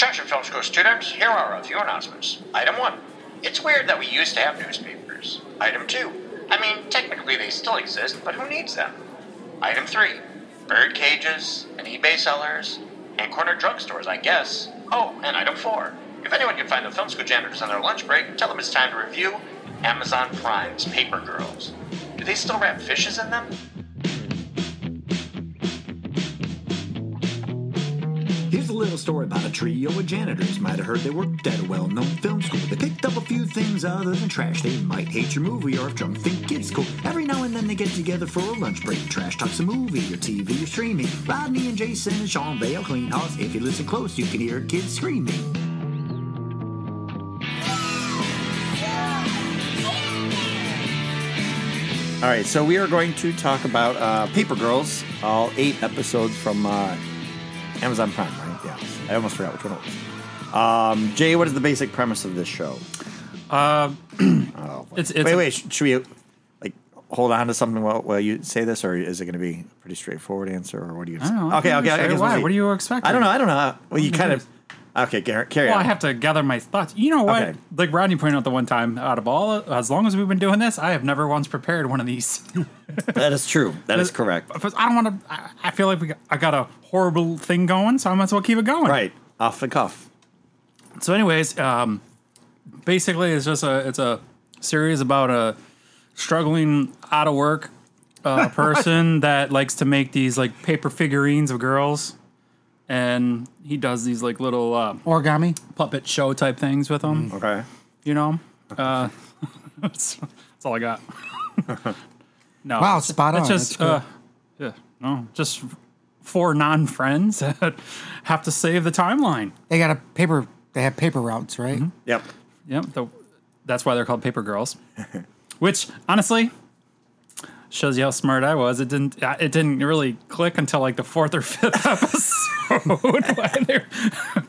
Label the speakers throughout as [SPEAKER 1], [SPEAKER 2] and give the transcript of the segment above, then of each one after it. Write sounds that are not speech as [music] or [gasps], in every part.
[SPEAKER 1] Western Film School students, here are a few announcements. Item 1. It's weird that we used to have newspapers. Item 2. I mean, technically they still exist, but who needs them? Item 3. Bird cages and eBay sellers and corner drugstores, I guess. Oh, and item 4. If anyone can find the film school janitors on their lunch break, tell them it's time to review Amazon Prime's Paper Girls. Do they still wrap fishes in them?
[SPEAKER 2] Here's a little story about a trio of janitors. Might have heard they worked at a well known film school. They picked up a few things other than trash. They might hate your movie or if drunk think kids cool. Every now and then they get together for a lunch break. Trash talks a movie or TV or streaming. Rodney and Jason and Sean Bale clean house. If you listen close, you can hear kids screaming.
[SPEAKER 3] All right, so we are going to talk about uh, Paper Girls, all eight episodes from uh, Amazon Prime, right? Yeah, I almost forgot which one it was. Um, Jay, what is the basic premise of this show?
[SPEAKER 4] Uh,
[SPEAKER 3] Oh,
[SPEAKER 4] It's- it's
[SPEAKER 3] wait,
[SPEAKER 4] a-
[SPEAKER 3] wait. sh- Should we like hold on to something while, while you say this, or is it going to be a pretty straightforward answer, or what do you?
[SPEAKER 4] I don't know.
[SPEAKER 3] Okay,
[SPEAKER 4] I'm
[SPEAKER 3] okay.
[SPEAKER 4] not
[SPEAKER 3] I
[SPEAKER 4] sure.
[SPEAKER 3] guess we'll
[SPEAKER 4] Why?
[SPEAKER 3] see.
[SPEAKER 4] What do you expect?
[SPEAKER 3] I don't know. I don't know. Well, you
[SPEAKER 4] I'm
[SPEAKER 3] kind of. Okay, Garrett, carry
[SPEAKER 4] Well,
[SPEAKER 3] on.
[SPEAKER 4] Oh, I have to gather my thoughts. You know what?
[SPEAKER 3] Okay.
[SPEAKER 4] Like Rodney pointed out the one time, out of all, as long as we've been doing this, I have never once prepared one of these. [laughs]
[SPEAKER 3] that is true. That is correct.
[SPEAKER 4] Because I don't want to. I feel like we got, I got a horrible thing going, so I might as well keep it going.
[SPEAKER 3] Right off the cuff.
[SPEAKER 4] So, anyways, um, basically, it's just a it's a series about a struggling out of work
[SPEAKER 5] [laughs]
[SPEAKER 4] uh, person that likes to make these like paper figurines of girls, and he does these like little uh,
[SPEAKER 5] Origami. Mm.
[SPEAKER 4] puppet show type things with them.
[SPEAKER 3] Okay.
[SPEAKER 4] You know, uh, [laughs] that's, that's all I
[SPEAKER 5] [laughs]
[SPEAKER 4] got. no,
[SPEAKER 5] Wow,
[SPEAKER 4] it's-
[SPEAKER 5] spot
[SPEAKER 4] It's
[SPEAKER 5] on.
[SPEAKER 4] just,
[SPEAKER 5] That's good.
[SPEAKER 4] uh, yeah, no, just four non-friends [laughs] that have to save the timeline.
[SPEAKER 5] They got a paper. They have paper routes, right?
[SPEAKER 4] Mm-hmm.
[SPEAKER 3] Yep.
[SPEAKER 4] Yep, the, that's why they're called paper girls. Which honestly shows you how smart I was. It didn't. I- It didn't really click until like the fourth or fifth [laughs] episode. [laughs] why they're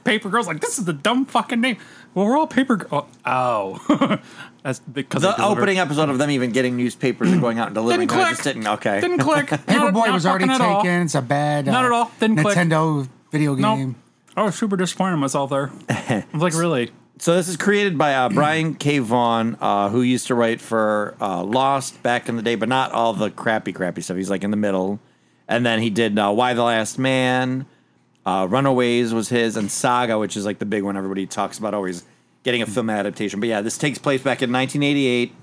[SPEAKER 4] paper girls? Like this is the dumb fucking name. Well, we're all paper. Gir- Oh, [laughs] ow. that's because they
[SPEAKER 3] The
[SPEAKER 4] deliver-
[SPEAKER 3] opening episode of them even getting newspapers and going out and delivering.
[SPEAKER 4] Didn't
[SPEAKER 3] them, I
[SPEAKER 4] click.
[SPEAKER 3] just didn't. Okay.
[SPEAKER 4] Didn't click.
[SPEAKER 3] [laughs]
[SPEAKER 4] Not-
[SPEAKER 5] Paperboy
[SPEAKER 4] not
[SPEAKER 5] was already
[SPEAKER 4] fucking
[SPEAKER 5] taken.
[SPEAKER 4] at all.
[SPEAKER 5] It's a bad. uh,
[SPEAKER 4] Not at all. Didn't click.
[SPEAKER 5] Nintendo video
[SPEAKER 4] Nope.
[SPEAKER 5] game.
[SPEAKER 4] I was super disappointed in myself
[SPEAKER 3] [laughs]
[SPEAKER 4] there. I was like, really?
[SPEAKER 3] So this is created by uh, Brian K. Vaughan, uh, who used to write for uh, Lost back in the day, but not all the crappy, crappy stuff. He's like in the middle, and then he did uh, Why the Last Man, uh, Runaways was his, and Saga, which is like the big one everybody talks about always getting a film adaptation. But yeah, this takes place back in 1988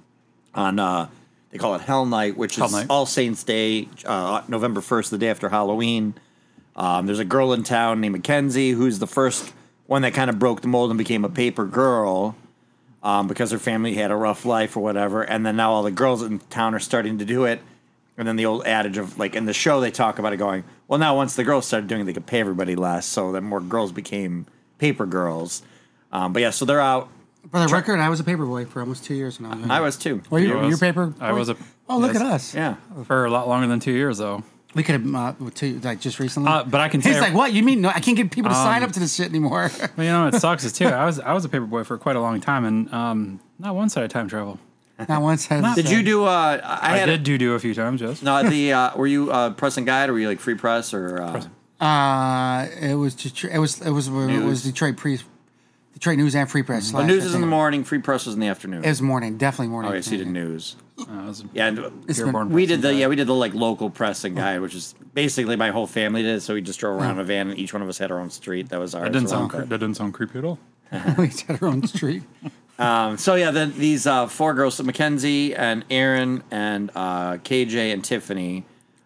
[SPEAKER 3] on uh, they call it Hell Night, which
[SPEAKER 4] Hell
[SPEAKER 3] is
[SPEAKER 4] Night.
[SPEAKER 3] All Saints Day, uh, November 1st, the day after Halloween. Um, there's a girl in town named Mackenzie who's the first one that kind of broke the mold and became a paper girl um, because her family had a rough life or whatever. And then now all the girls in town are starting to do it. And then the old adage of like in the show they talk about it going, well, now once the girls started doing it, they could pay everybody less. So then more girls became paper girls. Um, but yeah, so they're out.
[SPEAKER 5] For the record, I was a paper boy for almost two years when I was. young.
[SPEAKER 3] I was too.
[SPEAKER 5] Were you,
[SPEAKER 4] I
[SPEAKER 5] were you
[SPEAKER 4] was-
[SPEAKER 5] paper?
[SPEAKER 4] I
[SPEAKER 5] boy?
[SPEAKER 4] was a-
[SPEAKER 5] Oh, look
[SPEAKER 4] yes.
[SPEAKER 5] at us.
[SPEAKER 3] Yeah.
[SPEAKER 4] For a lot longer than two years, though.
[SPEAKER 5] We could have uh, two, like just recently.
[SPEAKER 4] Uh, but Um, I can
[SPEAKER 5] He's
[SPEAKER 4] tell-
[SPEAKER 5] like, what you mean? No, I can't get people to sign up to this shit anymore. [laughs]
[SPEAKER 4] Well, you know, it sucks is too. I was I was a paper boy for quite a long time, and um, not once did I time travel.
[SPEAKER 5] Not once has.
[SPEAKER 3] Did you do? Uh, I,
[SPEAKER 4] I
[SPEAKER 3] had
[SPEAKER 4] did do do a few times, yes.
[SPEAKER 3] no. The uh, were you uh, press and guide or were you like free press or uh,
[SPEAKER 5] Uh, it was Detroit. It was it was it was Detroit pre, Detroit News and Free
[SPEAKER 4] Mm-hmm.
[SPEAKER 5] Press.
[SPEAKER 3] the
[SPEAKER 5] slash,
[SPEAKER 3] news
[SPEAKER 5] I
[SPEAKER 3] is in the
[SPEAKER 5] think.
[SPEAKER 3] morning, free press was in the afternoon.
[SPEAKER 5] It was morning, definitely morning.
[SPEAKER 3] Oh, yeah,
[SPEAKER 5] [laughs]
[SPEAKER 3] so you did news.
[SPEAKER 4] I Mm-hmm. was
[SPEAKER 3] Yeah, and
[SPEAKER 4] airborne
[SPEAKER 3] we
[SPEAKER 4] person,
[SPEAKER 3] did the
[SPEAKER 4] but-
[SPEAKER 3] yeah we did the like local press
[SPEAKER 4] Oh.
[SPEAKER 3] and guide, which is basically my whole family did. it. So we just drove around in a van, and each one of us had our own street. That was ours.
[SPEAKER 4] That didn't
[SPEAKER 3] so-
[SPEAKER 4] sound cre- that didn't sound creepy at all.
[SPEAKER 5] we had our own street.
[SPEAKER 3] So yeah, the, these uh, four girls, so Mackenzie and Aaron and uh, KJ and Tiffany,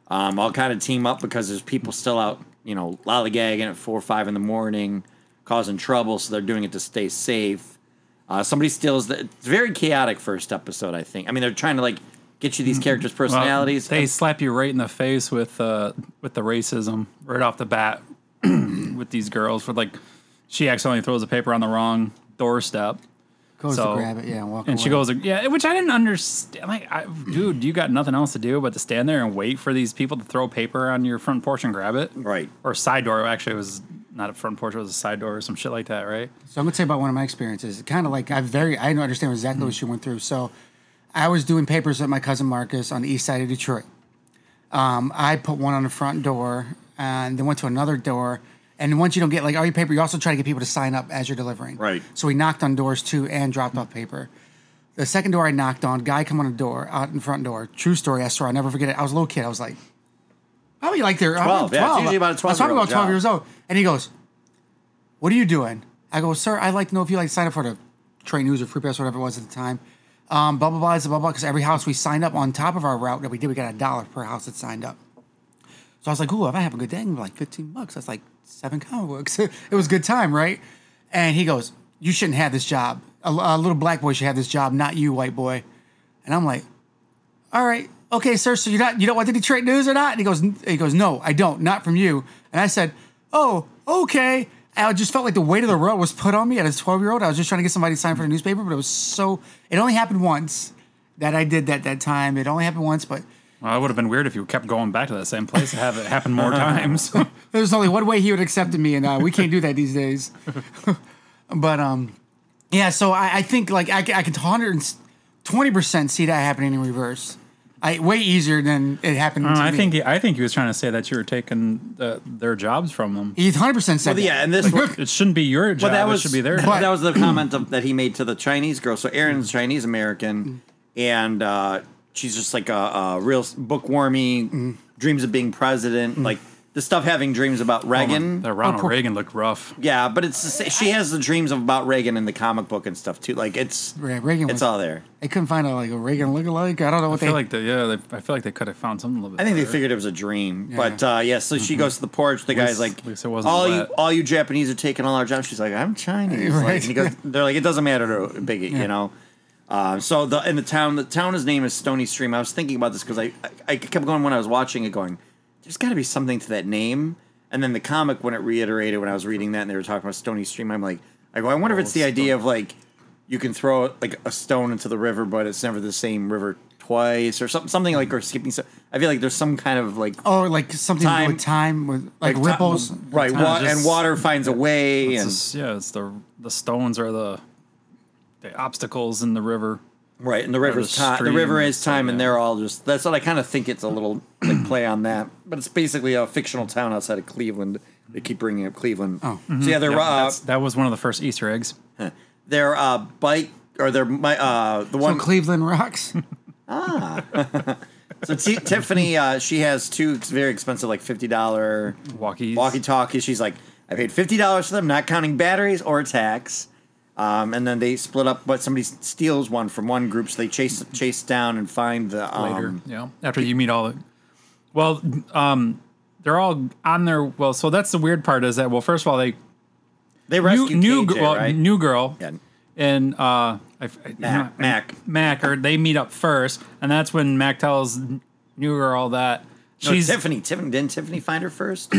[SPEAKER 3] um, all kind of team up because there's people still out, you know, lollygagging at four or five in the morning, causing trouble. So they're doing it to stay safe. Uh, somebody steals. The, it's very chaotic first episode. I think. I mean, they're trying to like get you these characters'
[SPEAKER 4] Mm-hmm. Well,
[SPEAKER 3] personalities.
[SPEAKER 4] they slap you right in the face with uh, with the racism right off the bat [clears throat] with these girls for like she accidentally throws the paper on the wrong doorstep.
[SPEAKER 5] Goes
[SPEAKER 4] So-
[SPEAKER 5] to grab it, yeah, and walk
[SPEAKER 4] And she
[SPEAKER 5] away.
[SPEAKER 4] goes, yeah, which I didn't understand. Like, I, dude, you got nothing else to do but to stand there and wait for these people to throw paper on your front porch and grab it,
[SPEAKER 3] Right.
[SPEAKER 4] Or side door. Actually, it was not a front porch; it was a side door or some shit like that, right?
[SPEAKER 5] So I'm gonna tell you about one of my experiences. Kind of like I very I don't understand exactly what she went through. So I was doing papers with my cousin Marcus on the east side of Detroit. Um, I put one on the front door and then went to another door And once you don't get like all your paper, you also try to get people to sign up as you're delivering.
[SPEAKER 3] Right.
[SPEAKER 5] So we knocked on doors too and dropped off paper. The second door I knocked on, guy come on the door, out in front door. True story, I swear, I'll never forget it. I was a little kid. I was like, probably like they're
[SPEAKER 3] 12, yeah, it's usually about a
[SPEAKER 5] I was probably
[SPEAKER 3] 12-year-old
[SPEAKER 5] about 12
[SPEAKER 3] job.
[SPEAKER 5] years old. And he goes, what are you doing? I go, sir, I'd like to know if you like sign up for the train news or free pass, whatever it was at the time. Um, blah, blah, blah, blah, blah, because every house we signed up on top of our route that we did, we got a dollar per house that signed up. So I was like, ooh, if I have a good day, I'm like 15 bucks. That's like seven comic books. [laughs] it was a good time, right? And he goes, you shouldn't have this job. A, a little black boy should have this job, not you, white boy. And I'm like, all right, okay, sir. So you not you don't want the Detroit News or not? And he goes, "N- he goes, no, I don't, not from you. And I said, oh, okay. And I just felt like the weight of the world was put on me as a twelve year old. I was just trying to get somebody to sign for the newspaper, but it was so. It only happened once that I did that that time. It only happened once, but
[SPEAKER 4] Well, it would have been weird if you kept going back to that same place to have it happen
[SPEAKER 3] [laughs]
[SPEAKER 4] more times.
[SPEAKER 5] There's only one way he would have accepted me, and uh, we can't do that these days. [laughs] but um, yeah. So I, I think like I, c- I could 120 percent see that happening in reverse. I way easier than it happened. to
[SPEAKER 4] [laughs] Uh, I
[SPEAKER 5] me.
[SPEAKER 4] think he, I think he was trying to say that you were taking uh, their jobs from them.
[SPEAKER 5] he's 100 percent said.
[SPEAKER 3] Well, yeah, and this was,
[SPEAKER 4] It shouldn't be your job.
[SPEAKER 3] well, that was
[SPEAKER 4] it should be their job.
[SPEAKER 3] That, was the comment of, that he made to the Chinese girl. So Aaron's Chinese American, and uh, she's just like a, a real s- bookwormy, dreams of being president,
[SPEAKER 4] Mm.
[SPEAKER 3] like the stuff having dreams about Reagan.
[SPEAKER 4] That
[SPEAKER 5] oh,
[SPEAKER 4] Ronald Reagan looked rough.
[SPEAKER 3] yeah, but it's the sa- she has the dreams about Reagan in the comic book and stuff too. Like it's
[SPEAKER 5] Re- Reagan
[SPEAKER 3] it's
[SPEAKER 5] was-
[SPEAKER 3] all there.
[SPEAKER 5] They couldn't find a like a Reagan lookalike. I don't
[SPEAKER 4] I
[SPEAKER 5] know what they.
[SPEAKER 4] feel like they, yeah, they, I feel like they could have found something a little bit.
[SPEAKER 3] I think they
[SPEAKER 4] better.
[SPEAKER 3] figured it was a dream, but uh, yeah. So she goes to the porch. The guy's
[SPEAKER 4] least-
[SPEAKER 3] like,
[SPEAKER 4] Mm-hmm. at least it wasn't
[SPEAKER 3] "All you,
[SPEAKER 4] wet.
[SPEAKER 3] all you Japanese are taking all our jobs." She's like,
[SPEAKER 4] [laughs]
[SPEAKER 3] "I'm Chinese." Like,
[SPEAKER 5] Right.
[SPEAKER 3] and he goes, "They're like, it doesn't matter to a bigot, you know." Um, so the in the town, the town is name is Stony Stream. I was thinking about this because I, I I kept going when I was watching it, going, "There's got to be something to that name." And then the comic when it reiterated when I was reading that and they were talking about Stony Stream, I'm like, I go, I wonder if it's the
[SPEAKER 5] Oh,
[SPEAKER 3] idea of like you can throw like a stone into the river, but it's never the same river twice or something, something like or skipping. So I feel like there's some kind of like
[SPEAKER 5] Oh, like something
[SPEAKER 3] Time.
[SPEAKER 5] with time with like,
[SPEAKER 3] ti-
[SPEAKER 5] ripples,
[SPEAKER 3] right?
[SPEAKER 5] Time.
[SPEAKER 3] Wa-
[SPEAKER 4] just-
[SPEAKER 3] and water finds a way,
[SPEAKER 4] It's
[SPEAKER 3] and
[SPEAKER 4] just- yeah, it's the the stones are the the obstacles in the river.
[SPEAKER 3] right, and the river's
[SPEAKER 4] the
[SPEAKER 3] time. The river
[SPEAKER 4] stream,
[SPEAKER 3] is time, and
[SPEAKER 4] yeah.
[SPEAKER 3] they're all just. That's what I kind of think. It's a little like play on that, but it's basically a fictional town outside of Cleveland. They keep bringing up Cleveland. Oh, so yeah, they're
[SPEAKER 4] mm-hmm. Yeah,
[SPEAKER 3] uh,
[SPEAKER 4] that's- that was one of the first Easter eggs.
[SPEAKER 3] their uh, bike or their my uh, the
[SPEAKER 5] So
[SPEAKER 3] one
[SPEAKER 5] Cleveland
[SPEAKER 3] [laughs]
[SPEAKER 5] rocks.
[SPEAKER 3] So T- Tiffany, uh, she has two ex- very expensive, like fifty dollar
[SPEAKER 4] Walkies.
[SPEAKER 3] walkie talkies. She's like, I paid fifty dollars for them, not counting batteries or tax. Um, and then they split up, but somebody s- steals one from one group, so they chase chase down and find the um,
[SPEAKER 4] later. yeah. After you meet all the Well, um, they're all on their well, so that's the weird part is that well, first of all, they
[SPEAKER 3] They
[SPEAKER 4] new
[SPEAKER 3] rescue
[SPEAKER 4] new
[SPEAKER 3] KJ,
[SPEAKER 4] gr- well,
[SPEAKER 3] right?
[SPEAKER 4] new girl
[SPEAKER 3] Yeah.
[SPEAKER 4] and uh I, I,
[SPEAKER 3] Mac, Mac.
[SPEAKER 4] Mac or they meet up first and that's when Mac tells new girl that
[SPEAKER 3] No,
[SPEAKER 4] she's
[SPEAKER 3] Tiffany. Tiffany didn't Tiffany find her first? [clears throat] I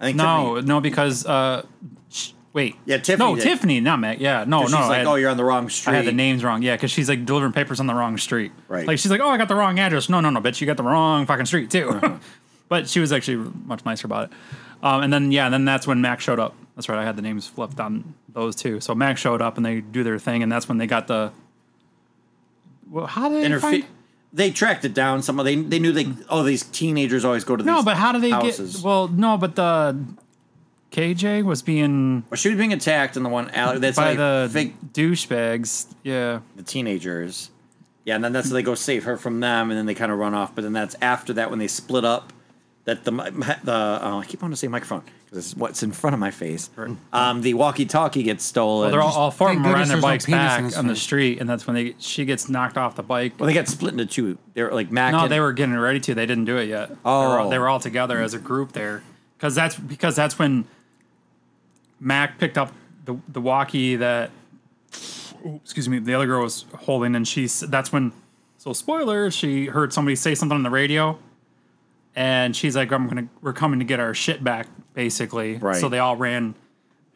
[SPEAKER 3] think
[SPEAKER 4] no,
[SPEAKER 3] Tiffany-
[SPEAKER 4] no because uh sh- wait.
[SPEAKER 3] Yeah, Tiffany
[SPEAKER 4] No,
[SPEAKER 3] did.
[SPEAKER 4] Tiffany, not Mac. Yeah. No, no.
[SPEAKER 3] she's
[SPEAKER 4] I
[SPEAKER 3] like,
[SPEAKER 4] had-
[SPEAKER 3] oh, you're on the wrong street.
[SPEAKER 4] I had the names wrong. Yeah, because she's like delivering papers on the wrong street.
[SPEAKER 3] Right.
[SPEAKER 4] Like she's like, oh, I got the wrong address. No, no, no, bitch, you got the wrong fucking street too.
[SPEAKER 3] Uh-huh.
[SPEAKER 4] [laughs] but she was actually much nicer about it. Um, and then yeah, then that's when Mac showed up. That's right. I had the names flipped on those two. So Mac showed up and they do their thing, and that's when they got the. Well, how did they
[SPEAKER 3] Interfe-
[SPEAKER 4] find?
[SPEAKER 3] they tracked it down. Some they they knew they oh these teenagers always go to these
[SPEAKER 4] No, but how do they
[SPEAKER 3] houses.
[SPEAKER 4] get? Well, no, but the KJ was being
[SPEAKER 3] Well, she was being attacked in the one alley. That's
[SPEAKER 4] by
[SPEAKER 3] like
[SPEAKER 4] the
[SPEAKER 3] fake
[SPEAKER 4] douchebags. Yeah.
[SPEAKER 3] the teenagers. Yeah, and then that's how they go save her from them, and then they kind of run off. But then that's after that when they split up. That the mi- mi- the uh, I keep wanting to say microphone because it's what's in front of my face. Um, the walkie-talkie gets stolen.
[SPEAKER 4] Well, they're all, all four of
[SPEAKER 5] Thank
[SPEAKER 4] them are on
[SPEAKER 5] goodness
[SPEAKER 4] their
[SPEAKER 5] there's no
[SPEAKER 4] bikes
[SPEAKER 5] penis
[SPEAKER 4] back
[SPEAKER 5] in his
[SPEAKER 4] on the
[SPEAKER 5] face.
[SPEAKER 4] street, and that's when they she gets knocked off the bike.
[SPEAKER 3] well, they got split into two. They're like Mac.
[SPEAKER 4] no,
[SPEAKER 3] and-
[SPEAKER 4] they were getting ready to. They didn't do it yet. they were, all-
[SPEAKER 3] Oh.
[SPEAKER 4] they were all together as a group there because that's because that's when Mac picked up the the walkie that oh, excuse me the other girl was holding, and she's that's when so spoiler she heard somebody say something on the radio, and she's like, "I'm gonna we're coming to get our shit back," basically.
[SPEAKER 3] Right.
[SPEAKER 4] So they all ran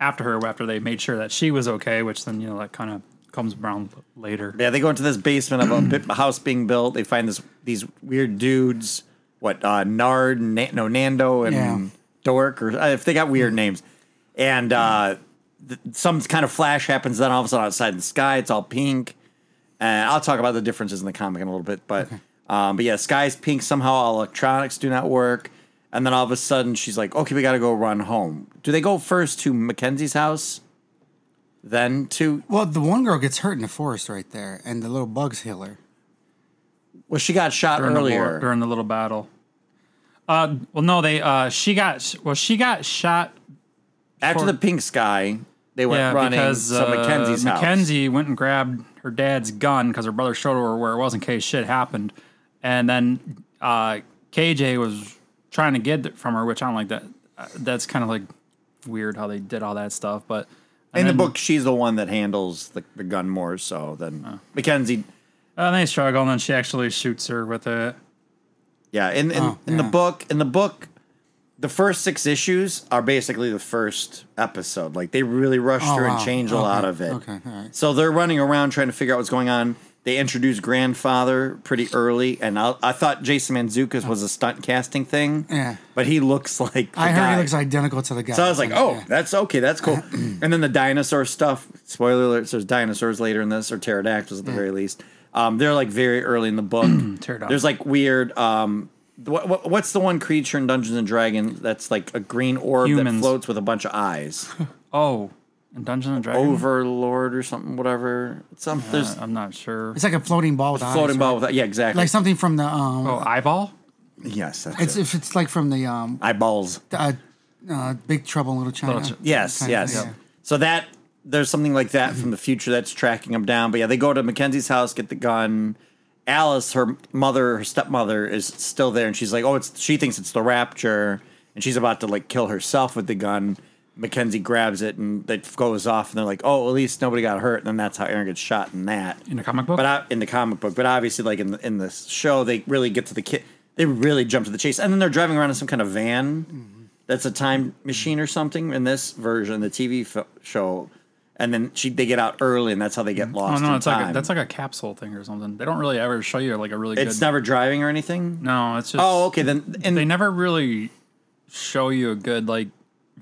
[SPEAKER 4] after her after they made sure that she was okay, which then you know that kind of comes around later.
[SPEAKER 3] Yeah, they go into this basement of a bit- house being built. They find this these weird dudes. What uh, Nard? Na- no, Nando and
[SPEAKER 5] Yeah.
[SPEAKER 3] Dork, or uh, if they got weird names. And uh, th- some kind of flash happens. Then all of a sudden, outside in the sky, it's all pink. And I'll talk about the differences in the comic in a little bit, but um, but yeah, sky's pink. Somehow all electronics do not work. And then all of a sudden she's like, okay, we got to go run home. Do they go first to Mackenzie's house? Then to.
[SPEAKER 5] Well, the one girl gets hurt in the forest right there, and the little bugs heal her.
[SPEAKER 3] Well, she got shot
[SPEAKER 4] during the war,
[SPEAKER 3] earlier.
[SPEAKER 4] during the little battle. Uh, well, no, they uh, she got well, she got shot.
[SPEAKER 3] After the pink sky, they went
[SPEAKER 4] Yeah,
[SPEAKER 3] running
[SPEAKER 4] because
[SPEAKER 3] to
[SPEAKER 4] uh,
[SPEAKER 3] Mackenzie's house.
[SPEAKER 4] Mackenzie went and grabbed her dad's gun because her brother showed her where it was in case shit happened, and then uh, KJ was trying to get it from her, which I don't like that. uh, That's kind of like weird how they did all that stuff, but
[SPEAKER 3] In the
[SPEAKER 4] then-
[SPEAKER 3] book, she's the one that handles the, the gun more so than
[SPEAKER 5] Oh.
[SPEAKER 3] Mackenzie.
[SPEAKER 4] uh, they struggle, and then she actually shoots her with it.
[SPEAKER 3] Yeah, in in,
[SPEAKER 5] Oh,
[SPEAKER 3] in the
[SPEAKER 5] yeah.
[SPEAKER 3] book, in the book, the first six issues are basically the first episode. Like they really rushed
[SPEAKER 5] Oh,
[SPEAKER 3] through and
[SPEAKER 5] wow.
[SPEAKER 3] changed a lot
[SPEAKER 5] Okay,
[SPEAKER 3] of it.
[SPEAKER 5] okay, all right.
[SPEAKER 3] So they're running around trying to figure out what's going on. They introduced grandfather pretty early, and I, I thought Jason Manzukas was a stunt casting thing.
[SPEAKER 5] Yeah.
[SPEAKER 3] but he looks like the
[SPEAKER 5] I heard
[SPEAKER 3] guy.
[SPEAKER 5] he looks identical to the guy.
[SPEAKER 3] So I was like, oh,
[SPEAKER 5] Yeah.
[SPEAKER 3] that's okay, that's
[SPEAKER 5] [clears throat]
[SPEAKER 3] cool. and then the dinosaur stuff. Spoiler alert: there's dinosaurs later in this, or pterodactyls at the very least. Um, they're like very early in
[SPEAKER 5] [clears throat]
[SPEAKER 3] the book.
[SPEAKER 4] Pterodactyl.
[SPEAKER 3] there's like weird. Um, what, what, what's the one creature in Dungeons and Dragons that's like a green orb that
[SPEAKER 4] Humans.
[SPEAKER 3] floats with a bunch of
[SPEAKER 5] [laughs]
[SPEAKER 3] eyes?
[SPEAKER 4] Oh, and Dungeons and Dragons.
[SPEAKER 3] Overlord or something, whatever. Some there's
[SPEAKER 4] I'm not sure.
[SPEAKER 5] it's like a floating ball with eyes,
[SPEAKER 3] floating
[SPEAKER 5] right?
[SPEAKER 3] ball with yeah, exactly.
[SPEAKER 5] like something from the um.
[SPEAKER 4] Oh, eyeball.
[SPEAKER 3] yes, that's
[SPEAKER 5] It's
[SPEAKER 3] it.
[SPEAKER 5] if it's like from the um.
[SPEAKER 3] eyeballs.
[SPEAKER 5] Uh, uh, Big Trouble in Little China.
[SPEAKER 4] Little Ch-
[SPEAKER 3] Yes,
[SPEAKER 5] Kind of
[SPEAKER 3] yes.
[SPEAKER 5] thing, yeah.
[SPEAKER 3] So that there's something like that from the future that's tracking them down. But yeah, they go to Mackenzie's house, get the gun. Alice, her mother, her stepmother, is still there, and she's like, "Oh, it's." She thinks it's the Rapture, and she's about to like kill herself with the gun. Mackenzie grabs it and it goes off, and they're like, "Oh, at least nobody got hurt." And then that's how Aaron gets shot in that
[SPEAKER 4] In the comic book?
[SPEAKER 3] But I, in the comic book, but obviously, like in the, in the show, they really get to the kid. They really jump to the chase, and then they're driving around in some kind of van that's a time machine or something in this version, the TV f- show. And then she they get out early, and that's how they get
[SPEAKER 4] Oh
[SPEAKER 3] lost.
[SPEAKER 4] no,
[SPEAKER 3] in
[SPEAKER 4] it's
[SPEAKER 3] time.
[SPEAKER 4] like a, that's like a capsule thing or something. They don't really ever show you like a really good.
[SPEAKER 3] it's never driving or anything.
[SPEAKER 4] no, it's just.
[SPEAKER 3] Oh, okay. Then and
[SPEAKER 4] They never really show you a good like.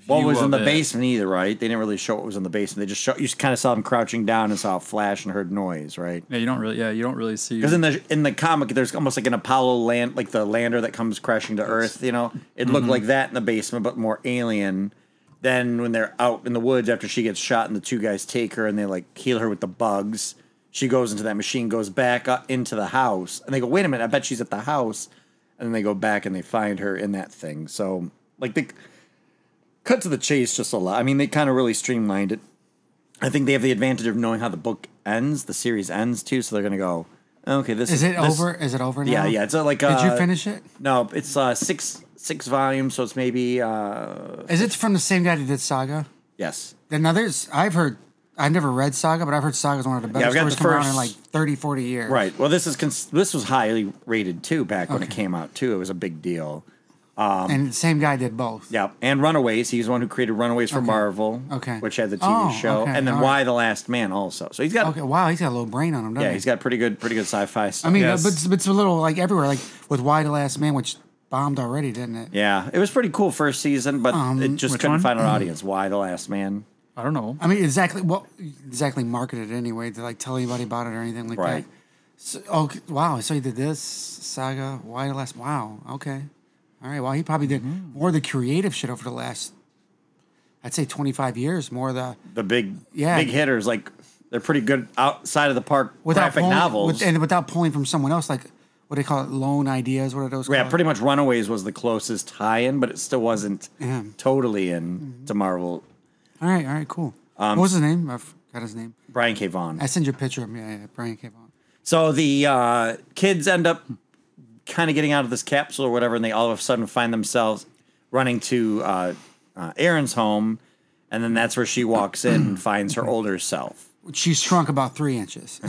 [SPEAKER 3] what
[SPEAKER 4] view
[SPEAKER 3] was in
[SPEAKER 4] of
[SPEAKER 3] the
[SPEAKER 4] it.
[SPEAKER 3] basement either, right? They didn't really show what was in the basement. They just show you kind of saw them crouching down and saw a flash and heard noise, right?
[SPEAKER 4] Yeah, you don't really. Yeah, you don't really see.
[SPEAKER 3] Because in the in the comic, there's almost like an Apollo land, like the lander that comes crashing to Earth. You know, it looked like that in the basement, but more alien. Then when they're out in the woods after she gets shot, and the two guys take her and they like heal her with the bugs. She goes into that machine, goes back up into the house, and they go, "Wait a minute, I bet she's at the house." And then they go back and they find her in that thing. So like they cut to the chase just a lot. I mean, they kind of really streamlined it. I think they have the advantage of knowing how the book ends, the series ends too. So they're gonna go, okay, this
[SPEAKER 5] Is it
[SPEAKER 3] this-
[SPEAKER 5] over? Is it over now?
[SPEAKER 3] Yeah, yeah. It's uh, like
[SPEAKER 5] Did
[SPEAKER 3] uh,
[SPEAKER 5] you finish it?
[SPEAKER 3] No, it's uh, six six volumes, so it's maybe uh,
[SPEAKER 5] Is it from the same guy that did Saga?
[SPEAKER 3] yes.
[SPEAKER 5] Then others I've heard. I've never read Saga, but I've heard Saga's one of the better
[SPEAKER 3] I've got
[SPEAKER 5] stories
[SPEAKER 3] the
[SPEAKER 5] come around in like
[SPEAKER 3] first-
[SPEAKER 5] 30, 40 years.
[SPEAKER 3] Right. Well, this is cons- this was highly rated too back when it came out too. It was a big deal.
[SPEAKER 5] and the same guy did both.
[SPEAKER 3] Yeah, and Runaways. He's the one who created Runaways for Marvel,
[SPEAKER 5] Okay.
[SPEAKER 3] which had the TV
[SPEAKER 5] Oh,
[SPEAKER 3] show,
[SPEAKER 5] okay,
[SPEAKER 3] and then
[SPEAKER 5] all
[SPEAKER 3] Why
[SPEAKER 5] right.
[SPEAKER 3] the Last Man also. So he's got
[SPEAKER 5] Okay. Wow, he's got a little brain on him, doesn't
[SPEAKER 3] yeah,
[SPEAKER 5] he?
[SPEAKER 3] he's got pretty good pretty good sci-fi stuff.
[SPEAKER 5] I mean,
[SPEAKER 4] Yes.
[SPEAKER 5] but, it's- but it's a little like everywhere, like with Why the Last Man, which bombed already, didn't it?
[SPEAKER 3] Yeah, it was pretty cool first season, but it just
[SPEAKER 4] which
[SPEAKER 3] couldn't
[SPEAKER 4] one?
[SPEAKER 3] find an audience. Why the Last Man?
[SPEAKER 4] I don't know.
[SPEAKER 5] I mean, exactly. Well, exactly marketed anyway to like tell anybody about it or anything like
[SPEAKER 3] Right.
[SPEAKER 5] that. So, oh wow! So he did this Saga, Why the Last? Wow. Okay. All right. Well, he probably did more of the creative shit over the last, I'd say, twenty five years. More of the
[SPEAKER 3] The big
[SPEAKER 5] Yeah.
[SPEAKER 3] big hitters like they're pretty good outside of the park graphic
[SPEAKER 5] pulling,
[SPEAKER 3] novels.
[SPEAKER 5] with- and without pulling from someone else, like what do they call it, loan ideas. What are those?
[SPEAKER 3] yeah,
[SPEAKER 5] called?
[SPEAKER 3] pretty much Runaways was the closest tie-in, but it still wasn't
[SPEAKER 5] Yeah.
[SPEAKER 3] totally in to Marvel.
[SPEAKER 5] All right. All right. Cool. what was his name? I forgot his name.
[SPEAKER 3] Brian K. Vaughan.
[SPEAKER 5] I send you a picture of him. Yeah, yeah. Brian came on.
[SPEAKER 3] So the uh, kids end up kind of getting out of this capsule or whatever, and they all of a sudden find themselves running to uh, uh, Aaron's home, and then that's where she walks in and finds her older self.
[SPEAKER 5] She shrunk about three inches.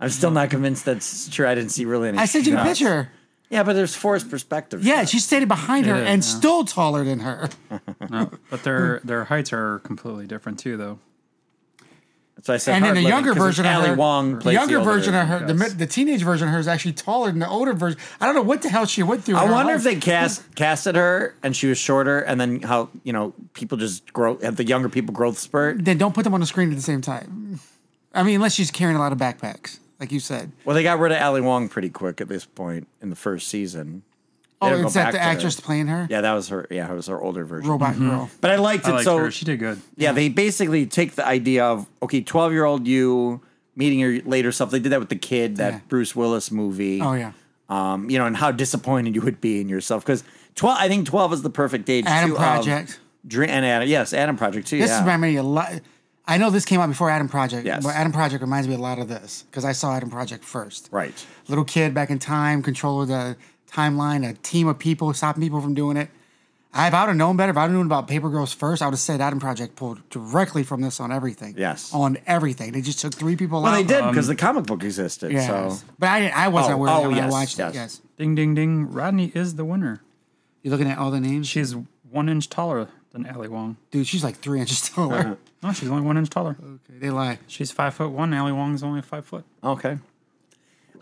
[SPEAKER 3] I'm still not convinced that's true. I didn't see really
[SPEAKER 5] [laughs]
[SPEAKER 3] any.
[SPEAKER 5] I sent you the
[SPEAKER 3] shots.
[SPEAKER 5] picture.
[SPEAKER 3] Yeah, but there's forced perspective.
[SPEAKER 5] Yeah,
[SPEAKER 3] shots.
[SPEAKER 5] she stated behind her
[SPEAKER 4] Yeah,
[SPEAKER 5] and
[SPEAKER 4] yeah.
[SPEAKER 5] still taller than her.
[SPEAKER 4] No, but their
[SPEAKER 3] Hmm.
[SPEAKER 4] their heights are completely different too, though.
[SPEAKER 3] That's why I said.
[SPEAKER 5] And in the
[SPEAKER 3] hard-living,
[SPEAKER 5] younger
[SPEAKER 3] 'cause
[SPEAKER 5] version of
[SPEAKER 3] Ali
[SPEAKER 5] her,
[SPEAKER 3] Wong
[SPEAKER 5] the
[SPEAKER 3] plays
[SPEAKER 5] younger
[SPEAKER 3] older
[SPEAKER 5] version of
[SPEAKER 3] version.
[SPEAKER 5] her, the, mid- the teenage version of her is actually taller than the older version. I don't know what the hell she went through. in
[SPEAKER 3] I
[SPEAKER 5] her
[SPEAKER 3] wonder if
[SPEAKER 5] life.
[SPEAKER 3] they cast casted her and she was shorter, and then how you know people just grow have the younger people growth spurt.
[SPEAKER 5] then don't put them on the screen at the same time. I mean, unless she's carrying a lot of backpacks, like you said.
[SPEAKER 3] Well, they got rid of Ali Wong pretty quick at this point in the first season. They
[SPEAKER 5] Oh,
[SPEAKER 3] don't go
[SPEAKER 5] is that
[SPEAKER 3] back
[SPEAKER 5] the
[SPEAKER 3] to her.
[SPEAKER 5] actress playing her?
[SPEAKER 3] Yeah, Mm-hmm. that was her. Yeah, it was her older version.
[SPEAKER 5] Robot girl.
[SPEAKER 3] But I liked
[SPEAKER 4] I
[SPEAKER 3] it.
[SPEAKER 4] liked
[SPEAKER 3] so
[SPEAKER 4] her. She did good.
[SPEAKER 3] yeah, they basically take the idea of okay, twelve year old you meeting your later self. They did that with the kid that
[SPEAKER 5] Yeah.
[SPEAKER 3] Bruce Willis movie.
[SPEAKER 5] Oh yeah.
[SPEAKER 3] um, you know, and how disappointed you would be in yourself because twelve. I think twelve is the perfect age.
[SPEAKER 5] Adam
[SPEAKER 3] too, of
[SPEAKER 5] Project.
[SPEAKER 3] Dream, and Adam, yes, Adam Project too.
[SPEAKER 5] This
[SPEAKER 3] yeah.
[SPEAKER 5] is reminding me a lot. I know this came out before Adam Project.
[SPEAKER 3] Yes.
[SPEAKER 5] But Adam Project reminds me a lot of this because I saw Adam Project first.
[SPEAKER 3] right.
[SPEAKER 5] Little kid back in time, control of the timeline, a team of people stopping people from doing it. I- If I'd have known better, if I'd have known about Paper Girls first, I would have said Adam Project pulled directly from this on everything.
[SPEAKER 3] Yes.
[SPEAKER 5] On everything. They just took three people
[SPEAKER 3] Well,
[SPEAKER 5] out.
[SPEAKER 3] they did because the comic book existed.
[SPEAKER 5] Yeah.
[SPEAKER 3] So
[SPEAKER 5] But I, didn't, I wasn't
[SPEAKER 3] Oh,
[SPEAKER 5] aware of
[SPEAKER 3] oh,
[SPEAKER 5] that when
[SPEAKER 3] yes,
[SPEAKER 5] I watched
[SPEAKER 3] yes.
[SPEAKER 5] it. Yes.
[SPEAKER 4] Ding ding ding. Rodney is the winner.
[SPEAKER 5] You're looking at all the names?
[SPEAKER 4] She's one inch taller than Ali Wong.
[SPEAKER 5] Dude, she's like three inches [laughs]
[SPEAKER 3] Uh-huh.
[SPEAKER 5] taller.
[SPEAKER 4] No, she's only one inch taller.
[SPEAKER 5] okay, they lie.
[SPEAKER 4] She's five foot one. Ali Wong's only five foot.
[SPEAKER 3] okay.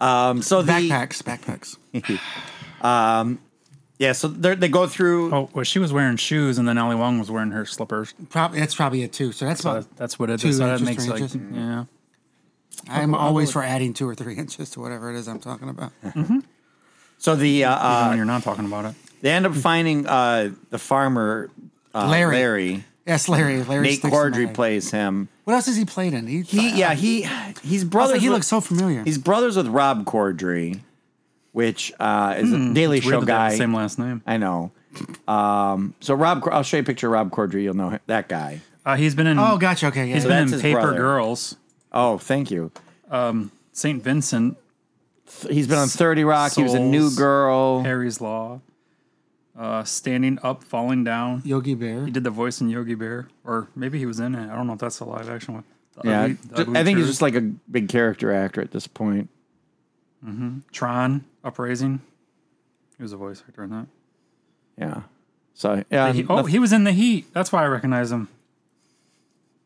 [SPEAKER 3] Um. So the Um,
[SPEAKER 5] Backpacks, backpacks.
[SPEAKER 3] [laughs] yeah. So they're- they go through.
[SPEAKER 4] Oh, well, she was wearing shoes, and then Ali Wong was wearing her slippers.
[SPEAKER 5] Prob- that's probably it too. So that's
[SPEAKER 4] So
[SPEAKER 3] Uh,
[SPEAKER 5] about.
[SPEAKER 4] that- that's what it
[SPEAKER 5] Two
[SPEAKER 4] is. So that
[SPEAKER 5] inches,
[SPEAKER 4] makes
[SPEAKER 5] three
[SPEAKER 4] like
[SPEAKER 5] inches.
[SPEAKER 4] yeah.
[SPEAKER 3] [laughs]
[SPEAKER 5] I'm always for adding two or three [laughs] inches to whatever it is I'm talking about.
[SPEAKER 3] So the uh,
[SPEAKER 4] Even
[SPEAKER 3] uh,
[SPEAKER 4] when you're not talking about it.
[SPEAKER 3] they end up finding uh the farmer uh,
[SPEAKER 5] Larry.
[SPEAKER 3] Larry.
[SPEAKER 5] yes, Larry. Larry.
[SPEAKER 3] Nate
[SPEAKER 5] sticks in my
[SPEAKER 3] Cordry
[SPEAKER 5] head.
[SPEAKER 3] plays him.
[SPEAKER 5] What else has he played in? He,
[SPEAKER 3] He yeah uh, he he's
[SPEAKER 5] I was
[SPEAKER 3] brother.
[SPEAKER 5] like, he looks so familiar.
[SPEAKER 3] He's brothers with Rob Cordry, which uh, is a Daily
[SPEAKER 4] Hmm. Weird
[SPEAKER 3] Show
[SPEAKER 4] that they have
[SPEAKER 3] guy.
[SPEAKER 4] the same last name.
[SPEAKER 3] I know. Um, so Rob, I'll show you a picture of Rob Cordry. You'll know him- that guy.
[SPEAKER 4] Uh, he's been in.
[SPEAKER 5] oh, gotcha. Okay, yeah.
[SPEAKER 4] he's been in
[SPEAKER 3] that's his
[SPEAKER 4] Paper
[SPEAKER 3] brother.
[SPEAKER 4] Girls,
[SPEAKER 3] Oh, thank you.
[SPEAKER 4] Saint Vincent,
[SPEAKER 3] He's been on Thirty Rock. he was a New
[SPEAKER 4] Souls.
[SPEAKER 3] Girl.
[SPEAKER 4] Harry's Law, uh, Standing Up, Falling Down.
[SPEAKER 5] Yogi Bear.
[SPEAKER 4] He did the voice in Yogi Bear, or maybe he was in it. I don't know if that's a live action one. The
[SPEAKER 3] yeah,
[SPEAKER 4] Ugly- The Ugly
[SPEAKER 3] I think he's
[SPEAKER 4] Truth.
[SPEAKER 3] just like a big character actor at this point.
[SPEAKER 4] Tron, Uprising. He was a voice actor in that.
[SPEAKER 3] Yeah. So yeah,
[SPEAKER 4] He- oh,
[SPEAKER 3] the,
[SPEAKER 4] he was in The Heat. That's why I recognize him.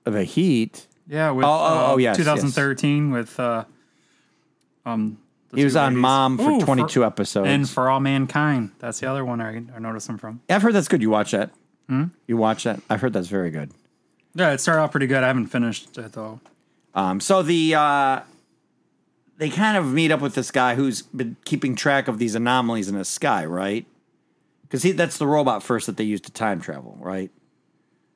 [SPEAKER 3] the Heat.
[SPEAKER 4] Yeah, with
[SPEAKER 3] Oh, oh,
[SPEAKER 4] uh,
[SPEAKER 3] oh, yes, yes.
[SPEAKER 4] 2013 with uh, um.
[SPEAKER 3] He was on Mom for 22 episodes.
[SPEAKER 4] and For All Mankind. That's the other one I, I noticed him from.
[SPEAKER 3] I've heard that's good. You watch that.
[SPEAKER 4] Hmm?
[SPEAKER 3] You watch that. I've heard that's very good.
[SPEAKER 4] Yeah, it started out pretty good. I haven't finished it though.
[SPEAKER 3] Um, so the uh, they kind of meet up with this guy who's been keeping track of these anomalies in the sky, right? Because that's the robot first that they use to time travel, right?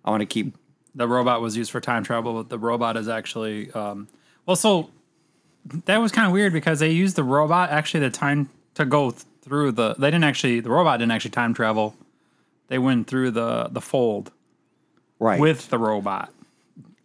[SPEAKER 3] I want to keep.
[SPEAKER 4] The robot was used for time travel, but the robot is actually um, well. So that was kind of weird because they used the robot actually the time to go th- through the. They didn't actually. The robot didn't actually time travel. They went through the the fold
[SPEAKER 3] Right.
[SPEAKER 4] with the robot.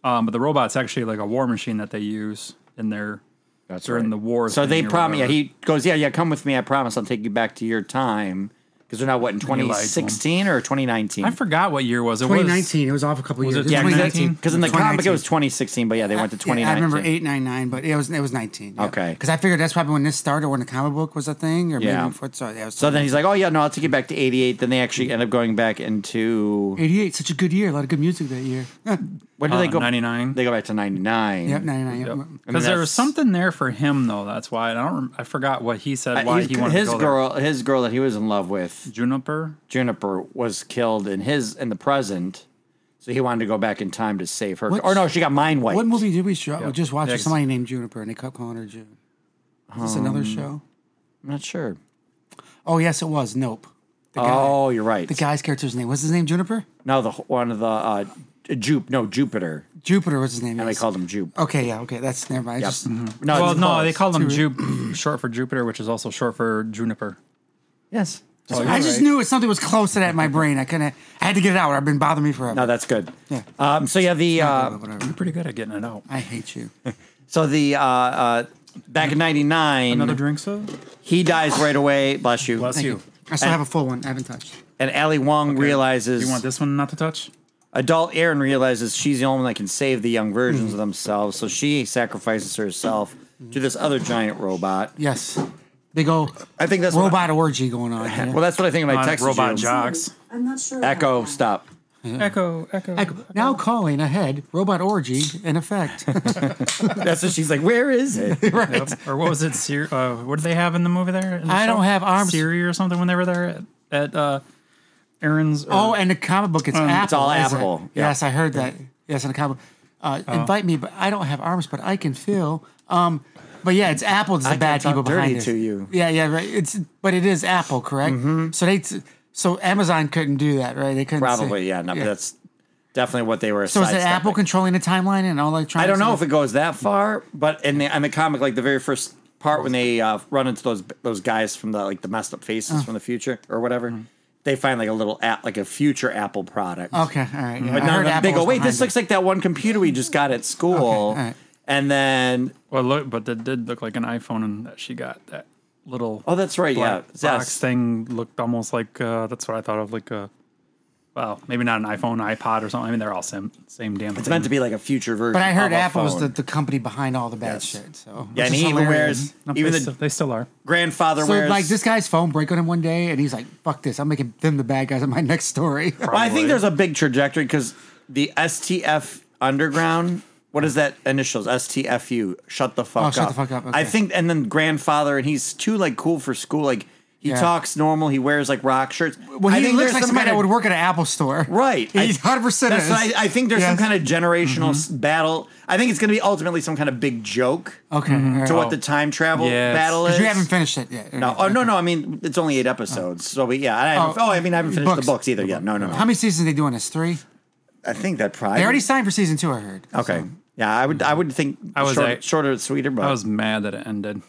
[SPEAKER 4] Um, but the robot's actually like a war machine that they use in their
[SPEAKER 3] that's
[SPEAKER 4] during the war
[SPEAKER 3] So
[SPEAKER 4] thing
[SPEAKER 3] they
[SPEAKER 4] or
[SPEAKER 3] promise. Yeah,
[SPEAKER 4] whatever.
[SPEAKER 3] he goes, yeah, yeah, come with me. I promise I'll take you back to your time. Because they're not what in
[SPEAKER 4] he lied to him.
[SPEAKER 3] 2016 or 2019.
[SPEAKER 4] I forgot what year was it.
[SPEAKER 5] 2019. It was off a couple years.
[SPEAKER 4] it
[SPEAKER 5] was
[SPEAKER 3] yeah,
[SPEAKER 4] 2019?
[SPEAKER 3] because in the comic it was
[SPEAKER 5] 2019.
[SPEAKER 3] 2016, but yeah, they went to
[SPEAKER 5] Yeah,
[SPEAKER 3] 2019.
[SPEAKER 5] I remember eight nine nine, but it was it was nineteen.
[SPEAKER 3] Okay.
[SPEAKER 5] because I figured that's probably when this started, when the comic book was a thing, or
[SPEAKER 3] Yeah.
[SPEAKER 5] maybe before it started. Yeah, it was
[SPEAKER 3] So then he's like, oh yeah, no, I'll take you back to 88. Then they actually end up going back into
[SPEAKER 5] eighty eight, such a good year, a lot of good music that
[SPEAKER 3] [laughs]
[SPEAKER 5] year.
[SPEAKER 3] When do
[SPEAKER 4] Uh,
[SPEAKER 3] they go?
[SPEAKER 4] 99.
[SPEAKER 3] They go back to 99.
[SPEAKER 5] yep, ninety nine. Yep.
[SPEAKER 4] Because there was
[SPEAKER 3] that's-
[SPEAKER 4] something there for him though. That's why I don't. Rem- I forgot what he said. Why
[SPEAKER 3] Uh, He's-
[SPEAKER 4] he wanted
[SPEAKER 3] his
[SPEAKER 4] to go
[SPEAKER 3] girl, his girl that he was in love with,
[SPEAKER 4] there. Juniper.
[SPEAKER 3] Juniper, was killed in his in the present. So he wanted to go back in time to save her. or no, she got mind wiped.
[SPEAKER 5] What movie did we show? we just watch
[SPEAKER 4] Yeah,
[SPEAKER 5] with somebody named Juniper, and they kept calling her June. Is this another
[SPEAKER 3] Um,
[SPEAKER 5] show?
[SPEAKER 3] I'm not sure.
[SPEAKER 5] Oh yes, it was. Nope. The guy,
[SPEAKER 3] Oh, you're right.
[SPEAKER 5] the guy's character's name. What's his name? Juniper.
[SPEAKER 3] No, the one of the uh, Jupe. No, Jupiter.
[SPEAKER 5] Jupiter was his name.
[SPEAKER 3] And they
[SPEAKER 5] yes.
[SPEAKER 3] called Mm-hmm. him Jupe.
[SPEAKER 5] Okay, yeah, okay. That's never mind. I Just
[SPEAKER 3] No,
[SPEAKER 4] well,
[SPEAKER 3] it's
[SPEAKER 4] no,
[SPEAKER 3] close.
[SPEAKER 4] they called him Ju- [clears throat] short for Jupiter, which is also short for Juniper.
[SPEAKER 3] yes.
[SPEAKER 5] I just knew it, something was close to that in my brain. I couldn't. I had to get it out. Or I've been bothering me forever.
[SPEAKER 3] No, that's good.
[SPEAKER 5] Yeah.
[SPEAKER 3] Um, so yeah, the uh,
[SPEAKER 5] Whatever.
[SPEAKER 4] You're pretty good at getting it out.
[SPEAKER 5] I hate you.
[SPEAKER 3] so the uh, uh, back in '99,
[SPEAKER 4] Another drink, sir.
[SPEAKER 3] he dies right away. Bless you.
[SPEAKER 4] Bless
[SPEAKER 5] Thank
[SPEAKER 4] you.
[SPEAKER 5] you. I still have a full one. I haven't touched.
[SPEAKER 3] And Ali Wong realizes
[SPEAKER 4] You want this one not to touch?
[SPEAKER 3] Adult Erin realizes she's the only one that can save the young versions of themselves, so she sacrifices herself to this other giant robot.
[SPEAKER 5] Yes. Big old
[SPEAKER 3] I think that's what
[SPEAKER 5] robot orgy going on.
[SPEAKER 3] I-
[SPEAKER 5] Here.
[SPEAKER 3] [laughs] well, that's what I think of my
[SPEAKER 4] On
[SPEAKER 3] text.
[SPEAKER 4] robot
[SPEAKER 3] you.
[SPEAKER 4] jocks.
[SPEAKER 6] I'm not sure. about
[SPEAKER 3] Echo,
[SPEAKER 6] that.
[SPEAKER 3] stop.
[SPEAKER 4] Echo, echo.
[SPEAKER 5] Echo- now calling ahead, robot orgy in
[SPEAKER 3] [laughs]
[SPEAKER 5] effect.
[SPEAKER 3] That's what she's like. Where is [laughs] it?
[SPEAKER 4] Or what was it? Seer, uh, what did they have in the movie there? in the
[SPEAKER 5] I don't
[SPEAKER 4] show?
[SPEAKER 5] have arms.
[SPEAKER 4] Siri or something when they were there at, at uh, Aaron's. or-
[SPEAKER 5] oh, and the comic book, it's Apple.
[SPEAKER 3] Um, all
[SPEAKER 5] is it?
[SPEAKER 3] Apple. Yeah. Oh.
[SPEAKER 5] Yes, I heard that. Yes, in the comic book. Uh, Invite me, but I don't have arms, but I can feel. Um, But yeah, it's Apple. It's the
[SPEAKER 3] I
[SPEAKER 5] bad
[SPEAKER 3] can't talk
[SPEAKER 5] people behind
[SPEAKER 3] dirty
[SPEAKER 5] this.
[SPEAKER 3] to you. Mm-hmm.
[SPEAKER 5] Yeah, yeah, right. It's but it is Apple, correct? So they, t- so Amazon couldn't do that, right? They couldn't. say-
[SPEAKER 3] Probably, yeah. No, but that's definitely what they were.
[SPEAKER 5] so is it
[SPEAKER 3] sidestepping.
[SPEAKER 5] Apple controlling the timeline and all electronics?
[SPEAKER 3] I don't
[SPEAKER 5] and
[SPEAKER 3] know if it goes that far, but in the in the comic, like the very first part when they uh, run into those those guys from the like the messed up faces from the future or whatever, they find like a little app, like a future Apple product.
[SPEAKER 5] Okay, all right. Yeah.
[SPEAKER 3] but
[SPEAKER 5] I
[SPEAKER 3] no,
[SPEAKER 5] heard
[SPEAKER 3] no,
[SPEAKER 5] Apple
[SPEAKER 3] they go,
[SPEAKER 5] was
[SPEAKER 3] wait,
[SPEAKER 5] behind
[SPEAKER 3] this
[SPEAKER 5] it."
[SPEAKER 3] looks like that one computer we just got at school,
[SPEAKER 5] all right.
[SPEAKER 3] and then
[SPEAKER 4] Well, look, but that did look like an iPhone, and that she got that little
[SPEAKER 3] oh, that's right,
[SPEAKER 4] black
[SPEAKER 3] yeah,
[SPEAKER 4] box
[SPEAKER 3] yes.
[SPEAKER 4] thing looked almost like uh, that's what I thought of, like a well, maybe not an iPhone, iPod, or something. I mean, they're all same same damn.
[SPEAKER 3] It's meant to be like a future version.
[SPEAKER 5] But I heard
[SPEAKER 3] of a
[SPEAKER 5] Apple was
[SPEAKER 3] phone.
[SPEAKER 5] the, the company behind all the bad
[SPEAKER 3] Yes.
[SPEAKER 5] shit. So
[SPEAKER 3] yeah,
[SPEAKER 5] which
[SPEAKER 3] and
[SPEAKER 5] is
[SPEAKER 3] he even
[SPEAKER 5] hilarious.
[SPEAKER 3] wears
[SPEAKER 4] they,
[SPEAKER 3] even the
[SPEAKER 4] still, they still are.
[SPEAKER 3] grandfather
[SPEAKER 5] So
[SPEAKER 3] wears
[SPEAKER 5] like this guy's phone break on him one day, and he's like, "Fuck this! I'm making them the bad guys in my next
[SPEAKER 3] [laughs]
[SPEAKER 5] story."
[SPEAKER 3] Well, I
[SPEAKER 4] Probably.
[SPEAKER 3] think there's a big trajectory because the STF Underground. What is that initials? STFU. Shut the fuck
[SPEAKER 5] Oh,
[SPEAKER 3] up.
[SPEAKER 5] shut the fuck up,
[SPEAKER 3] I
[SPEAKER 5] okay.
[SPEAKER 3] think, and then grandfather, and he's too like cool for school. Like he
[SPEAKER 5] Yeah.
[SPEAKER 3] talks normal. He wears like rock shirts.
[SPEAKER 5] Well,
[SPEAKER 3] I
[SPEAKER 5] he
[SPEAKER 3] think
[SPEAKER 5] looks
[SPEAKER 3] there's
[SPEAKER 5] like
[SPEAKER 3] some
[SPEAKER 5] somebody
[SPEAKER 3] kind
[SPEAKER 5] that
[SPEAKER 3] of-
[SPEAKER 5] would work at an Apple store,
[SPEAKER 3] Right.
[SPEAKER 5] He's
[SPEAKER 3] I-
[SPEAKER 5] hundred percent.
[SPEAKER 3] That's what I, I think there's some
[SPEAKER 5] Yes. Mm-hmm.
[SPEAKER 3] kind of generational s battle. I think it's going to be ultimately some kind of big joke
[SPEAKER 5] Okay, all
[SPEAKER 3] Mm-hmm. to
[SPEAKER 5] Oh, right.
[SPEAKER 3] what the time travel
[SPEAKER 4] Yes.
[SPEAKER 3] battle
[SPEAKER 5] 'Cause
[SPEAKER 3] is.
[SPEAKER 5] you haven't finished it yet.
[SPEAKER 3] no, oh, no, no. I mean, it's only eight episodes. So, we, yeah. I haven't,
[SPEAKER 5] Oh,
[SPEAKER 3] oh, I mean, I haven't finished
[SPEAKER 5] books.
[SPEAKER 3] the books either yet. No, no, no.
[SPEAKER 5] How many seasons are they doing this? Three.
[SPEAKER 3] I think that probably.
[SPEAKER 5] They already signed for season two. I heard.
[SPEAKER 3] Okay. Yeah, I would. I would think
[SPEAKER 4] I was
[SPEAKER 3] short-
[SPEAKER 4] like-
[SPEAKER 3] shorter, and sweeter, but
[SPEAKER 4] I was mad that it ended.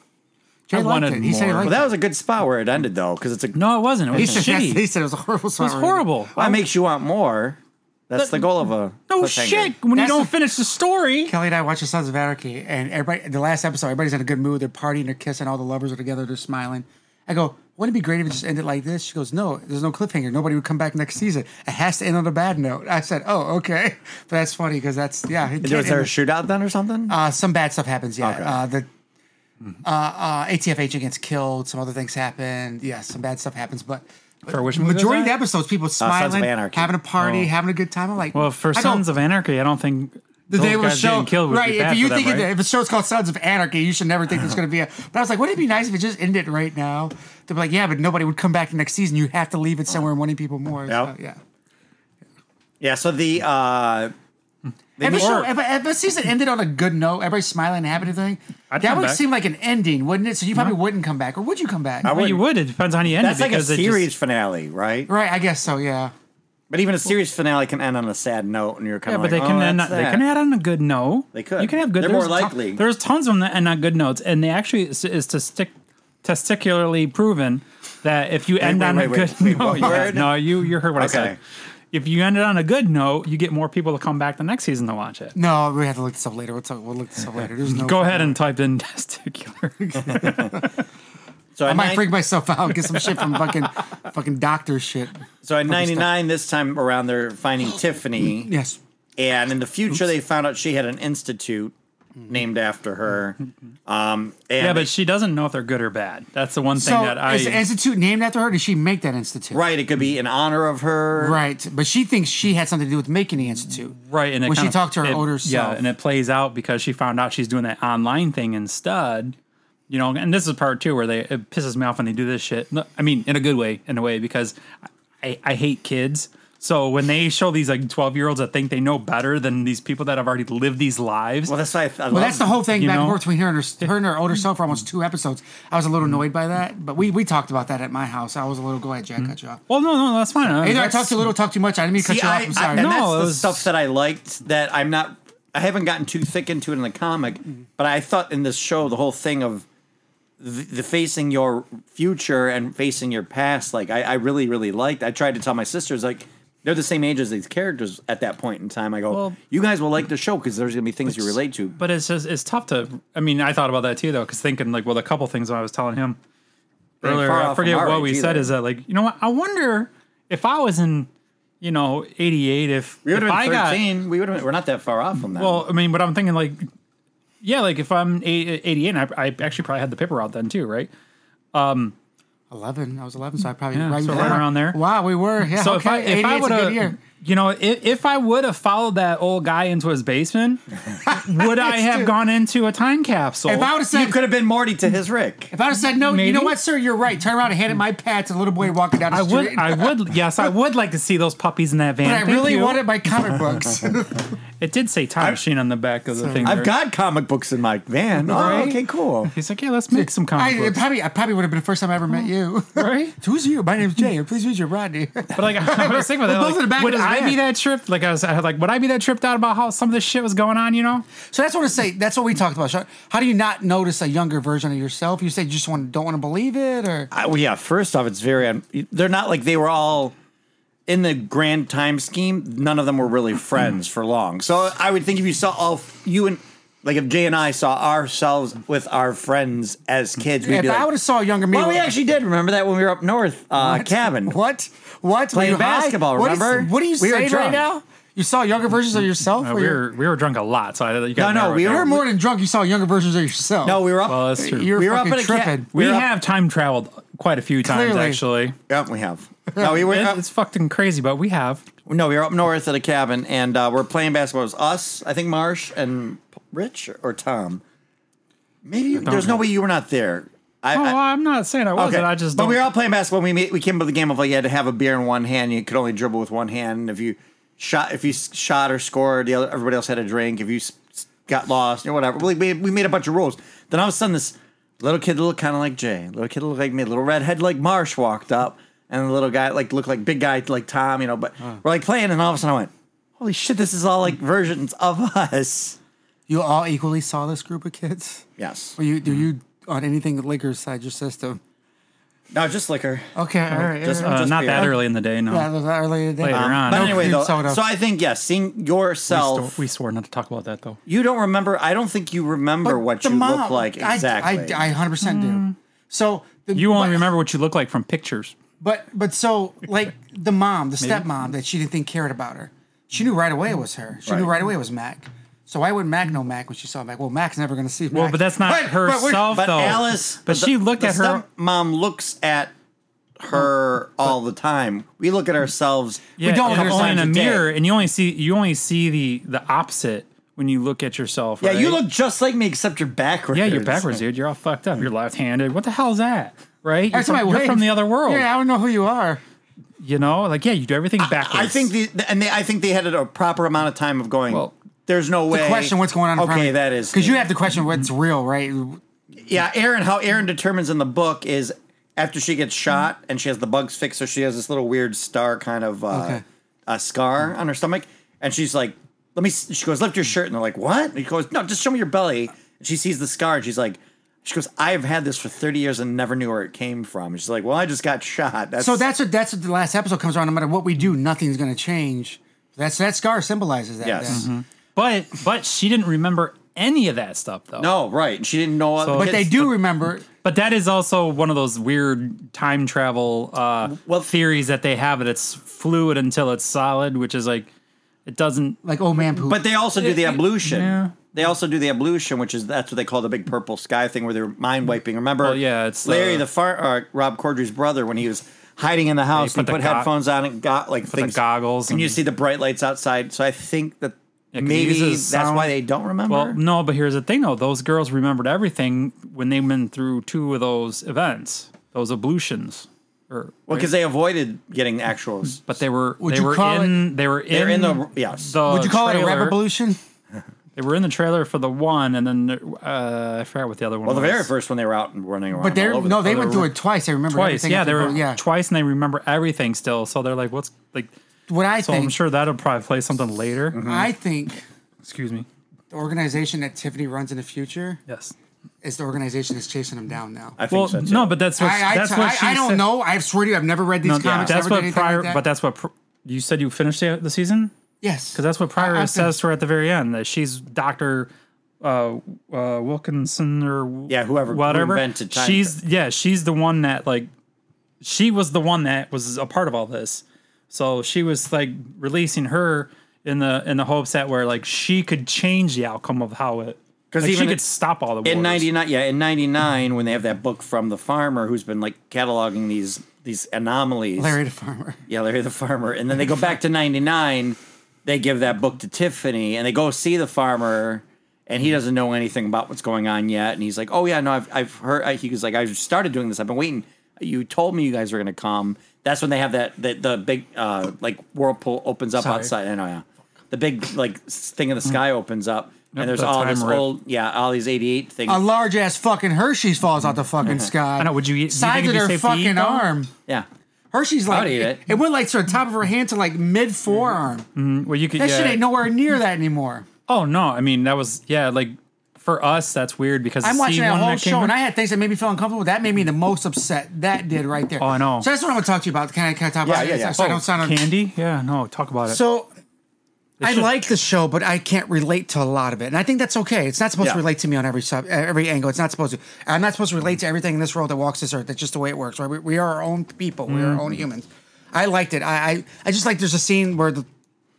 [SPEAKER 5] Jay
[SPEAKER 4] I
[SPEAKER 5] liked
[SPEAKER 4] wanted
[SPEAKER 5] it. He said he
[SPEAKER 4] more.
[SPEAKER 5] liked
[SPEAKER 3] well, that was a good spot where it ended, though, because it's a
[SPEAKER 4] No, it wasn't. It
[SPEAKER 5] He
[SPEAKER 4] was
[SPEAKER 5] said, that's-
[SPEAKER 4] shitty.
[SPEAKER 5] [laughs] he said it was a horrible.
[SPEAKER 4] it was [laughs] horrible.
[SPEAKER 3] Well, it makes you want more. That's
[SPEAKER 4] But-
[SPEAKER 3] the goal of a
[SPEAKER 4] No
[SPEAKER 3] cliffhanger.
[SPEAKER 4] shit. When
[SPEAKER 5] That's
[SPEAKER 4] you don't
[SPEAKER 5] the-
[SPEAKER 4] finish the story,
[SPEAKER 5] Kelly and I watched the Sons of Anarchy, and everybody the last episode, everybody's in a good mood. They're partying, they're kissing, all the lovers are together, they're smiling. I go, wouldn't it be great if it just ended like this? She goes, no, there's no cliffhanger. Nobody would come back next season. It has to end on a bad note. I said, oh, okay, [laughs] but that's funny because that's yeah. it
[SPEAKER 3] There-
[SPEAKER 5] can't
[SPEAKER 3] Was there a
[SPEAKER 5] end-
[SPEAKER 3] shootout then or something?
[SPEAKER 5] uh, some bad stuff happens. Yeah,
[SPEAKER 3] Okay.
[SPEAKER 5] uh, the uh, uh, ATF agent gets killed. Some other things happen. Yeah, some bad stuff happens, but. but
[SPEAKER 4] For which
[SPEAKER 5] the
[SPEAKER 4] movie was
[SPEAKER 5] majority of the
[SPEAKER 4] that?
[SPEAKER 5] episodes, people smiling,
[SPEAKER 3] Anarchy.
[SPEAKER 5] having a
[SPEAKER 4] Oh.
[SPEAKER 5] party, having a good time. I'm like,
[SPEAKER 4] well, for
[SPEAKER 5] I go,
[SPEAKER 4] Sons of Anarchy, I don't think
[SPEAKER 5] the
[SPEAKER 4] those
[SPEAKER 5] day of a
[SPEAKER 4] guys
[SPEAKER 5] show,
[SPEAKER 4] getting killed would
[SPEAKER 5] right?
[SPEAKER 4] be bad
[SPEAKER 5] if you
[SPEAKER 4] for them,
[SPEAKER 5] think it-
[SPEAKER 4] right?
[SPEAKER 5] if a show's called Sons of Anarchy, you should never think there's going to be a. But I was like, wouldn't it be nice if it just ended right now? They'd be like, yeah, but nobody would come back the next season. You have to leave it somewhere wanting people more. So,
[SPEAKER 3] Yeah.
[SPEAKER 5] yeah.
[SPEAKER 3] yeah. So the uh, they
[SPEAKER 5] If a,
[SPEAKER 3] made-
[SPEAKER 5] show, if, a, if a season ended on a good note, everybody smiling and happy and everything,
[SPEAKER 4] I'd
[SPEAKER 5] that
[SPEAKER 4] come
[SPEAKER 5] would
[SPEAKER 4] back. Mm-hmm.
[SPEAKER 5] seem like an ending, wouldn't it? So you probably wouldn't come back, or would you come back?
[SPEAKER 3] I
[SPEAKER 4] well, you would. It depends on how you end. it
[SPEAKER 3] that's like a
[SPEAKER 4] because it just-
[SPEAKER 3] series finale, right?
[SPEAKER 5] right, I guess so. Yeah.
[SPEAKER 3] But even a series finale can end on a sad note, and you're kind
[SPEAKER 4] Yeah,
[SPEAKER 3] of
[SPEAKER 4] but they
[SPEAKER 3] like,
[SPEAKER 4] can
[SPEAKER 3] oh,
[SPEAKER 4] end
[SPEAKER 3] that's
[SPEAKER 4] on, they
[SPEAKER 3] that.
[SPEAKER 4] can add on a good no.
[SPEAKER 3] They could.
[SPEAKER 4] You can have good.
[SPEAKER 3] They're more
[SPEAKER 4] there's ton-
[SPEAKER 3] likely.
[SPEAKER 4] there's tons of them that end on good notes, and they actually is, is testic, testicularly proven that if you end
[SPEAKER 3] wait,
[SPEAKER 4] on
[SPEAKER 3] wait,
[SPEAKER 4] a
[SPEAKER 3] wait.
[SPEAKER 4] good
[SPEAKER 3] Wait,
[SPEAKER 4] note,
[SPEAKER 3] what
[SPEAKER 4] [laughs] yeah,
[SPEAKER 3] word?
[SPEAKER 4] no, you you heard what I
[SPEAKER 3] Okay.
[SPEAKER 4] said. If you end it on a good note, you get more people to come back the next season to watch it.
[SPEAKER 5] No, we have to look this up later. We'll, talk, we'll look this up later. There's no.
[SPEAKER 4] Go ahead and type in [laughs] testicular.
[SPEAKER 3] So
[SPEAKER 5] I
[SPEAKER 3] at
[SPEAKER 5] might
[SPEAKER 3] nine-
[SPEAKER 5] freak myself out. and Get some shit from fucking fucking doctor shit.
[SPEAKER 3] so at 99 this time around they're finding
[SPEAKER 4] [gasps]
[SPEAKER 3] Tiffany.
[SPEAKER 5] Yes.
[SPEAKER 3] And in the future, they found out she had an institute named after her. Um, and
[SPEAKER 4] Mm-hmm. yeah, but she doesn't know if they're good or bad. That's the one thing
[SPEAKER 5] So
[SPEAKER 4] that I.
[SPEAKER 5] is the institute named after her? Did she make that institute?
[SPEAKER 3] right, it could be in honor of her.
[SPEAKER 5] Right, but she thinks she had something to do with making the institute.
[SPEAKER 4] Right, and it
[SPEAKER 5] when she
[SPEAKER 4] kind of-
[SPEAKER 5] talked to her
[SPEAKER 4] it-
[SPEAKER 5] older
[SPEAKER 4] yeah,
[SPEAKER 5] self,
[SPEAKER 4] and it plays out because she found out she's doing that online thing instead. You know, and this is part two where they it pisses me off when they do this shit. No, I mean, in a good way, in a way, because I, I hate kids. So when they show these like twelve year olds that think they know better than these people that have already lived these lives,
[SPEAKER 3] Well, that's why I, I
[SPEAKER 5] well, that's the whole thing
[SPEAKER 4] you
[SPEAKER 5] back and
[SPEAKER 4] know?
[SPEAKER 5] forth between her and her, her and her older self for almost two episodes. I was a little annoyed by that, but we we talked about that at my house. I was a little go ahead, Jack,
[SPEAKER 4] Mm-hmm.
[SPEAKER 5] cut you off.
[SPEAKER 4] well, no, no, that's fine. I,
[SPEAKER 5] Either I
[SPEAKER 4] that's-
[SPEAKER 5] talked too little, talked too much. I didn't mean to cut
[SPEAKER 3] See,
[SPEAKER 5] you off.
[SPEAKER 3] I-
[SPEAKER 5] I'm
[SPEAKER 3] I-
[SPEAKER 5] sorry.
[SPEAKER 3] and
[SPEAKER 4] No,
[SPEAKER 3] that's
[SPEAKER 4] it
[SPEAKER 3] the
[SPEAKER 4] was-
[SPEAKER 3] stuff that I liked that I'm not. I haven't gotten too thick into it in the comic, but I thought in this show the whole thing of the, the facing your future and facing your past, like I, I really, really liked. I tried to tell my sisters like. They're the same age as these characters at that point in time. I go,
[SPEAKER 4] Well-
[SPEAKER 3] you guys will like the show because there's going to be things you relate to.
[SPEAKER 4] But it's just it's tough to. I mean, I thought about that too, though, because thinking like, well, a couple things I was telling him
[SPEAKER 3] ain't
[SPEAKER 4] earlier,
[SPEAKER 3] far
[SPEAKER 4] I
[SPEAKER 3] off
[SPEAKER 4] forget
[SPEAKER 3] from our
[SPEAKER 4] what
[SPEAKER 3] age
[SPEAKER 4] we said.
[SPEAKER 3] either.
[SPEAKER 4] Is that like, you know what? I wonder if I was in, you know, '88, if
[SPEAKER 3] We would
[SPEAKER 4] if
[SPEAKER 3] have
[SPEAKER 4] I
[SPEAKER 3] been
[SPEAKER 4] got
[SPEAKER 3] 13. we would have. We're not that far off from that.
[SPEAKER 4] Well, I mean, but I'm thinking like, yeah, like if I'm eight- 88, and I, I actually probably had the paper route then too, right?
[SPEAKER 5] Eleven. I was eleven, so I probably
[SPEAKER 4] Yeah,
[SPEAKER 5] right,
[SPEAKER 4] so
[SPEAKER 5] before-
[SPEAKER 4] right around there.
[SPEAKER 5] Wow, we were. Yeah.
[SPEAKER 4] So
[SPEAKER 5] okay.
[SPEAKER 4] if I if I
[SPEAKER 5] 88's a
[SPEAKER 4] would
[SPEAKER 5] good year.
[SPEAKER 4] have you know, if, if I would have followed that old guy into his basement,
[SPEAKER 3] [laughs]
[SPEAKER 4] would I
[SPEAKER 5] Yes,
[SPEAKER 4] have
[SPEAKER 5] dude.
[SPEAKER 4] gone into a time capsule?
[SPEAKER 5] If I would have
[SPEAKER 3] You
[SPEAKER 5] said,
[SPEAKER 3] could have been Morty to his Rick.
[SPEAKER 5] if I would have said no, you know
[SPEAKER 4] Maybe.
[SPEAKER 5] what, sir, you're right. Turn around and handed my pad to the little boy walking down the
[SPEAKER 4] I
[SPEAKER 5] street.
[SPEAKER 4] would, I
[SPEAKER 5] [laughs]
[SPEAKER 4] would, yes, I would like to see those puppies in that van.
[SPEAKER 5] but I
[SPEAKER 4] Thank
[SPEAKER 5] really
[SPEAKER 4] you.
[SPEAKER 5] wanted
[SPEAKER 4] [laughs]
[SPEAKER 5] my comic books.
[SPEAKER 4] It did say time machine on the back of the thing.
[SPEAKER 3] I've
[SPEAKER 4] there.
[SPEAKER 3] got comic books in my van. Oh,
[SPEAKER 4] Right?
[SPEAKER 3] okay, cool.
[SPEAKER 4] He's like, yeah, let's make some
[SPEAKER 5] I,
[SPEAKER 4] comic
[SPEAKER 5] it
[SPEAKER 4] books,
[SPEAKER 5] probably, I probably would have been the first time I ever met you. [laughs]
[SPEAKER 4] right?
[SPEAKER 5] Who's you? My name's Jay. Please use your Rodney. [laughs]
[SPEAKER 4] But like, [laughs] I was thinking about that.
[SPEAKER 5] We're
[SPEAKER 4] Like,
[SPEAKER 5] both in the back of
[SPEAKER 4] would
[SPEAKER 5] his
[SPEAKER 4] I
[SPEAKER 5] van.
[SPEAKER 4] be that tripped? Like, I was I had, like, would I be that tripped out about how some of this shit was going on? You know?
[SPEAKER 5] So that's what I say. That's what we talked about. Sean. How do you not notice a younger version of yourself? You said you just want, don't want to believe it, or
[SPEAKER 3] I, well, yeah. First off, it's very. Un- they're not like they were all in the grand time scheme. None of them were really friends for long. So I would think if you saw all f- you and like if Jay and I saw ourselves with our friends as kids, we'd
[SPEAKER 5] if
[SPEAKER 3] be like,
[SPEAKER 5] I would have saw a younger me,
[SPEAKER 3] well, we actually did remember that when we were up north uh, cabin.
[SPEAKER 5] [laughs] what, what Were
[SPEAKER 3] Playing
[SPEAKER 5] you high?
[SPEAKER 3] basketball,
[SPEAKER 5] What is-
[SPEAKER 3] remember?
[SPEAKER 5] What are you
[SPEAKER 3] We were
[SPEAKER 5] saying right
[SPEAKER 3] drunk.
[SPEAKER 5] now? You saw younger versions of yourself.
[SPEAKER 4] Uh,
[SPEAKER 5] or
[SPEAKER 4] we
[SPEAKER 5] you're-
[SPEAKER 4] were we were drunk a lot, so I, you gotta
[SPEAKER 3] No, no,
[SPEAKER 4] narrow it
[SPEAKER 3] we
[SPEAKER 4] down.
[SPEAKER 5] you were
[SPEAKER 3] were-
[SPEAKER 5] more than drunk. You saw younger versions of yourself.
[SPEAKER 3] No, we were up.
[SPEAKER 4] Well, that's true.
[SPEAKER 5] You're
[SPEAKER 3] we were up
[SPEAKER 5] fucking
[SPEAKER 3] in a ca-
[SPEAKER 5] tripping.
[SPEAKER 4] we
[SPEAKER 3] we're up-
[SPEAKER 4] have time traveled quite a few times,
[SPEAKER 5] Clearly.
[SPEAKER 4] actually.
[SPEAKER 3] yeah, we have.
[SPEAKER 5] [laughs]
[SPEAKER 3] No, we were.
[SPEAKER 4] It-
[SPEAKER 3] up-
[SPEAKER 4] it's fucking crazy, but we have.
[SPEAKER 3] No, we were up north at a cabin, and uh, we're playing basketball. It was us, I think, Marsh and P- Rich or, or Tom. Maybe there's no way you were not there. I,
[SPEAKER 4] Oh,
[SPEAKER 5] Uh,
[SPEAKER 3] I-
[SPEAKER 4] I'm not saying I wasn't. I just
[SPEAKER 3] but
[SPEAKER 4] don't.
[SPEAKER 3] we were all playing basketball. We made, we came up with the game of like you had to have a beer in one hand. You could only dribble with one hand. And if you shot, if you s- shot or scored, the other everybody else had a drink. If you s- s- got lost or whatever, we, we, we made a bunch of rules. Then all of a sudden, this little kid that looked kind of like Jay, little kid that looked like me, little redhead like Marsh walked up, and the little guy like looked like big guy like Tom, you know. But we're like playing, and all of a sudden I went, "Holy shit! This is all like versions of us."
[SPEAKER 5] you all equally saw this group of kids.
[SPEAKER 3] Yes.
[SPEAKER 5] Were you? Do you on anything Lakers side your system?
[SPEAKER 3] No, just liquor.
[SPEAKER 5] Okay, all right.
[SPEAKER 3] just- Um,
[SPEAKER 5] all right.
[SPEAKER 4] uh,
[SPEAKER 3] just
[SPEAKER 4] not that
[SPEAKER 3] beer.
[SPEAKER 4] early in the day, no.
[SPEAKER 5] Yeah, that was earlier in the day.
[SPEAKER 4] Later on.
[SPEAKER 3] But
[SPEAKER 4] No
[SPEAKER 3] anyway,
[SPEAKER 5] cream
[SPEAKER 3] though,
[SPEAKER 5] soda.
[SPEAKER 3] so I think yes, seeing
[SPEAKER 4] we,
[SPEAKER 3] yourself.
[SPEAKER 4] swore, we swore not to talk about that though.
[SPEAKER 3] You don't remember. I don't think you remember
[SPEAKER 5] But
[SPEAKER 3] what
[SPEAKER 5] [laughs] the
[SPEAKER 3] you
[SPEAKER 5] mom-
[SPEAKER 3] look like
[SPEAKER 5] I-
[SPEAKER 3] exactly.
[SPEAKER 5] I, I, 100% do. So the,
[SPEAKER 4] Mm. You only
[SPEAKER 5] but-
[SPEAKER 4] remember what you look like from pictures.
[SPEAKER 5] But but so like the mom, the stepmom that she didn't think cared about her. She knew right away it was her. She knew
[SPEAKER 3] Right.
[SPEAKER 5] right away it was Mac. So why woouldn't Mac know Mac when she saw Mac? Well, Mac's never going to see. Mac.
[SPEAKER 4] Well, but that's not
[SPEAKER 3] But- but we're-
[SPEAKER 4] herself
[SPEAKER 3] but
[SPEAKER 4] though.
[SPEAKER 3] Alice,
[SPEAKER 4] but she
[SPEAKER 3] the-
[SPEAKER 4] looked
[SPEAKER 3] the
[SPEAKER 4] at her.
[SPEAKER 3] Mom looks at her all the time. We look at ourselves.
[SPEAKER 4] Yeah,
[SPEAKER 5] don't
[SPEAKER 4] and
[SPEAKER 5] look at
[SPEAKER 4] only in a
[SPEAKER 3] ourselves today.
[SPEAKER 4] mirror, and you only see you only see the the opposite when you look at yourself.
[SPEAKER 3] Yeah, you
[SPEAKER 4] right?
[SPEAKER 3] look just like me, except you're backwards.
[SPEAKER 4] Yeah, you're backwards, dude. You're all fucked up. You're left-handed. What the hell's that? Right? You're
[SPEAKER 5] Every time
[SPEAKER 4] from,
[SPEAKER 5] I
[SPEAKER 4] you're
[SPEAKER 5] wave-
[SPEAKER 4] from the other world.
[SPEAKER 5] Yeah, I don't know who you are.
[SPEAKER 4] You know, like yeah, you do everything backwards.
[SPEAKER 3] I think the the- and they, I think they had a proper amount of time of going.
[SPEAKER 4] Well,
[SPEAKER 3] there's no way.
[SPEAKER 5] The question what's going on. in
[SPEAKER 3] Okay,
[SPEAKER 5] front of you.
[SPEAKER 3] that is
[SPEAKER 5] because you have to question what's real, right?
[SPEAKER 3] yeah, Aaron, how Aaron determines in the book is after she
[SPEAKER 5] Mm.
[SPEAKER 3] gets shot and she has the bugs fixed, so she has this little weird star kind of uh,
[SPEAKER 5] Okay. Mm.
[SPEAKER 3] a scar on her stomach, and she's like, "Let me." s- She goes, "Lift your shirt," and they're like, "What?" And she goes, "No, just show me your belly." And she sees the scar, and she's like. She goes. I have had this for thirty years and never knew where it came from. She's like, "Well, I just got shot." That's,
[SPEAKER 5] So that's what that's what the last episode comes around. No matter what we do, nothing's going to change. That's that scar symbolizes that.
[SPEAKER 3] yes. Mm-hmm.
[SPEAKER 5] then.
[SPEAKER 4] but but she didn't remember any of that stuff though.
[SPEAKER 3] No, right. And She didn't know. all the
[SPEAKER 4] So-
[SPEAKER 5] but
[SPEAKER 3] kids-
[SPEAKER 5] they do remember.
[SPEAKER 4] But that is also one of those weird time travel uh,
[SPEAKER 3] Well-
[SPEAKER 4] theories that they have. That it's fluid until it's solid, which is like it doesn't.
[SPEAKER 5] Like old man poop.
[SPEAKER 3] But they also do the ablution.
[SPEAKER 4] yeah.
[SPEAKER 3] They also do the ablution, which is that's what they call the big purple sky thing, where they're mind wiping. Remember?
[SPEAKER 4] Well, yeah, it's,
[SPEAKER 3] Larry
[SPEAKER 4] uh,
[SPEAKER 3] the far uh, Rob Corddry's brother when he was hiding in the house.
[SPEAKER 4] put
[SPEAKER 3] he
[SPEAKER 4] the
[SPEAKER 3] put
[SPEAKER 4] go-
[SPEAKER 3] headphones on and got like
[SPEAKER 4] the
[SPEAKER 3] things
[SPEAKER 4] goggles
[SPEAKER 3] and, you
[SPEAKER 4] and-
[SPEAKER 3] see the bright lights outside. So I think that
[SPEAKER 4] 'cause he
[SPEAKER 3] maybe that's
[SPEAKER 4] uses
[SPEAKER 3] why
[SPEAKER 4] sound-
[SPEAKER 3] they don't remember.
[SPEAKER 4] Well, no, but here's the thing though: those girls remembered everything when they went through two of those events, those ablutions. Or,
[SPEAKER 3] because they avoided getting actuals.
[SPEAKER 4] but they were
[SPEAKER 5] Would
[SPEAKER 4] they
[SPEAKER 5] you
[SPEAKER 4] were
[SPEAKER 5] call it-
[SPEAKER 4] in they were in,
[SPEAKER 3] They're in the yes.
[SPEAKER 4] the
[SPEAKER 5] Would you call it a
[SPEAKER 4] trailer.
[SPEAKER 5] rap evolution?
[SPEAKER 4] They were in the trailer for the one, and then uh, I forgot what the other one.
[SPEAKER 3] well, the
[SPEAKER 4] was.
[SPEAKER 3] very first one they were out and running around.
[SPEAKER 5] But they're
[SPEAKER 3] all over
[SPEAKER 5] no,
[SPEAKER 3] the-
[SPEAKER 5] they
[SPEAKER 3] oh,
[SPEAKER 5] went
[SPEAKER 3] were-
[SPEAKER 5] through it twice. I remember
[SPEAKER 4] twice,
[SPEAKER 5] everything
[SPEAKER 4] yeah, they were
[SPEAKER 5] yeah.
[SPEAKER 4] twice, and they remember everything still. So they're like, "What's like?"
[SPEAKER 5] What I
[SPEAKER 4] So
[SPEAKER 5] think.
[SPEAKER 4] I'm sure that'll probably play something later.
[SPEAKER 3] mm-hmm.
[SPEAKER 5] I think
[SPEAKER 4] Excuse me.
[SPEAKER 5] the organization that Tiffany runs in the future
[SPEAKER 4] Yes.
[SPEAKER 5] is the organization that's chasing them down now. I,
[SPEAKER 3] I think
[SPEAKER 4] Well,
[SPEAKER 3] so, too.
[SPEAKER 4] no, but that's what
[SPEAKER 5] I,
[SPEAKER 4] that's
[SPEAKER 5] I,
[SPEAKER 4] what she
[SPEAKER 5] I don't
[SPEAKER 4] said.
[SPEAKER 5] know. I swear to you, I've never read these
[SPEAKER 4] No,
[SPEAKER 5] comics.
[SPEAKER 4] that's
[SPEAKER 5] never did
[SPEAKER 4] what
[SPEAKER 5] anything like
[SPEAKER 4] prior,
[SPEAKER 5] that.
[SPEAKER 4] but that's what pr- you said. You finished the, the season
[SPEAKER 5] yes,
[SPEAKER 4] because that's what Pryor
[SPEAKER 5] I- I
[SPEAKER 4] says to her at the very end that she's Doctor uh, uh, Wilkinson or
[SPEAKER 3] Yeah, whoever- who
[SPEAKER 4] whatever.
[SPEAKER 3] invented time
[SPEAKER 4] she's yeah, she's the one that like she was the one that was a part of all this. So she was like releasing her in the in the hopes that where like she could change the outcome of how it
[SPEAKER 3] Because
[SPEAKER 4] Like she
[SPEAKER 3] even
[SPEAKER 4] could stop all the wars.
[SPEAKER 3] in '99, yeah, in '99, when they have that book from the farmer who's been like cataloging these these anomalies,
[SPEAKER 5] Larry the Farmer.
[SPEAKER 3] yeah, Larry the farmer, and then they go back to '99, they give that book to Tiffany, and they go see the farmer, and he doesn't know anything about what's going on yet, and he's like, "Oh yeah, no, I've I've heard." I, he was like, "I started doing this. I've been waiting. You told me you guys were gonna come." That's when they have that the, the big uh like whirlpool opens up
[SPEAKER 4] Sorry.
[SPEAKER 3] outside. I know, yeah. The big like s- thing in the sky opens up.
[SPEAKER 4] Yep,
[SPEAKER 3] and there's
[SPEAKER 4] the
[SPEAKER 3] all
[SPEAKER 4] time
[SPEAKER 3] this
[SPEAKER 4] rip.
[SPEAKER 3] old, yeah, all these '88 things.
[SPEAKER 5] A large ass fucking Hershey's falls out the fucking sky.
[SPEAKER 4] Uh-huh. I know, would you eat- do you
[SPEAKER 5] Size
[SPEAKER 4] think
[SPEAKER 5] of
[SPEAKER 4] it'd be
[SPEAKER 5] their
[SPEAKER 4] safe to eat,
[SPEAKER 5] fucking
[SPEAKER 4] though?
[SPEAKER 5] arm.
[SPEAKER 3] Yeah.
[SPEAKER 5] Hershey's like
[SPEAKER 3] eat
[SPEAKER 5] it.
[SPEAKER 3] it.
[SPEAKER 5] went like to the top of her hand to like mid forearm.
[SPEAKER 4] well, you could. Mm-hmm.
[SPEAKER 5] That
[SPEAKER 4] yeah.
[SPEAKER 5] shit ain't nowhere near that anymore.
[SPEAKER 4] Oh no! I mean, that was yeah. Like for us, that's weird because
[SPEAKER 5] I'm
[SPEAKER 4] the
[SPEAKER 5] watching
[SPEAKER 4] C
[SPEAKER 5] that
[SPEAKER 4] one
[SPEAKER 5] whole
[SPEAKER 4] that came
[SPEAKER 5] show,
[SPEAKER 4] out-
[SPEAKER 5] and I had things that made me feel uncomfortable. That made me the most upset. That did right there.
[SPEAKER 4] Oh, I know.
[SPEAKER 5] So that's what I'm gonna talk to you about. Can I, can I talk about?
[SPEAKER 3] yeah,
[SPEAKER 5] it?
[SPEAKER 3] yeah.
[SPEAKER 5] So I
[SPEAKER 4] Oh,
[SPEAKER 5] don't sound. Un-
[SPEAKER 4] candy. Yeah, no. Talk about it.
[SPEAKER 5] so I
[SPEAKER 4] shit-
[SPEAKER 5] like the show, but I can't relate to a lot of it, and I think that's okay. It's not supposed to
[SPEAKER 3] Yeah.
[SPEAKER 5] relate to me on every sub, uh, every angle. It's not supposed to. I'm not supposed to relate to everything in this world that walks this earth. That's just the way it works. Right? We, we are our own people. We are our
[SPEAKER 4] Mm-hmm.
[SPEAKER 5] own humans. I liked it. I, I I just like there's a scene where the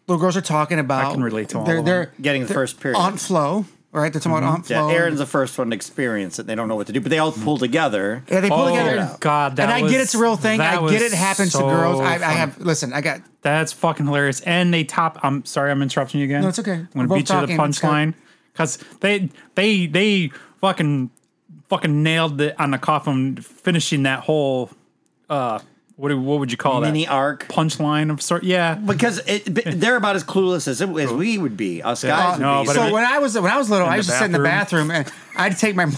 [SPEAKER 5] little girls are talking about.
[SPEAKER 4] can relate to all
[SPEAKER 5] they're,
[SPEAKER 4] of them.
[SPEAKER 5] they're
[SPEAKER 3] Getting the
[SPEAKER 5] they're
[SPEAKER 3] first period.
[SPEAKER 5] Aunt Flo, right? They're talking about
[SPEAKER 4] Mm-hmm.
[SPEAKER 5] Aunt
[SPEAKER 3] Yeah,
[SPEAKER 5] Flo.
[SPEAKER 3] Aaron's the first one to experience it. They don't know what to do, but they all pull together.
[SPEAKER 5] Yeah, they pull
[SPEAKER 4] Oh,
[SPEAKER 5] together.
[SPEAKER 4] God, that
[SPEAKER 5] and I
[SPEAKER 4] was-
[SPEAKER 5] get it's a real thing.
[SPEAKER 4] that
[SPEAKER 5] I get
[SPEAKER 4] was
[SPEAKER 5] it happens
[SPEAKER 4] so
[SPEAKER 5] to girls. I, I
[SPEAKER 4] funny.
[SPEAKER 5] have listen. I got
[SPEAKER 4] That's fucking hilarious. And they top. I'm sorry, I'm interrupting you again.
[SPEAKER 5] No, it's okay.
[SPEAKER 4] I'm
[SPEAKER 5] We're
[SPEAKER 4] gonna
[SPEAKER 5] both
[SPEAKER 4] beat you to the
[SPEAKER 5] talking. It's good.
[SPEAKER 4] punchline because they they they fucking fucking nailed it on the coffin, finishing that whole uh what do- what would you call
[SPEAKER 3] Mini
[SPEAKER 4] that
[SPEAKER 3] arc.
[SPEAKER 4] punchline of sort? Yeah,
[SPEAKER 3] Because it, b- they're about as clueless as, it, as we would be, us guys.
[SPEAKER 4] no,
[SPEAKER 3] would be.
[SPEAKER 4] but
[SPEAKER 3] So-
[SPEAKER 5] so
[SPEAKER 4] it-
[SPEAKER 5] when I was when I was little, I
[SPEAKER 4] the
[SPEAKER 5] used to sit in the
[SPEAKER 4] bathroom.
[SPEAKER 5] bathroom and I'd
[SPEAKER 4] [laughs]
[SPEAKER 5] take my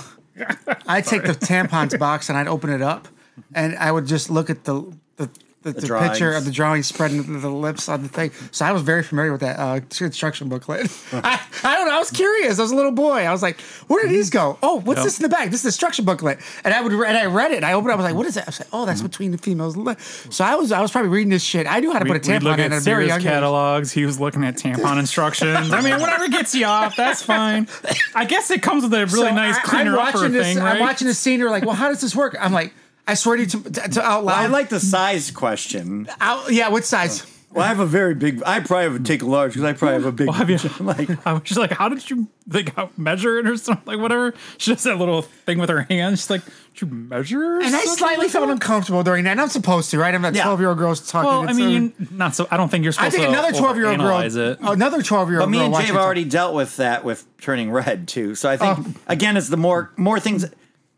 [SPEAKER 5] I'd take the tampons box and I'd open it up and I would just look at the the, the, the, picture
[SPEAKER 3] drawings.
[SPEAKER 5] of the drawing spreading the, the lips on the thing. So I was very familiar with that uh, instruction booklet. [laughs] I, I don't know. I was curious. I was a little boy. I was like, where did these go? Oh, what's
[SPEAKER 4] Yeah.
[SPEAKER 5] this in the back? This is the instruction booklet. And I would re- and I read it. And I opened it up. I was like, what is that? I was like, oh, that's
[SPEAKER 4] Mm-hmm.
[SPEAKER 5] between the females. li-" So I was I was probably reading this shit. I knew how to put a
[SPEAKER 4] we'd
[SPEAKER 5] tampon
[SPEAKER 4] look
[SPEAKER 5] in at a
[SPEAKER 4] at
[SPEAKER 5] very young
[SPEAKER 4] Sears
[SPEAKER 5] age.
[SPEAKER 4] catalogs. He was looking at tampon instructions. I mean, whatever gets you off, that's fine. I guess it comes with a really
[SPEAKER 5] So
[SPEAKER 4] nice
[SPEAKER 5] I- I'm
[SPEAKER 4] cleaner upper
[SPEAKER 5] watching this-
[SPEAKER 4] thing, right?
[SPEAKER 5] I'm watching this scene. You're like, well, how does this work? I'm like, I swear to you, to, to, to out loud.
[SPEAKER 3] I like the size question.
[SPEAKER 5] out, yeah. What size?
[SPEAKER 3] Well, I have a very big. I probably would take a large because I probably have a big.
[SPEAKER 4] Well, have you,
[SPEAKER 3] [laughs] like,
[SPEAKER 4] [laughs] I was just like, how did you like how- measure it or something? Like whatever. She does that little thing with her hand. She's like, did you measure?
[SPEAKER 5] And I
[SPEAKER 4] something
[SPEAKER 5] slightly
[SPEAKER 4] like
[SPEAKER 5] felt
[SPEAKER 4] that?"
[SPEAKER 5] uncomfortable during that. And I'm supposed to, right? I'm not
[SPEAKER 3] Yeah.
[SPEAKER 5] 12 year old girls talking.
[SPEAKER 4] Well, I
[SPEAKER 5] It's, uh,
[SPEAKER 4] mean, you're not so. I don't think you're
[SPEAKER 5] I
[SPEAKER 4] supposed
[SPEAKER 5] think
[SPEAKER 4] to
[SPEAKER 5] another 12 year old girl, Oh,
[SPEAKER 4] overanalyze It.
[SPEAKER 5] another 12 year old
[SPEAKER 3] but
[SPEAKER 5] girl.
[SPEAKER 3] me and Jay
[SPEAKER 5] watching
[SPEAKER 3] have
[SPEAKER 5] it.
[SPEAKER 3] already dealt with that with turning red too. So I think again, it's the more more things.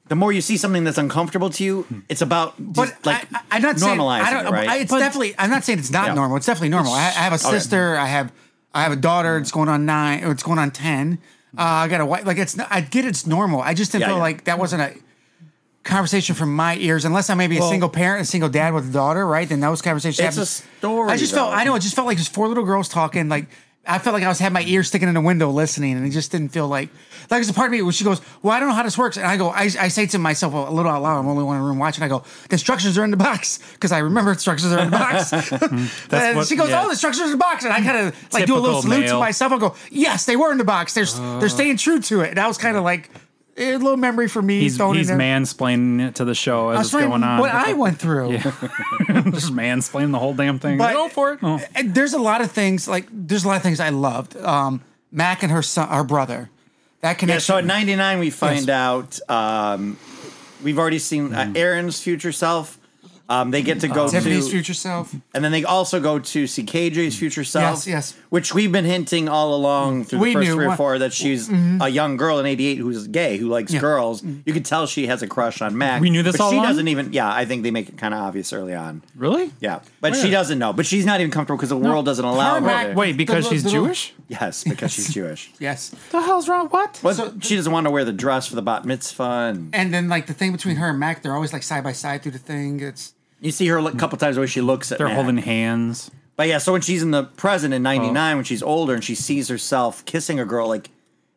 [SPEAKER 3] The more you see something that's uncomfortable to you, it's about
[SPEAKER 5] But
[SPEAKER 3] just, like
[SPEAKER 5] I, am not saying
[SPEAKER 3] normalizing,
[SPEAKER 5] I don't,
[SPEAKER 3] it, right?
[SPEAKER 5] I, it's
[SPEAKER 4] But-
[SPEAKER 5] definitely. I'm not saying it's not
[SPEAKER 3] Yeah.
[SPEAKER 5] normal. It's definitely normal. I, I have a sister. I have I have a daughter. It's going on nine. Or it's going on ten. Uh, I got a wife. Like it's. not- I get it's normal. I just didn't
[SPEAKER 3] Yeah,
[SPEAKER 5] feel
[SPEAKER 3] yeah.
[SPEAKER 5] like that wasn't a conversation from my ears. Unless I may be a
[SPEAKER 3] Well-
[SPEAKER 5] single parent, a single dad with a daughter, right? Then those conversations.
[SPEAKER 3] It's
[SPEAKER 5] happen.
[SPEAKER 3] a story,
[SPEAKER 5] I just felt.
[SPEAKER 3] though.
[SPEAKER 5] I know. It just felt like just four little girls talking. Like I felt like I was had my ear sticking in the window listening, and it just didn't feel like. Like there's a part of me where she goes, "Well, I don't know how this works," and I go, I, I say to myself a little out loud, I'm only one in the room watching. I go, "The instructions are in the box," because I remember instructions are in the
[SPEAKER 4] [laughs]
[SPEAKER 5] box. and
[SPEAKER 4] Mm-hmm. what-
[SPEAKER 5] she goes,
[SPEAKER 4] yeah.
[SPEAKER 5] "Oh, the instructions are in the box," and I kind of like do a little
[SPEAKER 4] Typical
[SPEAKER 5] salute to
[SPEAKER 4] male. Uh.
[SPEAKER 5] myself. I go, "Yes, they were in the box. They're they're staying true to it," and I was kind of like. eh, A little memory for me.
[SPEAKER 4] He's,
[SPEAKER 5] thrown in
[SPEAKER 4] he's
[SPEAKER 5] there.
[SPEAKER 4] mansplaining it to the show as
[SPEAKER 5] I
[SPEAKER 4] it's
[SPEAKER 5] was trying
[SPEAKER 4] going on.
[SPEAKER 5] what
[SPEAKER 4] [laughs]
[SPEAKER 5] I went through.
[SPEAKER 4] just mansplaining the whole damn thing.
[SPEAKER 5] But-
[SPEAKER 4] Go for it. Oh.
[SPEAKER 5] And there's a lot of things like there's a lot of things I loved. Um, Mac and her son, her brother, that
[SPEAKER 3] Yeah,
[SPEAKER 5] connection.
[SPEAKER 3] so at 99, we find
[SPEAKER 5] Yes.
[SPEAKER 3] out um, we've already seen uh, Aaron's future self. Um, they get to go
[SPEAKER 5] Tiffany's
[SPEAKER 3] to,
[SPEAKER 5] future self.
[SPEAKER 3] and then they also go to see KJ's future self.
[SPEAKER 5] Yes, yes.
[SPEAKER 3] Which we've been hinting all along through
[SPEAKER 5] We
[SPEAKER 3] the first
[SPEAKER 5] knew
[SPEAKER 3] three or
[SPEAKER 5] what- Mm-hmm.
[SPEAKER 3] four that she's a young girl in '88 who's gay, who likes
[SPEAKER 5] Yeah. Mm-hmm.
[SPEAKER 3] girls. You can tell she has a crush on Mac.
[SPEAKER 4] We knew this
[SPEAKER 3] but
[SPEAKER 4] all
[SPEAKER 3] She
[SPEAKER 4] along?
[SPEAKER 3] doesn't even. Yeah, I think they make it kind of obvious early on.
[SPEAKER 4] Really?
[SPEAKER 3] Yeah, but she doesn't know. But she's not even comfortable because the world doesn't allow
[SPEAKER 5] Oh, Her
[SPEAKER 3] her.
[SPEAKER 5] Mac-
[SPEAKER 3] to-
[SPEAKER 4] Wait, because
[SPEAKER 5] The-
[SPEAKER 4] she's
[SPEAKER 5] the-
[SPEAKER 4] Jewish?
[SPEAKER 3] [laughs] Yes, because she's Jewish.
[SPEAKER 5] Yes,
[SPEAKER 4] The hell's wrong? What?
[SPEAKER 3] But she doesn't want to wear the dress for the bat mitzvah. And
[SPEAKER 5] and then like the thing between her and Mac, they're always like side by side through the thing. It's
[SPEAKER 3] You see her a couple times where she looks at.
[SPEAKER 4] They're
[SPEAKER 3] Matt.
[SPEAKER 4] holding hands.
[SPEAKER 3] But yeah, so when she's in the present in '99, when she's older and she sees herself kissing a girl, like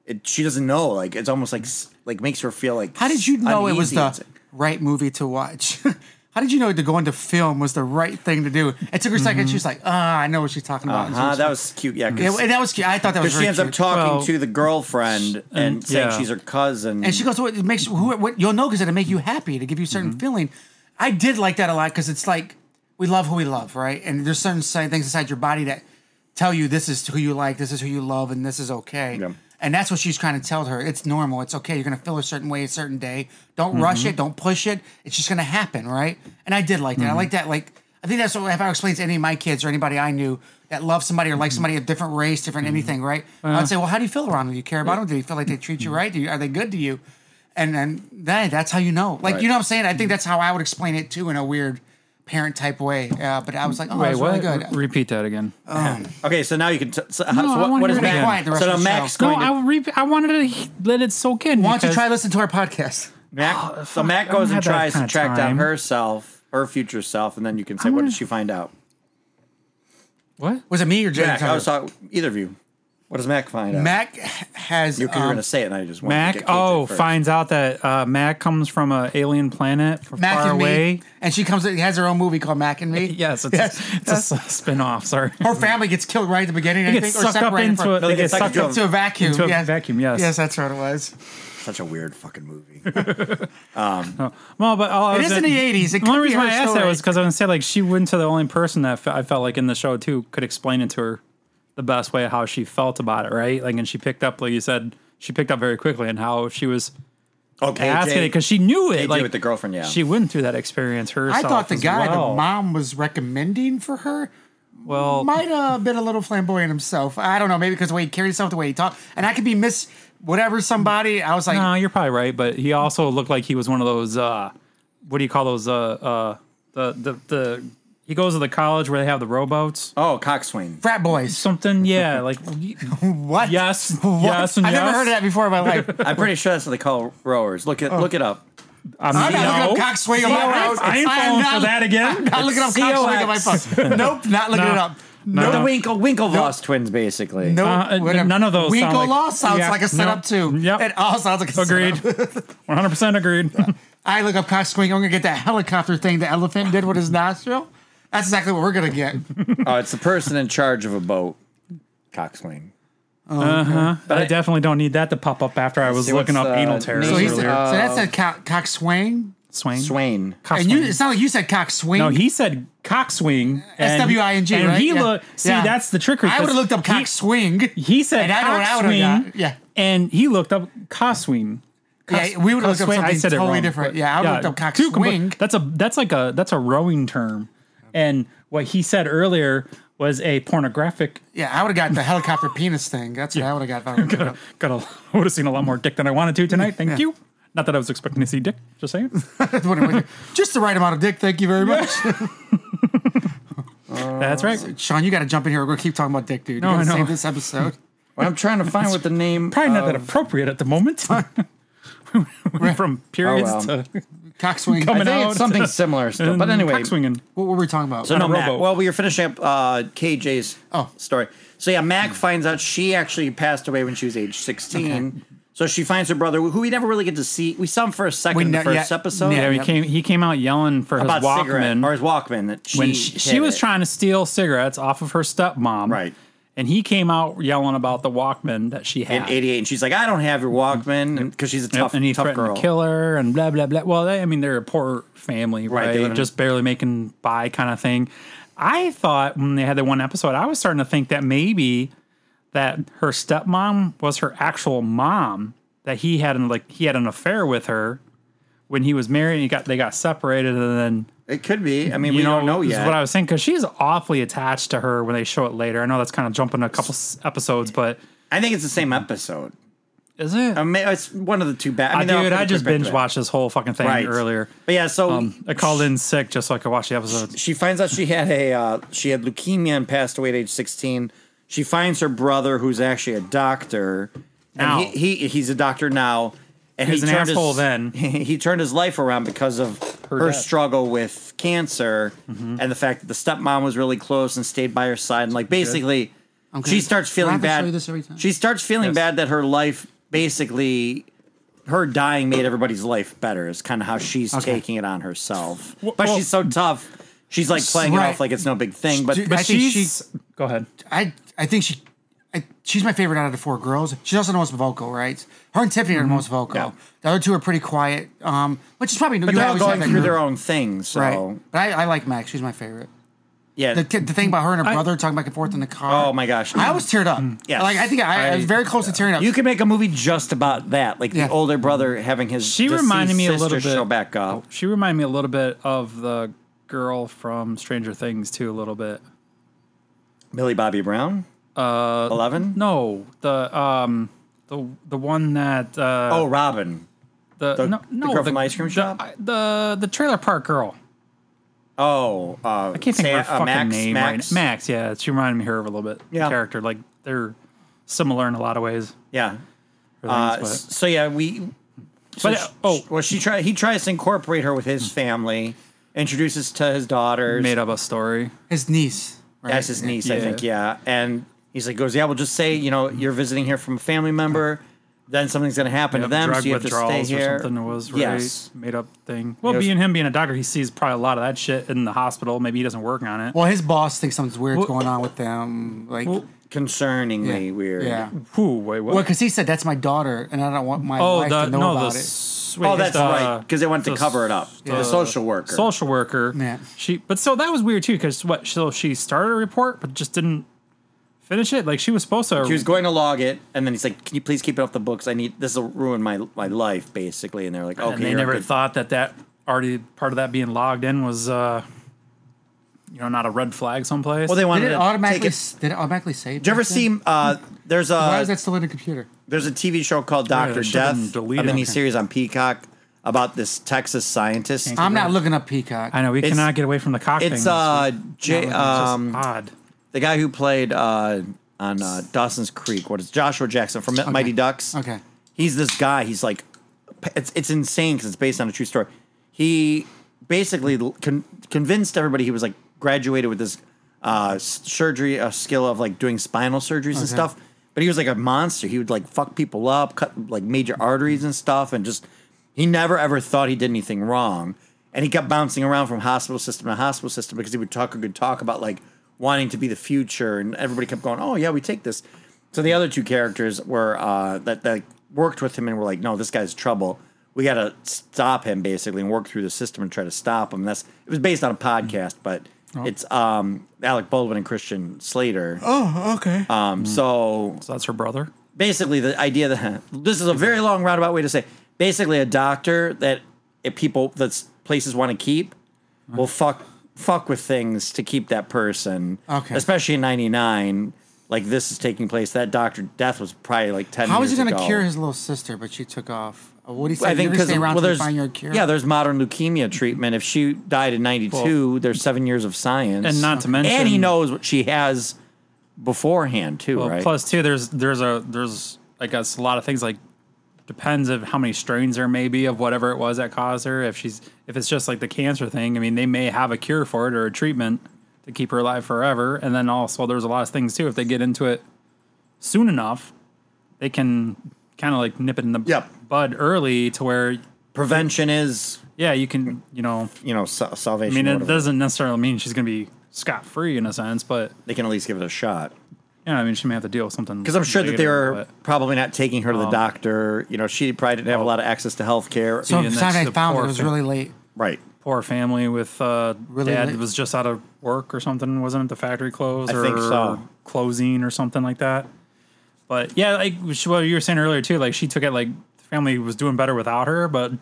[SPEAKER 3] it, she doesn't know. Like it's almost like s- like makes her feel like.
[SPEAKER 5] how did you know it was
[SPEAKER 3] uneasy.
[SPEAKER 5] the right movie to watch? [laughs] how did you know to go into film was the right thing to do? It took her a second. She was like, ah, I know what she's talking about. And she
[SPEAKER 3] Uh-huh, that was cute. Yeah,
[SPEAKER 5] Yeah,
[SPEAKER 3] because
[SPEAKER 5] and that was cute. I thought that was
[SPEAKER 3] she
[SPEAKER 5] very
[SPEAKER 3] ends up
[SPEAKER 5] cute.
[SPEAKER 3] talking
[SPEAKER 4] Well,
[SPEAKER 3] to the girlfriend and,
[SPEAKER 4] and-
[SPEAKER 3] saying
[SPEAKER 4] yeah.
[SPEAKER 3] she's her cousin.
[SPEAKER 5] And she goes, "What it makes who, what you'll know because it'll make you happy to give you a certain feeling." I did like that a lot because it's like we love who we love, right? And there's certain si- things inside your body that tell you this is who you like, this is who you love, and this is okay.
[SPEAKER 3] Yeah.
[SPEAKER 5] And that's what she's trying to tell her. It's normal. It's okay. You're going to feel a certain way a certain day. Don't
[SPEAKER 4] Mm-hmm.
[SPEAKER 5] rush it. Don't push it. It's just going to happen, right? And I did like
[SPEAKER 4] Mm-hmm.
[SPEAKER 5] that. I like that. Like, I think that's what if I explained to any of my kids or anybody I knew that loves somebody or
[SPEAKER 4] Mm-hmm.
[SPEAKER 5] likes somebody of different race, different anything, right?
[SPEAKER 4] Uh-huh.
[SPEAKER 5] I'd say, well, how do you feel around them? Do you care about them? Do you feel like they treat
[SPEAKER 4] Mm-hmm.
[SPEAKER 5] you right? Do you, are they good to you? And then that, that's how you know. Like,
[SPEAKER 3] Right.
[SPEAKER 5] you know what I'm saying?
[SPEAKER 4] Mm-hmm.
[SPEAKER 5] I think that's how I would explain it too in a weird parent type way. Uh, but I Uh, was like, oh,
[SPEAKER 4] Wait,
[SPEAKER 5] that's
[SPEAKER 4] what?
[SPEAKER 5] really good.
[SPEAKER 4] Re- repeat that again.
[SPEAKER 3] Okay, so now you can. T- so, how-
[SPEAKER 4] No,
[SPEAKER 3] so
[SPEAKER 4] I
[SPEAKER 3] what,
[SPEAKER 4] wanna
[SPEAKER 3] what is
[SPEAKER 4] hear it
[SPEAKER 3] Max?
[SPEAKER 4] again.
[SPEAKER 5] Quiet the rest
[SPEAKER 3] so now
[SPEAKER 5] of the
[SPEAKER 3] Max
[SPEAKER 5] show.
[SPEAKER 4] No,
[SPEAKER 3] going to
[SPEAKER 4] I re- I wanted to he- let it soak in.
[SPEAKER 5] Why don't you
[SPEAKER 4] because-
[SPEAKER 5] try listen to our podcast? Oh,
[SPEAKER 3] Mac. so Mac
[SPEAKER 4] I don't
[SPEAKER 3] goes and
[SPEAKER 4] have that
[SPEAKER 3] tries to
[SPEAKER 4] kinda
[SPEAKER 3] track down
[SPEAKER 4] time.
[SPEAKER 3] herself, her future self, and then you can say,
[SPEAKER 4] I'm
[SPEAKER 3] "What
[SPEAKER 4] gonna-
[SPEAKER 3] did she find out?"
[SPEAKER 4] What?
[SPEAKER 5] Was it me or Jack?
[SPEAKER 3] Mac, I was talking either of you. What does Mac find out?
[SPEAKER 5] Mac has.
[SPEAKER 3] you're, you're
[SPEAKER 5] um,
[SPEAKER 3] going to say it, and I just wanted To
[SPEAKER 4] Mac.
[SPEAKER 3] get KJ
[SPEAKER 4] Oh,
[SPEAKER 3] first.
[SPEAKER 4] finds out that uh, Mac comes from a alien planet f-
[SPEAKER 5] Mac
[SPEAKER 4] far
[SPEAKER 5] and
[SPEAKER 4] away.
[SPEAKER 5] me, and she comes. Has her own movie called Mac and Me.
[SPEAKER 4] Yes, it's, A, it's a s- spin-off.
[SPEAKER 5] [laughs]
[SPEAKER 4] Sorry.
[SPEAKER 5] her family gets killed right at the beginning. I
[SPEAKER 4] They get
[SPEAKER 5] think, or
[SPEAKER 4] sucked up
[SPEAKER 5] separated
[SPEAKER 4] into
[SPEAKER 5] from,
[SPEAKER 4] a,
[SPEAKER 3] No,
[SPEAKER 4] they
[SPEAKER 3] they
[SPEAKER 4] get
[SPEAKER 3] get
[SPEAKER 4] sucked
[SPEAKER 3] sucked
[SPEAKER 4] up
[SPEAKER 5] into a vacuum.
[SPEAKER 4] into a
[SPEAKER 5] yes.
[SPEAKER 4] vacuum, yes.
[SPEAKER 5] yes, that's what it was.
[SPEAKER 3] [laughs] Such a weird fucking movie.
[SPEAKER 4] Well, but all I
[SPEAKER 5] It
[SPEAKER 4] was
[SPEAKER 5] is in the '80s. It
[SPEAKER 4] The only
[SPEAKER 5] could be
[SPEAKER 4] reason
[SPEAKER 5] her
[SPEAKER 4] why I asked that
[SPEAKER 5] story.
[SPEAKER 4] was because I was gonna say like she went to the only person that fe- I felt like in the show too could explain it to her the best way how she felt about it, right? Like, and she picked up, like you said, she picked up very quickly and how she was
[SPEAKER 3] Okay,
[SPEAKER 4] asking it because she knew it.
[SPEAKER 3] did
[SPEAKER 4] like
[SPEAKER 3] with the girlfriend, yeah.
[SPEAKER 4] she went through that experience herself.
[SPEAKER 5] I thought the
[SPEAKER 4] as
[SPEAKER 5] guy
[SPEAKER 4] well.
[SPEAKER 5] the mom was recommending for her
[SPEAKER 4] Well,
[SPEAKER 5] might have been a little flamboyant himself. I don't know, maybe because the way he carried himself, the way he talked, and I could be miss whatever somebody. I was like,
[SPEAKER 4] no, you're probably right, but he also looked like he was one of those. uh What do you call those? Uh, uh the the the. He goes to the college where they have the rowboats.
[SPEAKER 3] oh, coxswain.
[SPEAKER 5] frat boys.
[SPEAKER 4] Something,
[SPEAKER 3] [laughs]
[SPEAKER 4] yeah, like
[SPEAKER 5] What?
[SPEAKER 4] yes,
[SPEAKER 5] [laughs] What?
[SPEAKER 4] yes, and
[SPEAKER 5] I've
[SPEAKER 4] yes.
[SPEAKER 5] never heard of that before in
[SPEAKER 4] [laughs]
[SPEAKER 5] my life.
[SPEAKER 3] I'm pretty sure that's what they call rowers. Look it, look it up.
[SPEAKER 4] I'm,
[SPEAKER 5] I'm not looking up cockswing on my phone.
[SPEAKER 4] E I ain't falling for that again. E
[SPEAKER 5] Not looking up
[SPEAKER 3] COX.
[SPEAKER 5] cockswing on my phone. Nope, not looking
[SPEAKER 4] [laughs] No.
[SPEAKER 5] it up.
[SPEAKER 4] No.
[SPEAKER 3] The
[SPEAKER 5] Nope.
[SPEAKER 3] Winkle Winklevoss twins, basically.
[SPEAKER 5] Nope.
[SPEAKER 4] Uh, n-
[SPEAKER 5] whatever.
[SPEAKER 4] none of those sound
[SPEAKER 5] Winkle
[SPEAKER 4] like-
[SPEAKER 5] Law sounds
[SPEAKER 4] yeah,
[SPEAKER 5] like a setup
[SPEAKER 4] no.
[SPEAKER 5] too.
[SPEAKER 4] Yep.
[SPEAKER 5] It all sounds like a
[SPEAKER 4] [laughs] Agreed.
[SPEAKER 5] setup.
[SPEAKER 4] 100% agreed.
[SPEAKER 5] I look up cockswing. I'm gonna get that helicopter thing the elephant did with his nostril. That's exactly what we're gonna get.
[SPEAKER 3] Oh, it's the person in charge of a boat, coxswain.
[SPEAKER 4] But I definitely don't need that to pop up after I was
[SPEAKER 3] see,
[SPEAKER 4] looking up
[SPEAKER 3] what's, uh,
[SPEAKER 4] anal terror
[SPEAKER 3] name?
[SPEAKER 5] So, he's,
[SPEAKER 4] earlier.
[SPEAKER 5] so that's a co- cockswing.
[SPEAKER 4] Swain.
[SPEAKER 3] Swain.
[SPEAKER 5] And you,
[SPEAKER 4] Cockswing.
[SPEAKER 5] it's not like you said cockswing.
[SPEAKER 4] No, he said cockswing. and-
[SPEAKER 5] S-W-I-N-G,
[SPEAKER 4] And
[SPEAKER 5] right?
[SPEAKER 4] he
[SPEAKER 5] Yeah.
[SPEAKER 4] looked. See,
[SPEAKER 5] Yeah.
[SPEAKER 4] that's the trickery.
[SPEAKER 5] I would
[SPEAKER 4] 'cause
[SPEAKER 5] have looked up
[SPEAKER 4] he-
[SPEAKER 5] cockswing.
[SPEAKER 4] He said
[SPEAKER 5] And I know what I would've
[SPEAKER 4] cockswing.
[SPEAKER 5] got. Yeah.
[SPEAKER 4] And he looked up cockswing.
[SPEAKER 5] Yeah, we would have looked up
[SPEAKER 4] Cockswing.
[SPEAKER 5] something
[SPEAKER 4] I said it
[SPEAKER 5] totally
[SPEAKER 4] wrong,
[SPEAKER 5] different.
[SPEAKER 4] but-
[SPEAKER 5] Yeah, I would have looked up
[SPEAKER 4] two compl-
[SPEAKER 5] cockswing.
[SPEAKER 4] That's a that's like a that's a rowing term. And what he said earlier was a pornographic
[SPEAKER 5] Yeah, I would have got the helicopter penis thing. That's what I would
[SPEAKER 4] [laughs]
[SPEAKER 5] have got. if I would've-
[SPEAKER 4] Got a would have seen a lot more dick than I wanted to tonight. Thank you. Not that I was expecting to see dick. Just
[SPEAKER 5] [laughs]
[SPEAKER 4] saying.
[SPEAKER 5] would've- Just the right amount of dick. Thank you very much. [laughs]
[SPEAKER 4] That's right.
[SPEAKER 5] Sean, you got to jump in here. We're going to keep talking about dick, dude.
[SPEAKER 4] No,
[SPEAKER 5] you
[SPEAKER 4] I
[SPEAKER 5] got to
[SPEAKER 4] know.
[SPEAKER 5] save this episode.
[SPEAKER 3] Well, I'm trying to find what the name.
[SPEAKER 4] Probably not that
[SPEAKER 5] Um,
[SPEAKER 3] of-
[SPEAKER 4] appropriate at the
[SPEAKER 5] [laughs]
[SPEAKER 4] moment. We went from periods
[SPEAKER 3] Oh, well.
[SPEAKER 4] to
[SPEAKER 5] Cockswing.
[SPEAKER 4] Coming
[SPEAKER 3] I think
[SPEAKER 4] out.
[SPEAKER 3] it's something similar still. But
[SPEAKER 4] and
[SPEAKER 3] anyway,
[SPEAKER 4] cock swinging.
[SPEAKER 5] What were we talking about?
[SPEAKER 3] So no,
[SPEAKER 4] on a
[SPEAKER 3] Mac.
[SPEAKER 4] rowboat.
[SPEAKER 3] Well, we were finishing up uh, KJ's
[SPEAKER 5] Oh.
[SPEAKER 3] story. So yeah, Mac finds out she actually passed away when she was age 16. So she finds her brother, who we never really get to see. We saw him for a second
[SPEAKER 5] We
[SPEAKER 3] in the
[SPEAKER 5] ne-
[SPEAKER 3] first
[SPEAKER 5] yeah,
[SPEAKER 3] episode.
[SPEAKER 5] yeah,
[SPEAKER 4] Yeah, he
[SPEAKER 5] Yep.
[SPEAKER 4] came. He came out yelling for
[SPEAKER 3] About
[SPEAKER 4] his
[SPEAKER 3] cigarette or
[SPEAKER 4] Walkman
[SPEAKER 3] his Walkman that she
[SPEAKER 4] when she, she
[SPEAKER 3] hid
[SPEAKER 4] was
[SPEAKER 3] it.
[SPEAKER 4] trying to steal cigarettes off of her stepmom.
[SPEAKER 3] Right.
[SPEAKER 4] And he came out yelling about the Walkman that she
[SPEAKER 3] in
[SPEAKER 4] had.
[SPEAKER 3] '88, and she's like, "I don't have your Walkman," because she's a
[SPEAKER 4] Yep,
[SPEAKER 3] tough,
[SPEAKER 4] and he
[SPEAKER 3] tough
[SPEAKER 4] threatened
[SPEAKER 3] girl.
[SPEAKER 4] to kill her and blah blah blah. Well, they, I mean, they're a poor family,
[SPEAKER 3] Right,
[SPEAKER 4] right?
[SPEAKER 3] they live in-
[SPEAKER 4] Just barely making by kind of thing. I thought when they had the one episode, I was starting to think that maybe that her stepmom was her actual mom. That he had an like he had an affair with her when he was married. And he got they got separated, and then
[SPEAKER 3] It could be. I mean,
[SPEAKER 4] you
[SPEAKER 3] we
[SPEAKER 4] know,
[SPEAKER 3] don't know
[SPEAKER 4] this
[SPEAKER 3] yet.
[SPEAKER 4] Is what I was saying because she's awfully attached to her when they show it later. I know that's kind of jumping a couple s- episodes, but
[SPEAKER 3] I think it's the same episode.
[SPEAKER 4] is it?
[SPEAKER 3] I mean, it's one of the two bad. I mean, they're all
[SPEAKER 4] Uh, Dude, I
[SPEAKER 3] pretty
[SPEAKER 4] just
[SPEAKER 3] quick back to
[SPEAKER 4] binge
[SPEAKER 3] back.
[SPEAKER 4] watched this whole fucking thing
[SPEAKER 3] Right.
[SPEAKER 4] earlier.
[SPEAKER 3] But yeah, so
[SPEAKER 4] Um, I called in sick just so I could watch the episode.
[SPEAKER 3] she finds out she had a uh, she had leukemia and passed away at age 16 she finds her brother who's actually a doctor
[SPEAKER 4] Now.
[SPEAKER 3] and he, he he's a doctor now and
[SPEAKER 4] He's
[SPEAKER 3] he
[SPEAKER 4] an
[SPEAKER 3] turned
[SPEAKER 4] asshole
[SPEAKER 3] his,
[SPEAKER 4] then.
[SPEAKER 3] [laughs] he turned his life around because of her,
[SPEAKER 4] death. Mm-hmm.
[SPEAKER 3] struggle with cancer and the fact that the stepmom was really close and stayed by her side and like basically
[SPEAKER 5] Okay.
[SPEAKER 3] she starts
[SPEAKER 5] Do I
[SPEAKER 3] feeling
[SPEAKER 5] have to
[SPEAKER 3] bad
[SPEAKER 5] show you this every time?
[SPEAKER 3] she starts feeling
[SPEAKER 4] Yes.
[SPEAKER 3] bad that her life basically her dying made everybody's life better is kind of how she's
[SPEAKER 5] Okay.
[SPEAKER 3] taking it on herself
[SPEAKER 4] Well-
[SPEAKER 3] but
[SPEAKER 4] well-
[SPEAKER 3] she's so tough she's like playing it
[SPEAKER 5] Right.
[SPEAKER 3] off like it's no big thing but
[SPEAKER 5] Dude,
[SPEAKER 4] But
[SPEAKER 5] I think
[SPEAKER 4] she's go ahead.
[SPEAKER 5] I, I think she. I, she's my favorite out of the four girls. She's also the most vocal, right? Her and Tiffany are the most vocal.
[SPEAKER 3] Mm-hmm. Yeah.
[SPEAKER 5] The other two are pretty quiet, um, which is probably
[SPEAKER 3] but
[SPEAKER 5] you
[SPEAKER 3] they're all
[SPEAKER 5] always have
[SPEAKER 3] going
[SPEAKER 5] that
[SPEAKER 3] through
[SPEAKER 5] group,
[SPEAKER 3] their own things so
[SPEAKER 5] right. But I, I like Max. She's my favorite.
[SPEAKER 3] Yeah.
[SPEAKER 5] The, the thing about her and her brother talking back and forth in the car.
[SPEAKER 3] Oh my gosh.
[SPEAKER 5] I was teared up.
[SPEAKER 3] Yes.
[SPEAKER 5] Like I think I, I was
[SPEAKER 4] I-
[SPEAKER 5] very close to tearing up.
[SPEAKER 3] You could make a movie just about that, like
[SPEAKER 5] Yeah.
[SPEAKER 3] the older brother having his.
[SPEAKER 4] She reminded
[SPEAKER 3] deceased
[SPEAKER 4] me a
[SPEAKER 3] sister
[SPEAKER 4] little bit.
[SPEAKER 3] Show back up.
[SPEAKER 4] Oh, She reminded me a little bit of the girl from Stranger Things too, a little bit.
[SPEAKER 3] Millie Bobby Brown. Uh, eleven.
[SPEAKER 4] No, the um the the one that uh
[SPEAKER 3] Oh, Robin.
[SPEAKER 4] the,
[SPEAKER 3] the-
[SPEAKER 4] no,
[SPEAKER 3] the
[SPEAKER 4] no
[SPEAKER 3] girl from Ice Cream
[SPEAKER 4] the-
[SPEAKER 3] Shop?
[SPEAKER 4] the the trailer park girl.
[SPEAKER 3] Oh, uh,
[SPEAKER 4] I can't think of her fucking
[SPEAKER 3] uh, Max,
[SPEAKER 4] name
[SPEAKER 3] Max.
[SPEAKER 4] right now. Max, yeah, she reminded me of her a little bit. the
[SPEAKER 3] Yeah.
[SPEAKER 4] character like they're similar in a lot of ways.
[SPEAKER 3] Yeah.
[SPEAKER 4] or
[SPEAKER 3] Uh,
[SPEAKER 4] things,
[SPEAKER 3] s- so yeah, we. so
[SPEAKER 4] But,
[SPEAKER 3] sh-
[SPEAKER 4] uh, oh.
[SPEAKER 3] well, she try. He tries to incorporate her with his family. Introduces to his
[SPEAKER 4] but
[SPEAKER 3] daughters.
[SPEAKER 4] made up a story.
[SPEAKER 5] his niece. Right?
[SPEAKER 3] That's his niece, I
[SPEAKER 4] Yeah.
[SPEAKER 3] think. Yeah, and he's like, goes, yeah, we'll just say, you know, you're visiting here from a family member. Then something's gonna happen to
[SPEAKER 4] Yep,
[SPEAKER 3] them,
[SPEAKER 4] drug
[SPEAKER 3] so you have to stay
[SPEAKER 4] withdrawals
[SPEAKER 3] here.
[SPEAKER 4] or something was right?
[SPEAKER 3] yes,
[SPEAKER 4] made up thing. Well,
[SPEAKER 3] It was-
[SPEAKER 4] being him being a doctor, he sees probably a lot of that shit in the hospital. Maybe he doesn't work on it.
[SPEAKER 5] Well, his boss thinks something's weird's
[SPEAKER 4] Well-
[SPEAKER 5] going on with them. Like,
[SPEAKER 3] concerningly
[SPEAKER 5] yeah.
[SPEAKER 3] weird.
[SPEAKER 5] Yeah.
[SPEAKER 4] Whew, wait, what?
[SPEAKER 5] Well, because he said that's my daughter, and I don't want my
[SPEAKER 4] oh,
[SPEAKER 5] wife
[SPEAKER 4] the
[SPEAKER 5] to know
[SPEAKER 4] no,
[SPEAKER 5] about
[SPEAKER 4] the
[SPEAKER 5] it.
[SPEAKER 4] s-
[SPEAKER 3] Oh,
[SPEAKER 4] wait,
[SPEAKER 3] that's
[SPEAKER 4] the-
[SPEAKER 3] right. Because they wanted to
[SPEAKER 4] the
[SPEAKER 3] cover it up.
[SPEAKER 4] uh,
[SPEAKER 3] The social worker.
[SPEAKER 4] Social worker.
[SPEAKER 5] Yeah.
[SPEAKER 4] She, but so that was weird too. Because what? So she started a report, but just didn't finish it. Like she was supposed to.
[SPEAKER 3] She was going to log it, and then he's like, "Can you please keep it off the books? I need this will ruin my my life, basically." And they're like, "Okay."
[SPEAKER 4] and they
[SPEAKER 3] you're a
[SPEAKER 4] never
[SPEAKER 3] good-
[SPEAKER 4] thought that that already part of that being logged in was, uh you know, not a red flag someplace.
[SPEAKER 3] Well, they wanted
[SPEAKER 5] Did it
[SPEAKER 3] to
[SPEAKER 5] automatically?
[SPEAKER 3] Take it.
[SPEAKER 5] s- Did it automatically save?
[SPEAKER 3] Did you ever
[SPEAKER 5] back then?
[SPEAKER 3] see? Uh, there's a
[SPEAKER 5] Why is that still in the computer?
[SPEAKER 3] there's a TV show called
[SPEAKER 4] Yeah,
[SPEAKER 3] Doctor
[SPEAKER 4] they should've
[SPEAKER 3] Death,
[SPEAKER 4] been
[SPEAKER 3] a
[SPEAKER 4] deleted.
[SPEAKER 3] miniseries on Peacock about this Texas scientist.
[SPEAKER 5] I'm not looking up Peacock.
[SPEAKER 4] I know we
[SPEAKER 3] It's-
[SPEAKER 4] cannot get away from the cock thing.
[SPEAKER 3] It's
[SPEAKER 4] this
[SPEAKER 3] uh,
[SPEAKER 4] week.
[SPEAKER 3] J-
[SPEAKER 4] It's just
[SPEAKER 3] um,
[SPEAKER 4] odd.
[SPEAKER 3] the guy who played uh, on uh, Dawson's Creek. What is Joshua Jackson from Mighty Ducks?
[SPEAKER 5] Okay.
[SPEAKER 3] he's this guy. He's like, it's it's insane because it's based on a true story. He basically l- con- convinced everybody he was like graduated with this uh, s- surgery, a skill of like doing spinal surgeries and
[SPEAKER 5] Okay.
[SPEAKER 3] stuff. But he was like a monster. He would like fuck people up, cut like major arteries and stuff, and just he never ever thought he did anything wrong. And he kept bouncing around from hospital system to hospital system because he would talk a good talk about like wanting to be the future, and everybody kept going, "Oh yeah, we take this." So the other two characters were uh, that that worked with him and were like, "No, this guy's trouble. We got to stop him basically and work through the system and try to stop him." That's it was based on a podcast, but it's um, Alec Baldwin and Christian Slater.
[SPEAKER 5] Oh, okay.
[SPEAKER 3] Um, so
[SPEAKER 4] So that's her brother.
[SPEAKER 3] basically the idea that [laughs] this is a very long roundabout way to say basically a doctor that if people that places want to keep will fuck fuck with things to keep that person
[SPEAKER 5] Okay.
[SPEAKER 3] especially in 99 like this is taking place that doctor death was probably like 10
[SPEAKER 5] How is he
[SPEAKER 3] years
[SPEAKER 5] going to
[SPEAKER 3] ago.
[SPEAKER 5] cure his little sister? But she took off. Uh, What do you say?
[SPEAKER 3] I think because
[SPEAKER 5] stay around
[SPEAKER 3] well,
[SPEAKER 5] till you
[SPEAKER 3] there's
[SPEAKER 5] find your cure.
[SPEAKER 3] yeah, there's modern leukemia treatment. If she died in '92, there's seven years of science,
[SPEAKER 4] And not to mention-
[SPEAKER 3] and he knows what she has beforehand too,
[SPEAKER 4] Well,
[SPEAKER 3] right?
[SPEAKER 4] plus too, there's there's a there's I guess a lot of things like depends of how many strains there may be of whatever it was that caused her. If she's if it's just like the cancer thing, I mean, they may have a cure for it or a treatment to keep her alive forever. And then also there's a lot of things too. If they get into it soon enough, they can kind of like nip it in the
[SPEAKER 3] Yep.
[SPEAKER 4] bud early to where
[SPEAKER 3] prevention is
[SPEAKER 4] yeah, you can you know.
[SPEAKER 3] you know sa-
[SPEAKER 4] I
[SPEAKER 3] salvation.
[SPEAKER 4] mean,
[SPEAKER 3] or
[SPEAKER 4] it
[SPEAKER 3] whatever.
[SPEAKER 4] doesn't necessarily mean she's going to be scot free in a sense, but
[SPEAKER 3] they can at least give it a shot.
[SPEAKER 4] yeah, I mean, she may have to deal with something
[SPEAKER 3] Because I'm sure that they
[SPEAKER 4] later,
[SPEAKER 3] were
[SPEAKER 4] but-
[SPEAKER 3] probably not taking her to the
[SPEAKER 4] Um,
[SPEAKER 3] doctor. You know, she probably didn't have a lot of access to health care.
[SPEAKER 5] So
[SPEAKER 4] Yeah,
[SPEAKER 5] the
[SPEAKER 4] and
[SPEAKER 5] time
[SPEAKER 4] that's
[SPEAKER 5] I
[SPEAKER 4] the
[SPEAKER 5] found it,
[SPEAKER 4] poor
[SPEAKER 5] it was
[SPEAKER 4] thing.
[SPEAKER 5] really late.
[SPEAKER 3] right.
[SPEAKER 4] poor family with uh,
[SPEAKER 5] Really
[SPEAKER 4] dad
[SPEAKER 5] late.
[SPEAKER 4] was just out of work or something. Wasn't it the factory close
[SPEAKER 3] I
[SPEAKER 4] or
[SPEAKER 3] think so.
[SPEAKER 4] closing or something like that? But yeah, like sh- what you were saying earlier too, like she took it like the family was doing better without her. But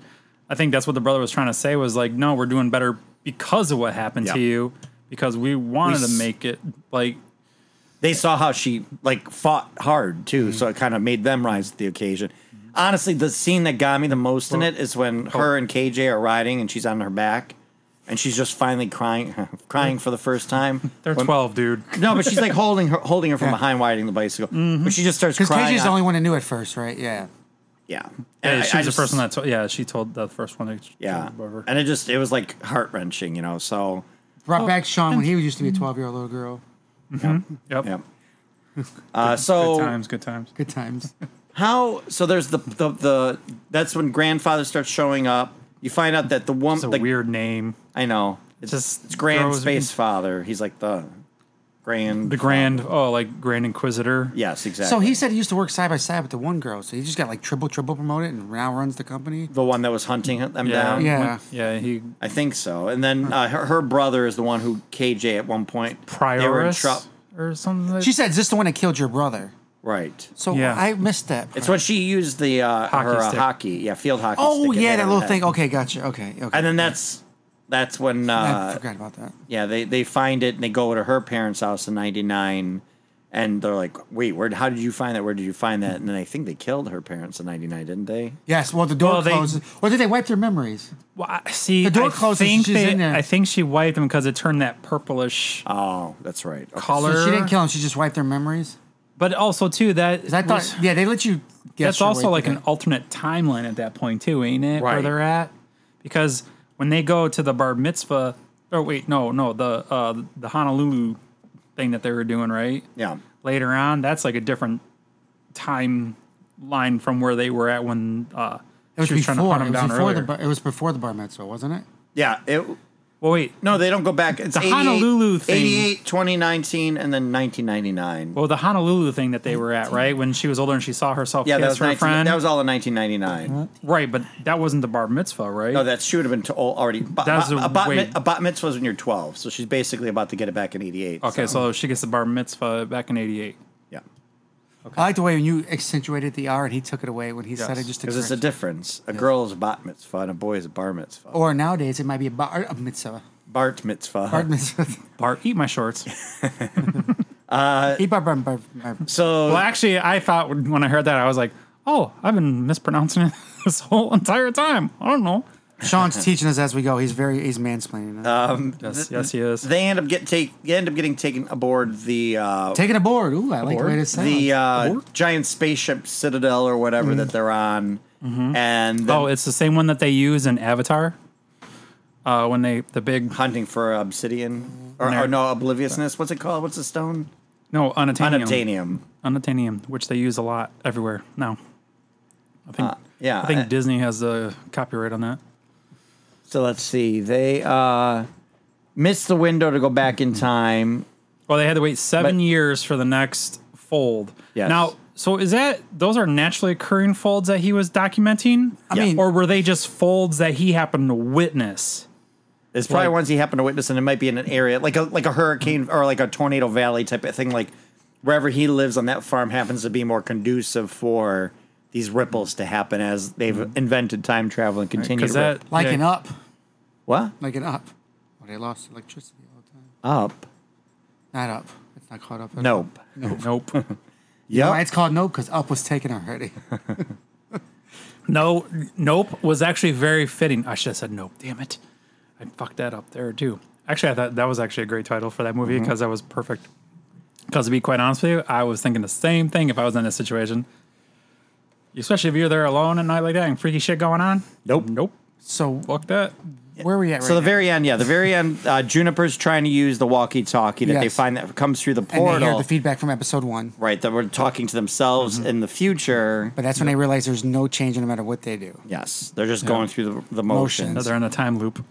[SPEAKER 4] I think that's what the brother was trying to say was like, no, we're doing better because of what happened to
[SPEAKER 3] Yeah.
[SPEAKER 4] you because we wanted
[SPEAKER 3] We
[SPEAKER 4] to
[SPEAKER 3] s-
[SPEAKER 4] make it like
[SPEAKER 3] They saw how she like fought hard too, so it kind of made them rise to the occasion. Honestly, the scene that got me the most in it is when
[SPEAKER 4] oh.
[SPEAKER 3] her and KJ are riding and she's on her back, and she's just finally crying, [laughs] crying for the first time.
[SPEAKER 4] [laughs] they're
[SPEAKER 3] When-
[SPEAKER 4] twelve,
[SPEAKER 3] [laughs]
[SPEAKER 4] dude.
[SPEAKER 3] No, but she's like holding her, holding her from behind, riding the bicycle.
[SPEAKER 4] Mm-hmm.
[SPEAKER 3] But she just starts
[SPEAKER 5] Because
[SPEAKER 3] crying.
[SPEAKER 5] KJ's
[SPEAKER 3] on-
[SPEAKER 5] the only one who knew at first, right? Yeah.
[SPEAKER 3] yeah,
[SPEAKER 4] Yeah,
[SPEAKER 3] I-
[SPEAKER 4] she
[SPEAKER 3] I
[SPEAKER 4] was the
[SPEAKER 3] just-
[SPEAKER 4] person that told, yeah she told the first one that
[SPEAKER 3] Yeah,
[SPEAKER 4] whatever.
[SPEAKER 3] and it just it was like heart wrenching, you know. So
[SPEAKER 5] Brought
[SPEAKER 4] Oh.
[SPEAKER 5] back Sean when he
[SPEAKER 4] [laughs]
[SPEAKER 5] used to be a 12 year old little girl.
[SPEAKER 4] yep
[SPEAKER 3] yeah. [laughs] Uh, so
[SPEAKER 4] good times good times
[SPEAKER 5] Good times.
[SPEAKER 3] How so? There's the, the the that's when grandfather starts showing up. You find out that the
[SPEAKER 4] it's a
[SPEAKER 3] woman, the,
[SPEAKER 4] weird name
[SPEAKER 3] I know, it's
[SPEAKER 4] Just
[SPEAKER 3] just it's grand
[SPEAKER 4] throws me-
[SPEAKER 3] space father. He's like the Grand.
[SPEAKER 4] The Grand, oh, like Grand Inquisitor.
[SPEAKER 3] Yes, exactly.
[SPEAKER 5] So he said he used to work side by side with the one girl. So he just got like triple, triple promoted and now runs the company.
[SPEAKER 3] the one that was hunting them
[SPEAKER 4] Yeah.
[SPEAKER 3] down.
[SPEAKER 5] Yeah.
[SPEAKER 4] Yeah. He
[SPEAKER 3] I think so. And then uh, her, her brother is the one who KJ at one point they were in
[SPEAKER 4] Prioris
[SPEAKER 3] trou-
[SPEAKER 4] or something. Like
[SPEAKER 5] She said, "Is this the one that killed your brother?"
[SPEAKER 3] Right.
[SPEAKER 5] So
[SPEAKER 4] Yeah.
[SPEAKER 5] I missed that.
[SPEAKER 3] It's
[SPEAKER 5] part.
[SPEAKER 3] when she used the uh,
[SPEAKER 4] Hockey
[SPEAKER 3] her uh,
[SPEAKER 4] stick.
[SPEAKER 3] hockey, yeah, field hockey.
[SPEAKER 5] Oh
[SPEAKER 3] stick and
[SPEAKER 5] yeah,
[SPEAKER 3] hit
[SPEAKER 5] that
[SPEAKER 3] her
[SPEAKER 5] little
[SPEAKER 3] head.
[SPEAKER 5] thing. Okay, gotcha. Okay, okay.
[SPEAKER 3] And then that's that's when
[SPEAKER 5] I
[SPEAKER 3] uh,
[SPEAKER 5] forgot about that.
[SPEAKER 3] yeah they they find it and they go to her parents' house in '99, and they're like, wait, where? How did you find that? Where did you find that? And then I think they killed her parents in '99, didn't they?
[SPEAKER 5] Yes. Well, the door
[SPEAKER 4] Well, they-
[SPEAKER 5] closes. Or did they wipe their memories?
[SPEAKER 4] Well, I- see,
[SPEAKER 5] The door
[SPEAKER 4] I
[SPEAKER 5] closes,
[SPEAKER 4] Think
[SPEAKER 5] she's
[SPEAKER 4] they-
[SPEAKER 5] in there.
[SPEAKER 4] I think she wiped them because it turned that purplish
[SPEAKER 3] Oh, that's right. Okay.
[SPEAKER 4] color.
[SPEAKER 5] So she didn't kill him. She just wiped their memories.
[SPEAKER 4] But also too that
[SPEAKER 5] 'Cause I thought,
[SPEAKER 4] was-
[SPEAKER 5] yeah, they let you. guess
[SPEAKER 4] that's
[SPEAKER 5] your
[SPEAKER 4] also
[SPEAKER 5] way
[SPEAKER 4] like
[SPEAKER 5] through
[SPEAKER 4] an
[SPEAKER 5] that.
[SPEAKER 4] alternate timeline at that point too, ain't it? Where
[SPEAKER 3] Right.
[SPEAKER 4] they're at because when they go to the bar mitzvah. Oh wait, no, no, the uh, the Honolulu thing that they were doing right
[SPEAKER 3] Yeah.
[SPEAKER 4] later on. That's like a different timeline from where they were at when uh,
[SPEAKER 5] It was
[SPEAKER 4] she was
[SPEAKER 5] before.
[SPEAKER 4] trying to hunt
[SPEAKER 5] it
[SPEAKER 4] him
[SPEAKER 5] was
[SPEAKER 4] down
[SPEAKER 5] before
[SPEAKER 4] earlier.
[SPEAKER 5] the bar, it was before the bar mitzvah, wasn't it?
[SPEAKER 3] Yeah. It,
[SPEAKER 4] well, wait,
[SPEAKER 3] no, they don't go back. It's
[SPEAKER 4] The
[SPEAKER 3] 88
[SPEAKER 4] Honolulu thing.
[SPEAKER 3] 88, 2019, and then 1999.
[SPEAKER 4] Well, the Honolulu thing that they were at, right? When she was older and she saw herself
[SPEAKER 3] yeah, that
[SPEAKER 4] kiss
[SPEAKER 3] was,
[SPEAKER 4] her
[SPEAKER 3] 19,
[SPEAKER 4] friend.
[SPEAKER 3] that was all in 1999.
[SPEAKER 4] right, but that wasn't the bar mitzvah, right?
[SPEAKER 3] No, that she would have been to, already. Ba,
[SPEAKER 4] That was
[SPEAKER 3] ba-
[SPEAKER 4] a
[SPEAKER 3] a, bat,
[SPEAKER 4] way-
[SPEAKER 3] mit- a bat mitzvah was when you're 12, so she's basically about to get it back in 88.
[SPEAKER 4] okay, so she gets the bar mitzvah back in '88.
[SPEAKER 3] yeah,
[SPEAKER 5] I like the way when you accentuated the R and he took it away when he said
[SPEAKER 4] Yes.
[SPEAKER 5] it. Just
[SPEAKER 3] because it's a
[SPEAKER 5] accentuated.
[SPEAKER 3] difference. A girl is a bat mitzvah and a boy is a bar mitzvah.
[SPEAKER 4] Oh.
[SPEAKER 5] or nowadays it might be a bar a mitzvah.
[SPEAKER 3] Bart mitzvah.
[SPEAKER 5] Bar
[SPEAKER 3] [laughs]
[SPEAKER 5] mitzvah.
[SPEAKER 4] Bar, eat my shorts.
[SPEAKER 3] uh,
[SPEAKER 5] [laughs] Eat bar, bar, bar,
[SPEAKER 3] [laughs]
[SPEAKER 5] bar.
[SPEAKER 3] So
[SPEAKER 4] well, actually, I thought when when I heard that, I was like, "Oh, I've been mispronouncing [laughs] it this whole entire time." I don't know.
[SPEAKER 5] Sean's teaching us as we go. He's very he's mansplaining.
[SPEAKER 3] Uh,
[SPEAKER 5] us.
[SPEAKER 4] Yes, yes, he is.
[SPEAKER 3] they end up get take they end up getting taken aboard the uh,
[SPEAKER 5] Taking a board. Ooh, I like the way
[SPEAKER 4] board?
[SPEAKER 5] this sounds.
[SPEAKER 3] the uh, giant spaceship citadel or whatever that they're on, and then
[SPEAKER 4] Mm-hmm. oh, it's the same one that they use in Avatar. Uh, when they the big
[SPEAKER 3] hunting for obsidian or, or
[SPEAKER 4] Nar-
[SPEAKER 3] no obliviousness. What's it called? What's the stone?
[SPEAKER 4] no unobtainium
[SPEAKER 3] Unobtainium.
[SPEAKER 4] unobtainium, which they use a lot everywhere now. I think
[SPEAKER 3] yeah,
[SPEAKER 4] I think
[SPEAKER 3] I-
[SPEAKER 4] Disney has the copyright on that.
[SPEAKER 3] So let's see. They uh missed the window to go back
[SPEAKER 4] Mm-hmm.
[SPEAKER 3] in time.
[SPEAKER 4] Well, they had to wait seven
[SPEAKER 3] But-
[SPEAKER 4] years for the next fold.
[SPEAKER 3] Yes.
[SPEAKER 4] Now, so is that those are naturally occurring folds that he was documenting? I
[SPEAKER 3] Yeah. mean-
[SPEAKER 4] or were they just folds that he happened to witness?
[SPEAKER 3] It's probably
[SPEAKER 4] Like-
[SPEAKER 3] ones he happened to witness, and it might be in an area like a like a hurricane or like a tornado valley type of thing. Like wherever he lives on that farm happens to be more conducive for these ripples to happen as they've
[SPEAKER 5] Mm-hmm.
[SPEAKER 3] invented time travel and continue.
[SPEAKER 4] Because
[SPEAKER 3] to rip-
[SPEAKER 4] that
[SPEAKER 5] like
[SPEAKER 4] yeah,
[SPEAKER 5] an up,
[SPEAKER 3] what
[SPEAKER 5] like an up. Oh, they lost electricity all the time.
[SPEAKER 3] up?
[SPEAKER 5] Not up. It's not caught up. at all.
[SPEAKER 3] Nope.
[SPEAKER 4] Nope.
[SPEAKER 3] [laughs]
[SPEAKER 5] Why
[SPEAKER 3] Yep.
[SPEAKER 5] it's called nope because up was taken already.
[SPEAKER 4] no. Nope was actually very fitting. I should have said nope. Damn it, I fucked that up there too. Actually, I thought that was actually a great title for that
[SPEAKER 3] Mm-hmm.
[SPEAKER 4] movie because that was perfect. Because to be quite honest with you, I was thinking the same thing if I was in this situation. Especially if you're there alone at night like that and freaky shit going on.
[SPEAKER 3] Nope.
[SPEAKER 4] Nope.
[SPEAKER 5] So
[SPEAKER 4] Fuck that.
[SPEAKER 5] where are we at?
[SPEAKER 3] So the
[SPEAKER 5] right
[SPEAKER 3] very end, yeah, the very end, uh, Juniper's trying to use the walkie-talkie that they
[SPEAKER 5] Yes.
[SPEAKER 3] find that comes through the
[SPEAKER 5] now?
[SPEAKER 3] portal.
[SPEAKER 5] and they hear the feedback from episode one,
[SPEAKER 3] right, that we're talking to themselves
[SPEAKER 5] Mm-hmm.
[SPEAKER 3] in the future.
[SPEAKER 5] but that's when they realize there's no change no matter what they do.
[SPEAKER 3] Yes, they're just going through the, the motions,
[SPEAKER 5] Motions.
[SPEAKER 4] No, they're in a time loop.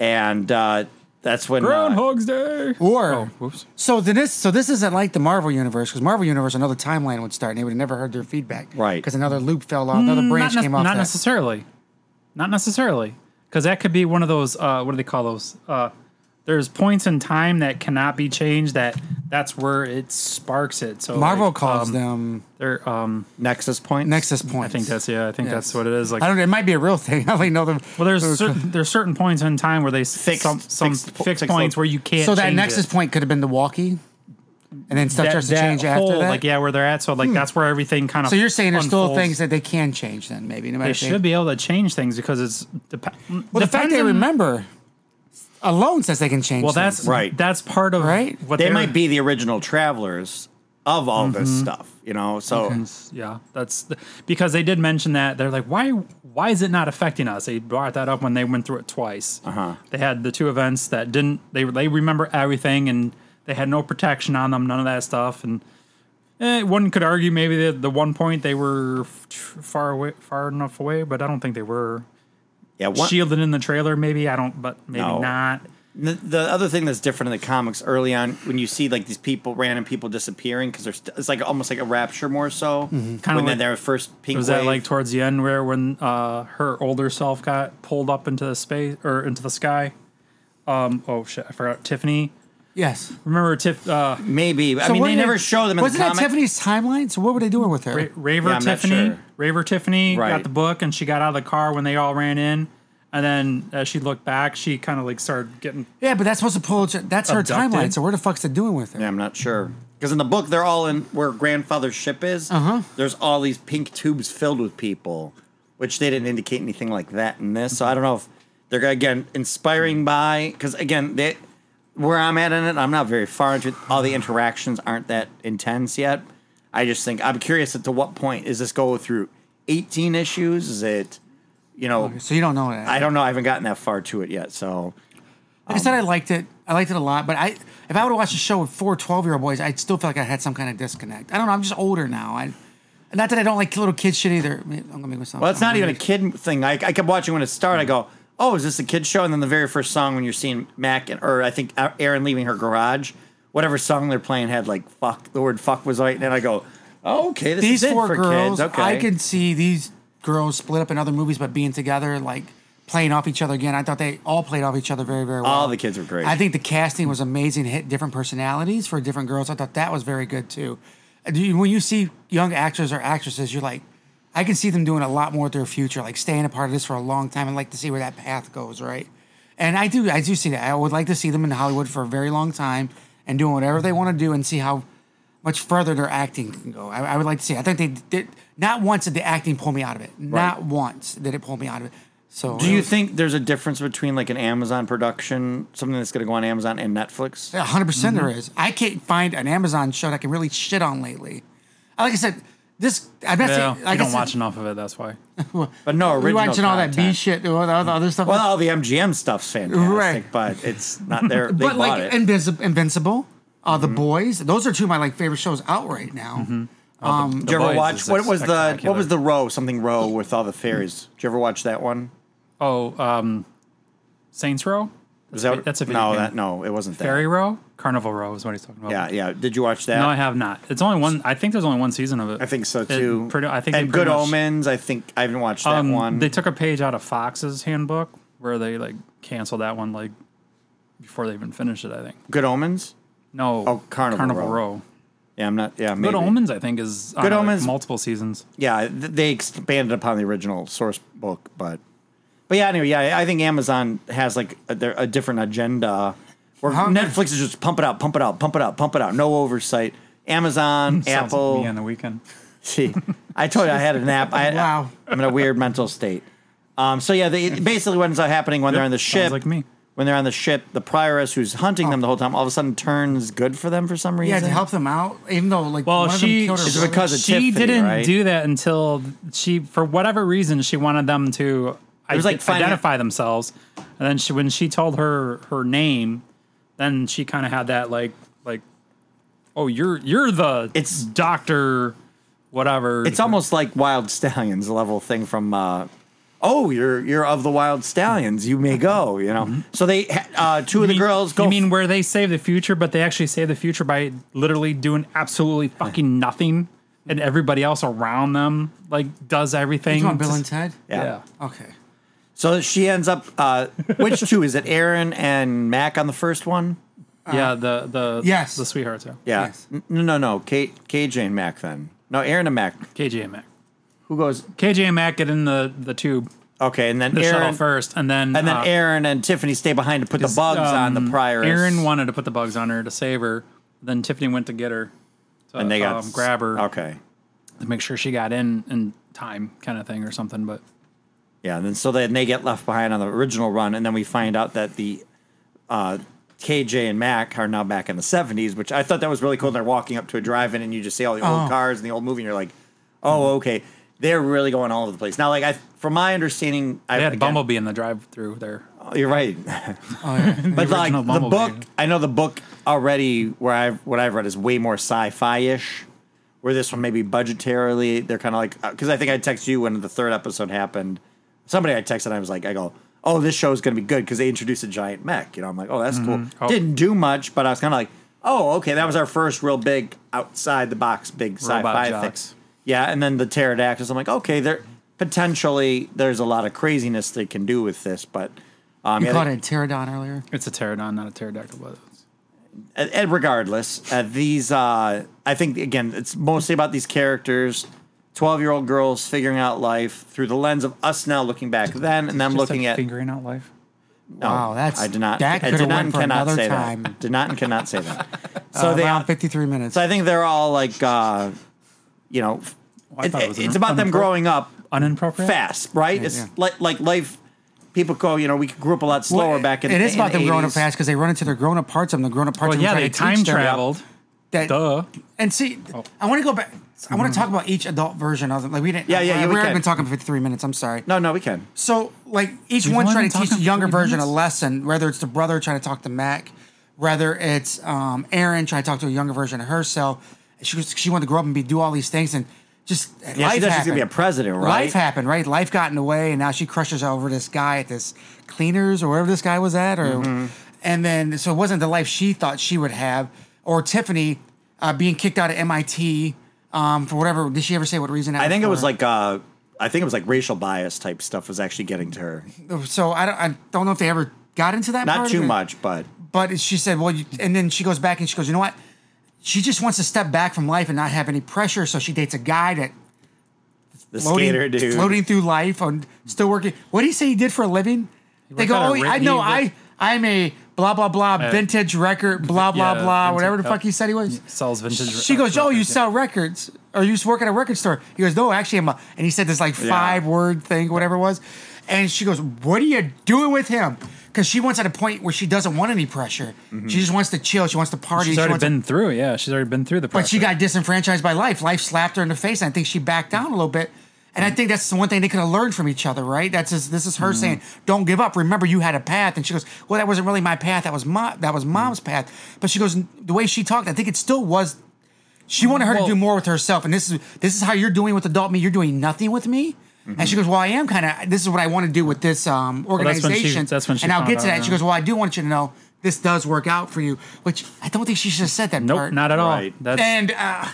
[SPEAKER 3] and uh, that's when uh,
[SPEAKER 4] Groundhog's Day.
[SPEAKER 5] Or
[SPEAKER 4] Oh, whoops.
[SPEAKER 5] so then this so this isn't like the Marvel universe because Marvel universe another timeline would start and they would have never heard their feedback,
[SPEAKER 3] Right.
[SPEAKER 5] Because another loop fell off, another branch
[SPEAKER 4] not,
[SPEAKER 5] came off.
[SPEAKER 4] Not
[SPEAKER 5] that.
[SPEAKER 4] necessarily. Not necessarily. Because that could be one of those. Uh, what do they call those? Uh, there's points in time that cannot be changed. That that's where it sparks it. So
[SPEAKER 5] Marvel
[SPEAKER 4] like,
[SPEAKER 5] calls
[SPEAKER 4] um,
[SPEAKER 5] them
[SPEAKER 4] They're. Um,
[SPEAKER 3] Nexus Point.
[SPEAKER 5] Nexus points.
[SPEAKER 4] I think that's yeah. I think
[SPEAKER 5] Yes.
[SPEAKER 4] that's what it is. Like
[SPEAKER 5] I don't. know. It might be a real thing. [laughs] I only know them.
[SPEAKER 4] well, there's certain, there's certain points in time where they s-
[SPEAKER 3] Fixed-
[SPEAKER 4] some some
[SPEAKER 3] fixed
[SPEAKER 4] fixed,
[SPEAKER 3] po- fixed
[SPEAKER 4] points
[SPEAKER 3] lo-
[SPEAKER 4] where you can't.
[SPEAKER 5] so that
[SPEAKER 4] change
[SPEAKER 5] Nexus
[SPEAKER 4] it.
[SPEAKER 5] point could have been the walkie, and then stuff
[SPEAKER 4] That-
[SPEAKER 5] starts to
[SPEAKER 4] that
[SPEAKER 5] change after
[SPEAKER 4] whole,
[SPEAKER 5] that. Hmm.
[SPEAKER 4] Like yeah, where they're at. So like that's where everything kind of.
[SPEAKER 5] So you're saying there's still
[SPEAKER 4] unfolds.
[SPEAKER 5] things that they can change then maybe no matter
[SPEAKER 4] they
[SPEAKER 5] if
[SPEAKER 4] should be able to change things because it's dep-
[SPEAKER 5] Well, the fact they remember alone says they can change.
[SPEAKER 4] Well, that's
[SPEAKER 5] things.
[SPEAKER 3] Right.
[SPEAKER 4] That's part of
[SPEAKER 5] Right?
[SPEAKER 4] What
[SPEAKER 3] they
[SPEAKER 4] they're- Mm-hmm.
[SPEAKER 3] might be the original travelers of all this stuff, you know. So
[SPEAKER 4] Yeah, that's the, because they did mention that they're like, why? Why is it not affecting us? They brought that up when they went through it twice. Uh-huh. They had the two events that didn't. They they remember everything and they had no protection on them, none of that stuff. And eh, one could argue maybe that the one point they were f- far away, far enough away, but I don't think they were
[SPEAKER 3] yeah, one,
[SPEAKER 4] shielded in the trailer. Maybe I don't, but maybe
[SPEAKER 3] No.
[SPEAKER 4] not.
[SPEAKER 3] The, the other thing that's different in the comics early on, when you see like these people, random people disappearing, because st- it's like almost like a rapture more so.
[SPEAKER 4] Mm-hmm. Kinda
[SPEAKER 3] when
[SPEAKER 4] like-
[SPEAKER 3] they're their first pink
[SPEAKER 4] Was that
[SPEAKER 3] wave.
[SPEAKER 4] like towards the end where when uh, her older self got pulled up into the space or into the sky? Um, oh shit, I forgot Tiffany.
[SPEAKER 5] Yes.
[SPEAKER 4] Remember Tiff uh,
[SPEAKER 3] maybe? I
[SPEAKER 5] So
[SPEAKER 3] mean,
[SPEAKER 5] what
[SPEAKER 3] they
[SPEAKER 5] did-
[SPEAKER 3] never show them in the
[SPEAKER 5] Wasn't
[SPEAKER 3] comic.
[SPEAKER 5] that Tiffany's timeline? So what were they doing with her?
[SPEAKER 4] Ra- Raver
[SPEAKER 3] Yeah, I'm not
[SPEAKER 4] Tiffany?
[SPEAKER 3] sure.
[SPEAKER 4] Raver Tiffany
[SPEAKER 3] Right.
[SPEAKER 4] got the book and she got out of the car when they all ran in. And then as she looked back, she kind of like started getting
[SPEAKER 5] Yeah, but that's supposed to pull. That's her
[SPEAKER 4] Abducted.
[SPEAKER 5] timeline. So where the fuck's it doing with her?
[SPEAKER 3] Yeah, I'm not sure. Because in the book, they're all in where grandfather's ship is. Uh-huh. There's all these pink tubes filled with people, which they didn't indicate anything like that in this. So I don't know if they're again inspiring by because again they where I'm at in it, I'm not very far into it. All the interactions aren't that intense yet. I just think I'm curious at to what point is this go through 18 issues? Is it you know
[SPEAKER 5] So you don't know that.
[SPEAKER 3] I don't know. I haven't gotten that far to it yet. So
[SPEAKER 5] Like I said, I
[SPEAKER 3] Um,
[SPEAKER 5] liked it. I liked it a lot. But I, if I would have watched a show with four 12 year old boys, I'd still feel like I had some kind of disconnect. I don't know. I'm just older now. I, not that I don't like little kid shit either. I mean, I'm gonna make myself.
[SPEAKER 3] Well, it's not even a
[SPEAKER 5] kid.
[SPEAKER 3] kid thing. I, I kept watching when it started. I go, oh, is this a kid show? And then the very first song when you're seeing Mac and or I think Aaron leaving her garage, whatever song they're playing had like fuck. The word fuck was right, and I go, oh, okay, this
[SPEAKER 5] these
[SPEAKER 3] is
[SPEAKER 5] four
[SPEAKER 3] it for
[SPEAKER 5] girls.
[SPEAKER 3] kids. Okay,
[SPEAKER 5] I could see these girls split up in other movies, but being together, like playing off each other again. I thought they all played off each other very, very well.
[SPEAKER 3] All the kids were great.
[SPEAKER 5] I think the casting was amazing. Hit different personalities for different girls. I thought that was very good too. Uh, do you- When you see young actors or actresses, you're like, I can see them doing a lot more with their future, like staying a part of this for a long time, and like to see where that path goes, right? And I do, I do see that. I would like to see them in Hollywood for a very long time and doing whatever they want to do and see how much further their acting can go. I, I would like to see. I think they did not once did the acting pull me out of it. Not once did it pull me out of it. So
[SPEAKER 3] Do you
[SPEAKER 5] think
[SPEAKER 3] think there's a difference between like an Amazon production, something that's going to go on Amazon and Netflix?
[SPEAKER 5] A 100% percent there is. I can't find an Amazon show that I can really shit on lately. Uh, Like I said, this I bet
[SPEAKER 4] Yeah,
[SPEAKER 5] you,
[SPEAKER 4] I
[SPEAKER 5] like
[SPEAKER 4] don't
[SPEAKER 5] said,
[SPEAKER 4] watch enough of it. That's why.
[SPEAKER 3] But no,
[SPEAKER 5] You're
[SPEAKER 3] original
[SPEAKER 5] watching all that B
[SPEAKER 3] content.
[SPEAKER 5] shit, all the all the other stuff.
[SPEAKER 3] Well, all the MGM stuff's fantastic,
[SPEAKER 5] Right.
[SPEAKER 3] but it's not there. They
[SPEAKER 5] but
[SPEAKER 3] bought
[SPEAKER 5] like
[SPEAKER 3] it.
[SPEAKER 5] Invis- Invincible, uh, The Boys, those are two of my like favorite shows out right now.
[SPEAKER 3] Did you ever
[SPEAKER 4] Boys
[SPEAKER 3] watch
[SPEAKER 4] is
[SPEAKER 3] what was the what
[SPEAKER 4] spectacular.
[SPEAKER 3] was the row something row with all the fairies? Did you ever watch that one?
[SPEAKER 4] Oh, um, Saints Row,
[SPEAKER 3] Is that
[SPEAKER 4] That's a video
[SPEAKER 3] no?
[SPEAKER 4] game.
[SPEAKER 3] That no, it wasn't that.
[SPEAKER 4] Fairy Row, Carnival Row is what he's talking about.
[SPEAKER 3] Yeah, yeah. Did you watch that?
[SPEAKER 4] No, I have not. It's only one. I think there's only one season of it.
[SPEAKER 3] I think so
[SPEAKER 4] It
[SPEAKER 3] too.
[SPEAKER 4] pretty- I think they
[SPEAKER 3] and
[SPEAKER 4] pretty
[SPEAKER 3] Good
[SPEAKER 4] much-
[SPEAKER 3] Omens. I think I haven't watched that
[SPEAKER 4] Um,
[SPEAKER 3] one.
[SPEAKER 4] They took a page out of Fox's handbook where they like canceled that one like before they even finished it. I think.
[SPEAKER 3] Good Omens.
[SPEAKER 4] No.
[SPEAKER 3] Oh, Carnival
[SPEAKER 4] Carnival
[SPEAKER 3] Row.
[SPEAKER 4] Row.
[SPEAKER 3] Yeah, I'm not. Yeah, maybe.
[SPEAKER 4] Good Omens, I think, is on,
[SPEAKER 3] Good
[SPEAKER 4] like,
[SPEAKER 3] Omens-
[SPEAKER 4] multiple seasons.
[SPEAKER 3] Yeah, th- they expanded upon the original source book, but but yeah. Anyway, yeah, I think Amazon has like a, their- a different agenda. Where
[SPEAKER 5] How-
[SPEAKER 3] Netflix is just pump it out, pump it out, pump it out, pump it out. No oversight.
[SPEAKER 4] [laughs]
[SPEAKER 3] Amazon,
[SPEAKER 4] Sounds like
[SPEAKER 3] Apple.
[SPEAKER 4] me on the weekend.
[SPEAKER 3] Gee, I told you I had a
[SPEAKER 4] [laughs]
[SPEAKER 3] nap. I,
[SPEAKER 5] Wow.
[SPEAKER 3] I'm in a weird mental state. Um, so yeah, they, basically what ends up happening when they're on the
[SPEAKER 4] sounds
[SPEAKER 3] ship,
[SPEAKER 4] like me.
[SPEAKER 3] when they're on the ship, the prioress who's hunting them the whole time, all of a sudden turns good for them for some reason.
[SPEAKER 5] Yeah, to help them out, even though like
[SPEAKER 4] Well,
[SPEAKER 5] one
[SPEAKER 4] she-
[SPEAKER 5] of them killed her
[SPEAKER 4] Is
[SPEAKER 3] it
[SPEAKER 5] brother.
[SPEAKER 3] because of
[SPEAKER 4] She
[SPEAKER 3] Tiffany,
[SPEAKER 4] didn't
[SPEAKER 3] right?
[SPEAKER 4] do that until she, for whatever reason, she wanted them to
[SPEAKER 3] It was
[SPEAKER 4] ide-
[SPEAKER 3] like finding-
[SPEAKER 4] identify themselves. And then she, when she told her her name, then she kind of had that like like, oh, you're you're the
[SPEAKER 3] It's-
[SPEAKER 4] doctor, whatever.
[SPEAKER 3] It's almost like Wild Stallions level thing from. Uh, oh, you're you're of the Wild Stallions. You may go. You know. So they ha- uh, two of
[SPEAKER 4] Mm-hmm. You
[SPEAKER 3] the
[SPEAKER 4] mean-
[SPEAKER 3] girls go.
[SPEAKER 4] You mean where they save the future, but they actually save the future by literally doing absolutely fucking nothing, and everybody else around them like does everything.
[SPEAKER 5] Come on, Bill and Ted.
[SPEAKER 3] Yeah.
[SPEAKER 4] Yeah.
[SPEAKER 5] Okay.
[SPEAKER 3] So she ends up. Uh, which two is it? Aaron and Mac on the first one.
[SPEAKER 4] yeah, the the
[SPEAKER 5] Uh, Yes.
[SPEAKER 4] the sweethearts. Yeah,
[SPEAKER 3] Yeah.
[SPEAKER 5] Yes.
[SPEAKER 3] N- No, no, no. K- KJ and Mac then. No, Aaron and Mac.
[SPEAKER 4] KJ and Mac.
[SPEAKER 3] Who goes?
[SPEAKER 4] KJ and Mac get in the the tube,
[SPEAKER 3] Okay, and then
[SPEAKER 4] the shuttle
[SPEAKER 3] Aaron
[SPEAKER 4] first, and then
[SPEAKER 3] and then
[SPEAKER 4] uh,
[SPEAKER 3] Aaron and Tiffany stay behind to put the
[SPEAKER 4] is,
[SPEAKER 3] bugs on the
[SPEAKER 4] um,
[SPEAKER 3] prioress.
[SPEAKER 4] Aaron wanted to put the bugs on her to save her. Then Tiffany went to get her, to,
[SPEAKER 3] and they got
[SPEAKER 4] um, grab her
[SPEAKER 3] Okay,
[SPEAKER 4] to make sure she got in in time, kind of thing or something. But
[SPEAKER 3] yeah. And then so then they get left behind on the original run, and then we find out that the uh, KJ and Mac are now back in the seventies, which I thought that was really cool. They're walking up to a drive-in, and you just see all the old
[SPEAKER 5] Oh.
[SPEAKER 3] cars and the old movie, and you're like, oh, okay. They're really going all over the place now. Like I, from my understanding, I
[SPEAKER 4] they had
[SPEAKER 3] again,
[SPEAKER 4] Bumblebee in the drive-through there.
[SPEAKER 3] You're right. [laughs] but like
[SPEAKER 4] Oh, original
[SPEAKER 3] the book,
[SPEAKER 4] Bumblebee.
[SPEAKER 3] I know the book already. Where I've what I've read is way more sci-fi ish. Where this one maybe uh, budgetarily, they're kind of like because I think I texted you when the third episode happened. Somebody I texted, I was like, I go, oh, this show is going to be good because they introduced a giant mech. You know, I'm like, oh, that's cool.
[SPEAKER 4] Oh.
[SPEAKER 3] Didn't do much, but I was kind of like, oh, okay, that was our first real big outside the box big
[SPEAKER 4] Robot
[SPEAKER 3] sci-fi
[SPEAKER 4] jocks.
[SPEAKER 3] thing. Yeah, and then the pterodactyls. I'm like, okay, there potentially there's a lot of craziness they can do with this, but um,
[SPEAKER 5] You
[SPEAKER 3] yeah,
[SPEAKER 5] called
[SPEAKER 3] they-
[SPEAKER 5] it a pterodon earlier.
[SPEAKER 4] It's a pterodon, not a pterodactyl. But it's-
[SPEAKER 3] and- and regardless, uh, these uh, I think again it's mostly about these characters, twelve year old girls figuring out life through the lens of us now looking back then, and then
[SPEAKER 4] Just
[SPEAKER 3] looking
[SPEAKER 4] like
[SPEAKER 3] at
[SPEAKER 4] fingering out life.
[SPEAKER 3] no,
[SPEAKER 5] Wow, that's-
[SPEAKER 3] I did not
[SPEAKER 5] that
[SPEAKER 3] I
[SPEAKER 5] could've
[SPEAKER 3] did not
[SPEAKER 5] went
[SPEAKER 3] and
[SPEAKER 5] for
[SPEAKER 3] cannot
[SPEAKER 5] another
[SPEAKER 3] say
[SPEAKER 5] time.
[SPEAKER 3] that did not and cannot
[SPEAKER 5] [laughs]
[SPEAKER 3] say that. So
[SPEAKER 5] Uh,
[SPEAKER 3] they
[SPEAKER 5] around 53 minutes.
[SPEAKER 3] so I think they're all like uh, you know,
[SPEAKER 4] I
[SPEAKER 3] it-
[SPEAKER 4] thought it was an-
[SPEAKER 3] it's about them
[SPEAKER 4] unappro-
[SPEAKER 3] growing up
[SPEAKER 4] Unappropriate.
[SPEAKER 3] fast, right? it's
[SPEAKER 5] yeah.
[SPEAKER 3] like like life. People go, you know, we grew up a lot slower
[SPEAKER 5] Well,
[SPEAKER 3] back in.
[SPEAKER 5] It
[SPEAKER 3] the-
[SPEAKER 5] is
[SPEAKER 3] in
[SPEAKER 5] about
[SPEAKER 3] the
[SPEAKER 5] them growing up
[SPEAKER 3] 80s.
[SPEAKER 5] fast because they run into their grown up parts of them. The grown up parts
[SPEAKER 4] Well,
[SPEAKER 5] of them
[SPEAKER 4] yeah,
[SPEAKER 5] try
[SPEAKER 4] they
[SPEAKER 5] to
[SPEAKER 4] time
[SPEAKER 5] teach them
[SPEAKER 4] traveled.
[SPEAKER 5] That,
[SPEAKER 4] Duh.
[SPEAKER 5] And see,
[SPEAKER 3] Oh.
[SPEAKER 5] I want to go back. I want to talk about each adult version of them. Like we didn't.
[SPEAKER 3] Mm-hmm. Yeah, yeah,
[SPEAKER 5] we
[SPEAKER 3] yeah, we
[SPEAKER 5] already
[SPEAKER 3] can.
[SPEAKER 5] been talking for 53 minutes. I'm sorry.
[SPEAKER 3] No, no, we can.
[SPEAKER 5] So like each
[SPEAKER 4] We've
[SPEAKER 5] one
[SPEAKER 4] only
[SPEAKER 5] trying
[SPEAKER 4] been
[SPEAKER 5] to teach the
[SPEAKER 4] talking for
[SPEAKER 5] younger
[SPEAKER 4] 30
[SPEAKER 5] version a
[SPEAKER 4] minutes?
[SPEAKER 5] lesson, whether it's the brother trying to talk to Mac, whether it's um, Aaron trying to talk to a younger version of herself. She was, she wanted to grow up and be do all these things and just
[SPEAKER 3] Yeah,
[SPEAKER 5] life
[SPEAKER 3] she thought she's gonna be a
[SPEAKER 5] happened.
[SPEAKER 3] president, right?
[SPEAKER 5] Life happened, right? Life got in the way, and now she crushes over this guy at this cleaners or wherever this guy was at, or
[SPEAKER 3] Mm-hmm.
[SPEAKER 5] and then so it wasn't the life she thought she would have, or Tiffany uh, being kicked out of MIT um, for whatever. Did she ever say what reason?
[SPEAKER 3] I think it was
[SPEAKER 5] for?
[SPEAKER 3] like uh, I think it was like racial bias type stuff was actually getting to her.
[SPEAKER 5] so. I don't, I don't know if they ever got into that. part
[SPEAKER 3] Not
[SPEAKER 5] of
[SPEAKER 3] too
[SPEAKER 5] it.
[SPEAKER 3] much, but
[SPEAKER 5] but she said, "Well," you, and then she goes back and she goes, "You know what? She just wants to step back from life and not have any pressure." So she dates a guy that
[SPEAKER 3] the skater
[SPEAKER 5] floating,
[SPEAKER 3] dude.
[SPEAKER 5] floating through life on still working. What do you say he did for a living? They
[SPEAKER 4] worked
[SPEAKER 5] go,
[SPEAKER 4] at a
[SPEAKER 5] "Oh,
[SPEAKER 4] re-
[SPEAKER 5] I know,
[SPEAKER 4] he
[SPEAKER 5] I
[SPEAKER 4] worked-
[SPEAKER 5] I'm a blah blah blah vintage record blah blah
[SPEAKER 4] yeah,
[SPEAKER 5] blah
[SPEAKER 4] vintage-
[SPEAKER 5] whatever the fuck
[SPEAKER 4] yeah.
[SPEAKER 5] he said he was."
[SPEAKER 4] Sells vintage.
[SPEAKER 5] She goes, "Oh, you
[SPEAKER 4] records, yeah.
[SPEAKER 5] sell records, or you just work at a record store?" He goes, "No, actually, I'm." A, and he said this like
[SPEAKER 3] Yeah.
[SPEAKER 5] five word thing, whatever it was. And she goes, "What are you doing with him?" Because she wants at a point where she doesn't want any pressure. She just wants to chill. She wants to
[SPEAKER 4] Mm-hmm.
[SPEAKER 5] party.
[SPEAKER 4] She's
[SPEAKER 5] she
[SPEAKER 4] already
[SPEAKER 5] wants to-
[SPEAKER 4] been through. Yeah, she's already been through the.
[SPEAKER 5] but she
[SPEAKER 4] process.
[SPEAKER 5] got disenfranchised by life. Life slapped her in the face, and I think she backed down a little bit. And I
[SPEAKER 4] Hmm.
[SPEAKER 5] think that's the one thing they could have learned from each other, right? That's just, this is her saying, "Don't give up. Remember, you had a path." And she goes, "Well, that wasn't really my path. That was my that
[SPEAKER 4] Hmm.
[SPEAKER 5] was mom's path." But she goes, the way she talked, I think it still was. She wanted her
[SPEAKER 4] Well-
[SPEAKER 5] to do more with herself, and this is this is how you're doing with adult me. You're doing nothing with me. And she goes, "Well, I am kind of. This is what I want to do with this
[SPEAKER 4] Hmm.
[SPEAKER 5] um,
[SPEAKER 4] that's when she-
[SPEAKER 5] organization."
[SPEAKER 4] that's when she
[SPEAKER 5] and I'll
[SPEAKER 4] found
[SPEAKER 5] get to
[SPEAKER 4] out,
[SPEAKER 5] that. She
[SPEAKER 4] yeah.
[SPEAKER 5] goes, "Well, I do want you to know this does work out for you," which I don't think she should have said that.
[SPEAKER 4] Nope,
[SPEAKER 5] part
[SPEAKER 4] not at all.
[SPEAKER 3] Right.
[SPEAKER 4] That's
[SPEAKER 5] and uh,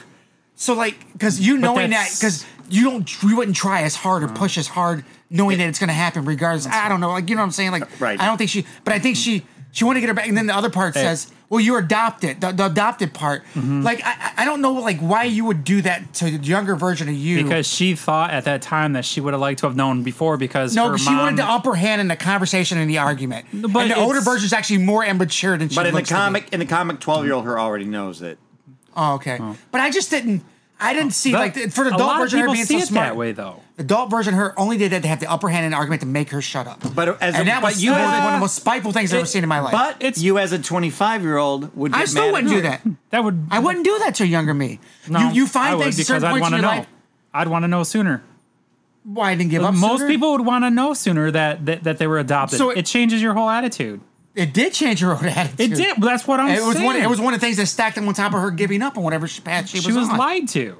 [SPEAKER 5] so like because you knowing that
[SPEAKER 4] that's- Uh-huh.
[SPEAKER 5] because you don't you wouldn't try as hard or push as hard knowing that it's going to happen regardless i don't know like you know what i'm saying like
[SPEAKER 3] Right.
[SPEAKER 5] i don't think she but i think she she wanted to get her back and then the other part says well you're adopted the, the adopted part
[SPEAKER 4] Mm-hmm.
[SPEAKER 5] like I, I I don't know like why you would do that to the younger version of you
[SPEAKER 4] because she thought at that time that she would have liked to have known before because
[SPEAKER 5] no,
[SPEAKER 4] her
[SPEAKER 5] she
[SPEAKER 4] mom,
[SPEAKER 5] wanted the upper hand in the conversation and the argument.
[SPEAKER 4] but
[SPEAKER 5] and the older
[SPEAKER 4] it's-
[SPEAKER 5] version is actually more immature than she
[SPEAKER 3] but in the
[SPEAKER 5] looks to be.
[SPEAKER 3] comic, in the comic, twelve year old her already knows it.
[SPEAKER 5] Oh, okay. But I just didn't. I didn't see
[SPEAKER 4] Oh, That-
[SPEAKER 5] like the- for the
[SPEAKER 4] a
[SPEAKER 5] adult
[SPEAKER 4] lot of
[SPEAKER 5] version of her
[SPEAKER 4] people
[SPEAKER 5] being
[SPEAKER 4] see
[SPEAKER 5] so
[SPEAKER 4] it
[SPEAKER 5] smart
[SPEAKER 4] that way, though.
[SPEAKER 5] The adult version of her only did that to have the upper hand in an argument to make her shut up.
[SPEAKER 3] But as
[SPEAKER 5] and
[SPEAKER 3] a-
[SPEAKER 5] that
[SPEAKER 3] but
[SPEAKER 5] was
[SPEAKER 3] you
[SPEAKER 5] that was
[SPEAKER 3] as a-
[SPEAKER 5] one of the most spiteful things I've ever seen in my life.
[SPEAKER 3] But
[SPEAKER 4] It's-
[SPEAKER 3] you as a twenty five year old would.
[SPEAKER 5] I
[SPEAKER 3] get
[SPEAKER 5] still
[SPEAKER 3] mad
[SPEAKER 5] wouldn't
[SPEAKER 3] at
[SPEAKER 5] do
[SPEAKER 3] her.
[SPEAKER 5] that.
[SPEAKER 4] That would
[SPEAKER 5] I wouldn't do that to a younger me.
[SPEAKER 4] No,
[SPEAKER 5] you, you find
[SPEAKER 4] I would
[SPEAKER 5] things at
[SPEAKER 4] because
[SPEAKER 5] certain
[SPEAKER 4] I'd
[SPEAKER 5] points in
[SPEAKER 4] wanna
[SPEAKER 5] your
[SPEAKER 4] know.
[SPEAKER 5] life.
[SPEAKER 4] I'd want to know sooner.
[SPEAKER 5] Why I didn't give up?
[SPEAKER 4] Most
[SPEAKER 5] sooner?
[SPEAKER 4] people would want to know sooner that, that that they were adopted.
[SPEAKER 5] So
[SPEAKER 4] So
[SPEAKER 5] it-
[SPEAKER 4] it, changes your whole attitude.
[SPEAKER 5] It did change her own
[SPEAKER 4] It
[SPEAKER 5] [laughs] attitude.
[SPEAKER 4] did. That's what I'm
[SPEAKER 5] It was
[SPEAKER 4] saying.
[SPEAKER 5] one. It was one of the things that stacked them on top of her giving up on whatever she- path she was
[SPEAKER 4] She was
[SPEAKER 5] on.
[SPEAKER 4] lied to.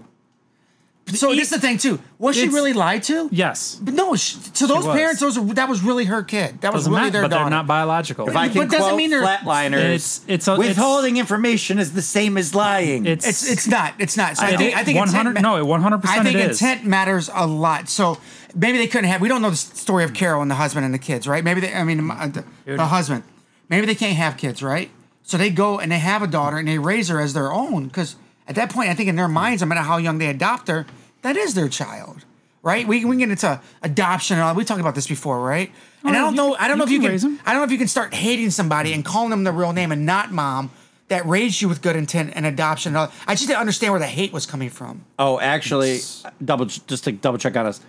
[SPEAKER 5] So this is the thing too. Was she
[SPEAKER 4] It's-
[SPEAKER 5] really lied to?
[SPEAKER 4] Yes.
[SPEAKER 5] But no, she, to those
[SPEAKER 4] was.
[SPEAKER 5] parents, those were- that was really her kid. That was
[SPEAKER 4] Doesn't
[SPEAKER 5] really
[SPEAKER 4] matter,
[SPEAKER 5] their
[SPEAKER 4] but
[SPEAKER 5] daughter.
[SPEAKER 4] they're not biological.
[SPEAKER 3] If I
[SPEAKER 5] But
[SPEAKER 3] can
[SPEAKER 5] doesn't
[SPEAKER 3] quote
[SPEAKER 5] mean they're-
[SPEAKER 3] flatliners,
[SPEAKER 4] It's- it's a- it's-
[SPEAKER 3] withholding information is the same as lying.
[SPEAKER 4] it's
[SPEAKER 5] It's it's not. It's not. So I,
[SPEAKER 4] I-
[SPEAKER 5] think I think intent
[SPEAKER 4] 100 no, it 100%
[SPEAKER 5] I think
[SPEAKER 4] it is.
[SPEAKER 5] intent matters a lot. So maybe they couldn't have. We don't know the s- story of Carol and the husband and the kids, right? Maybe they. I mean, m- uh, the, the husband. Maybe they can't have kids, right? So they go and they have a daughter and they raise her as their own because at that point, I think in their minds, no matter how young they adopt her, that is their child, right? We, we can get into adoption and all. We talked about this before, right? And I
[SPEAKER 4] yeah,
[SPEAKER 5] don't
[SPEAKER 4] Oh, you
[SPEAKER 5] know.
[SPEAKER 4] can-
[SPEAKER 5] I don't
[SPEAKER 4] you
[SPEAKER 5] know if you
[SPEAKER 4] can
[SPEAKER 5] can.
[SPEAKER 4] raise 'em.
[SPEAKER 5] I don't know if you can start hating somebody and calling them the real name and not mom that raised you with good intent and adoption. and all- I just didn't understand where the hate was coming from.
[SPEAKER 3] Oh, actually, double just to double check on us.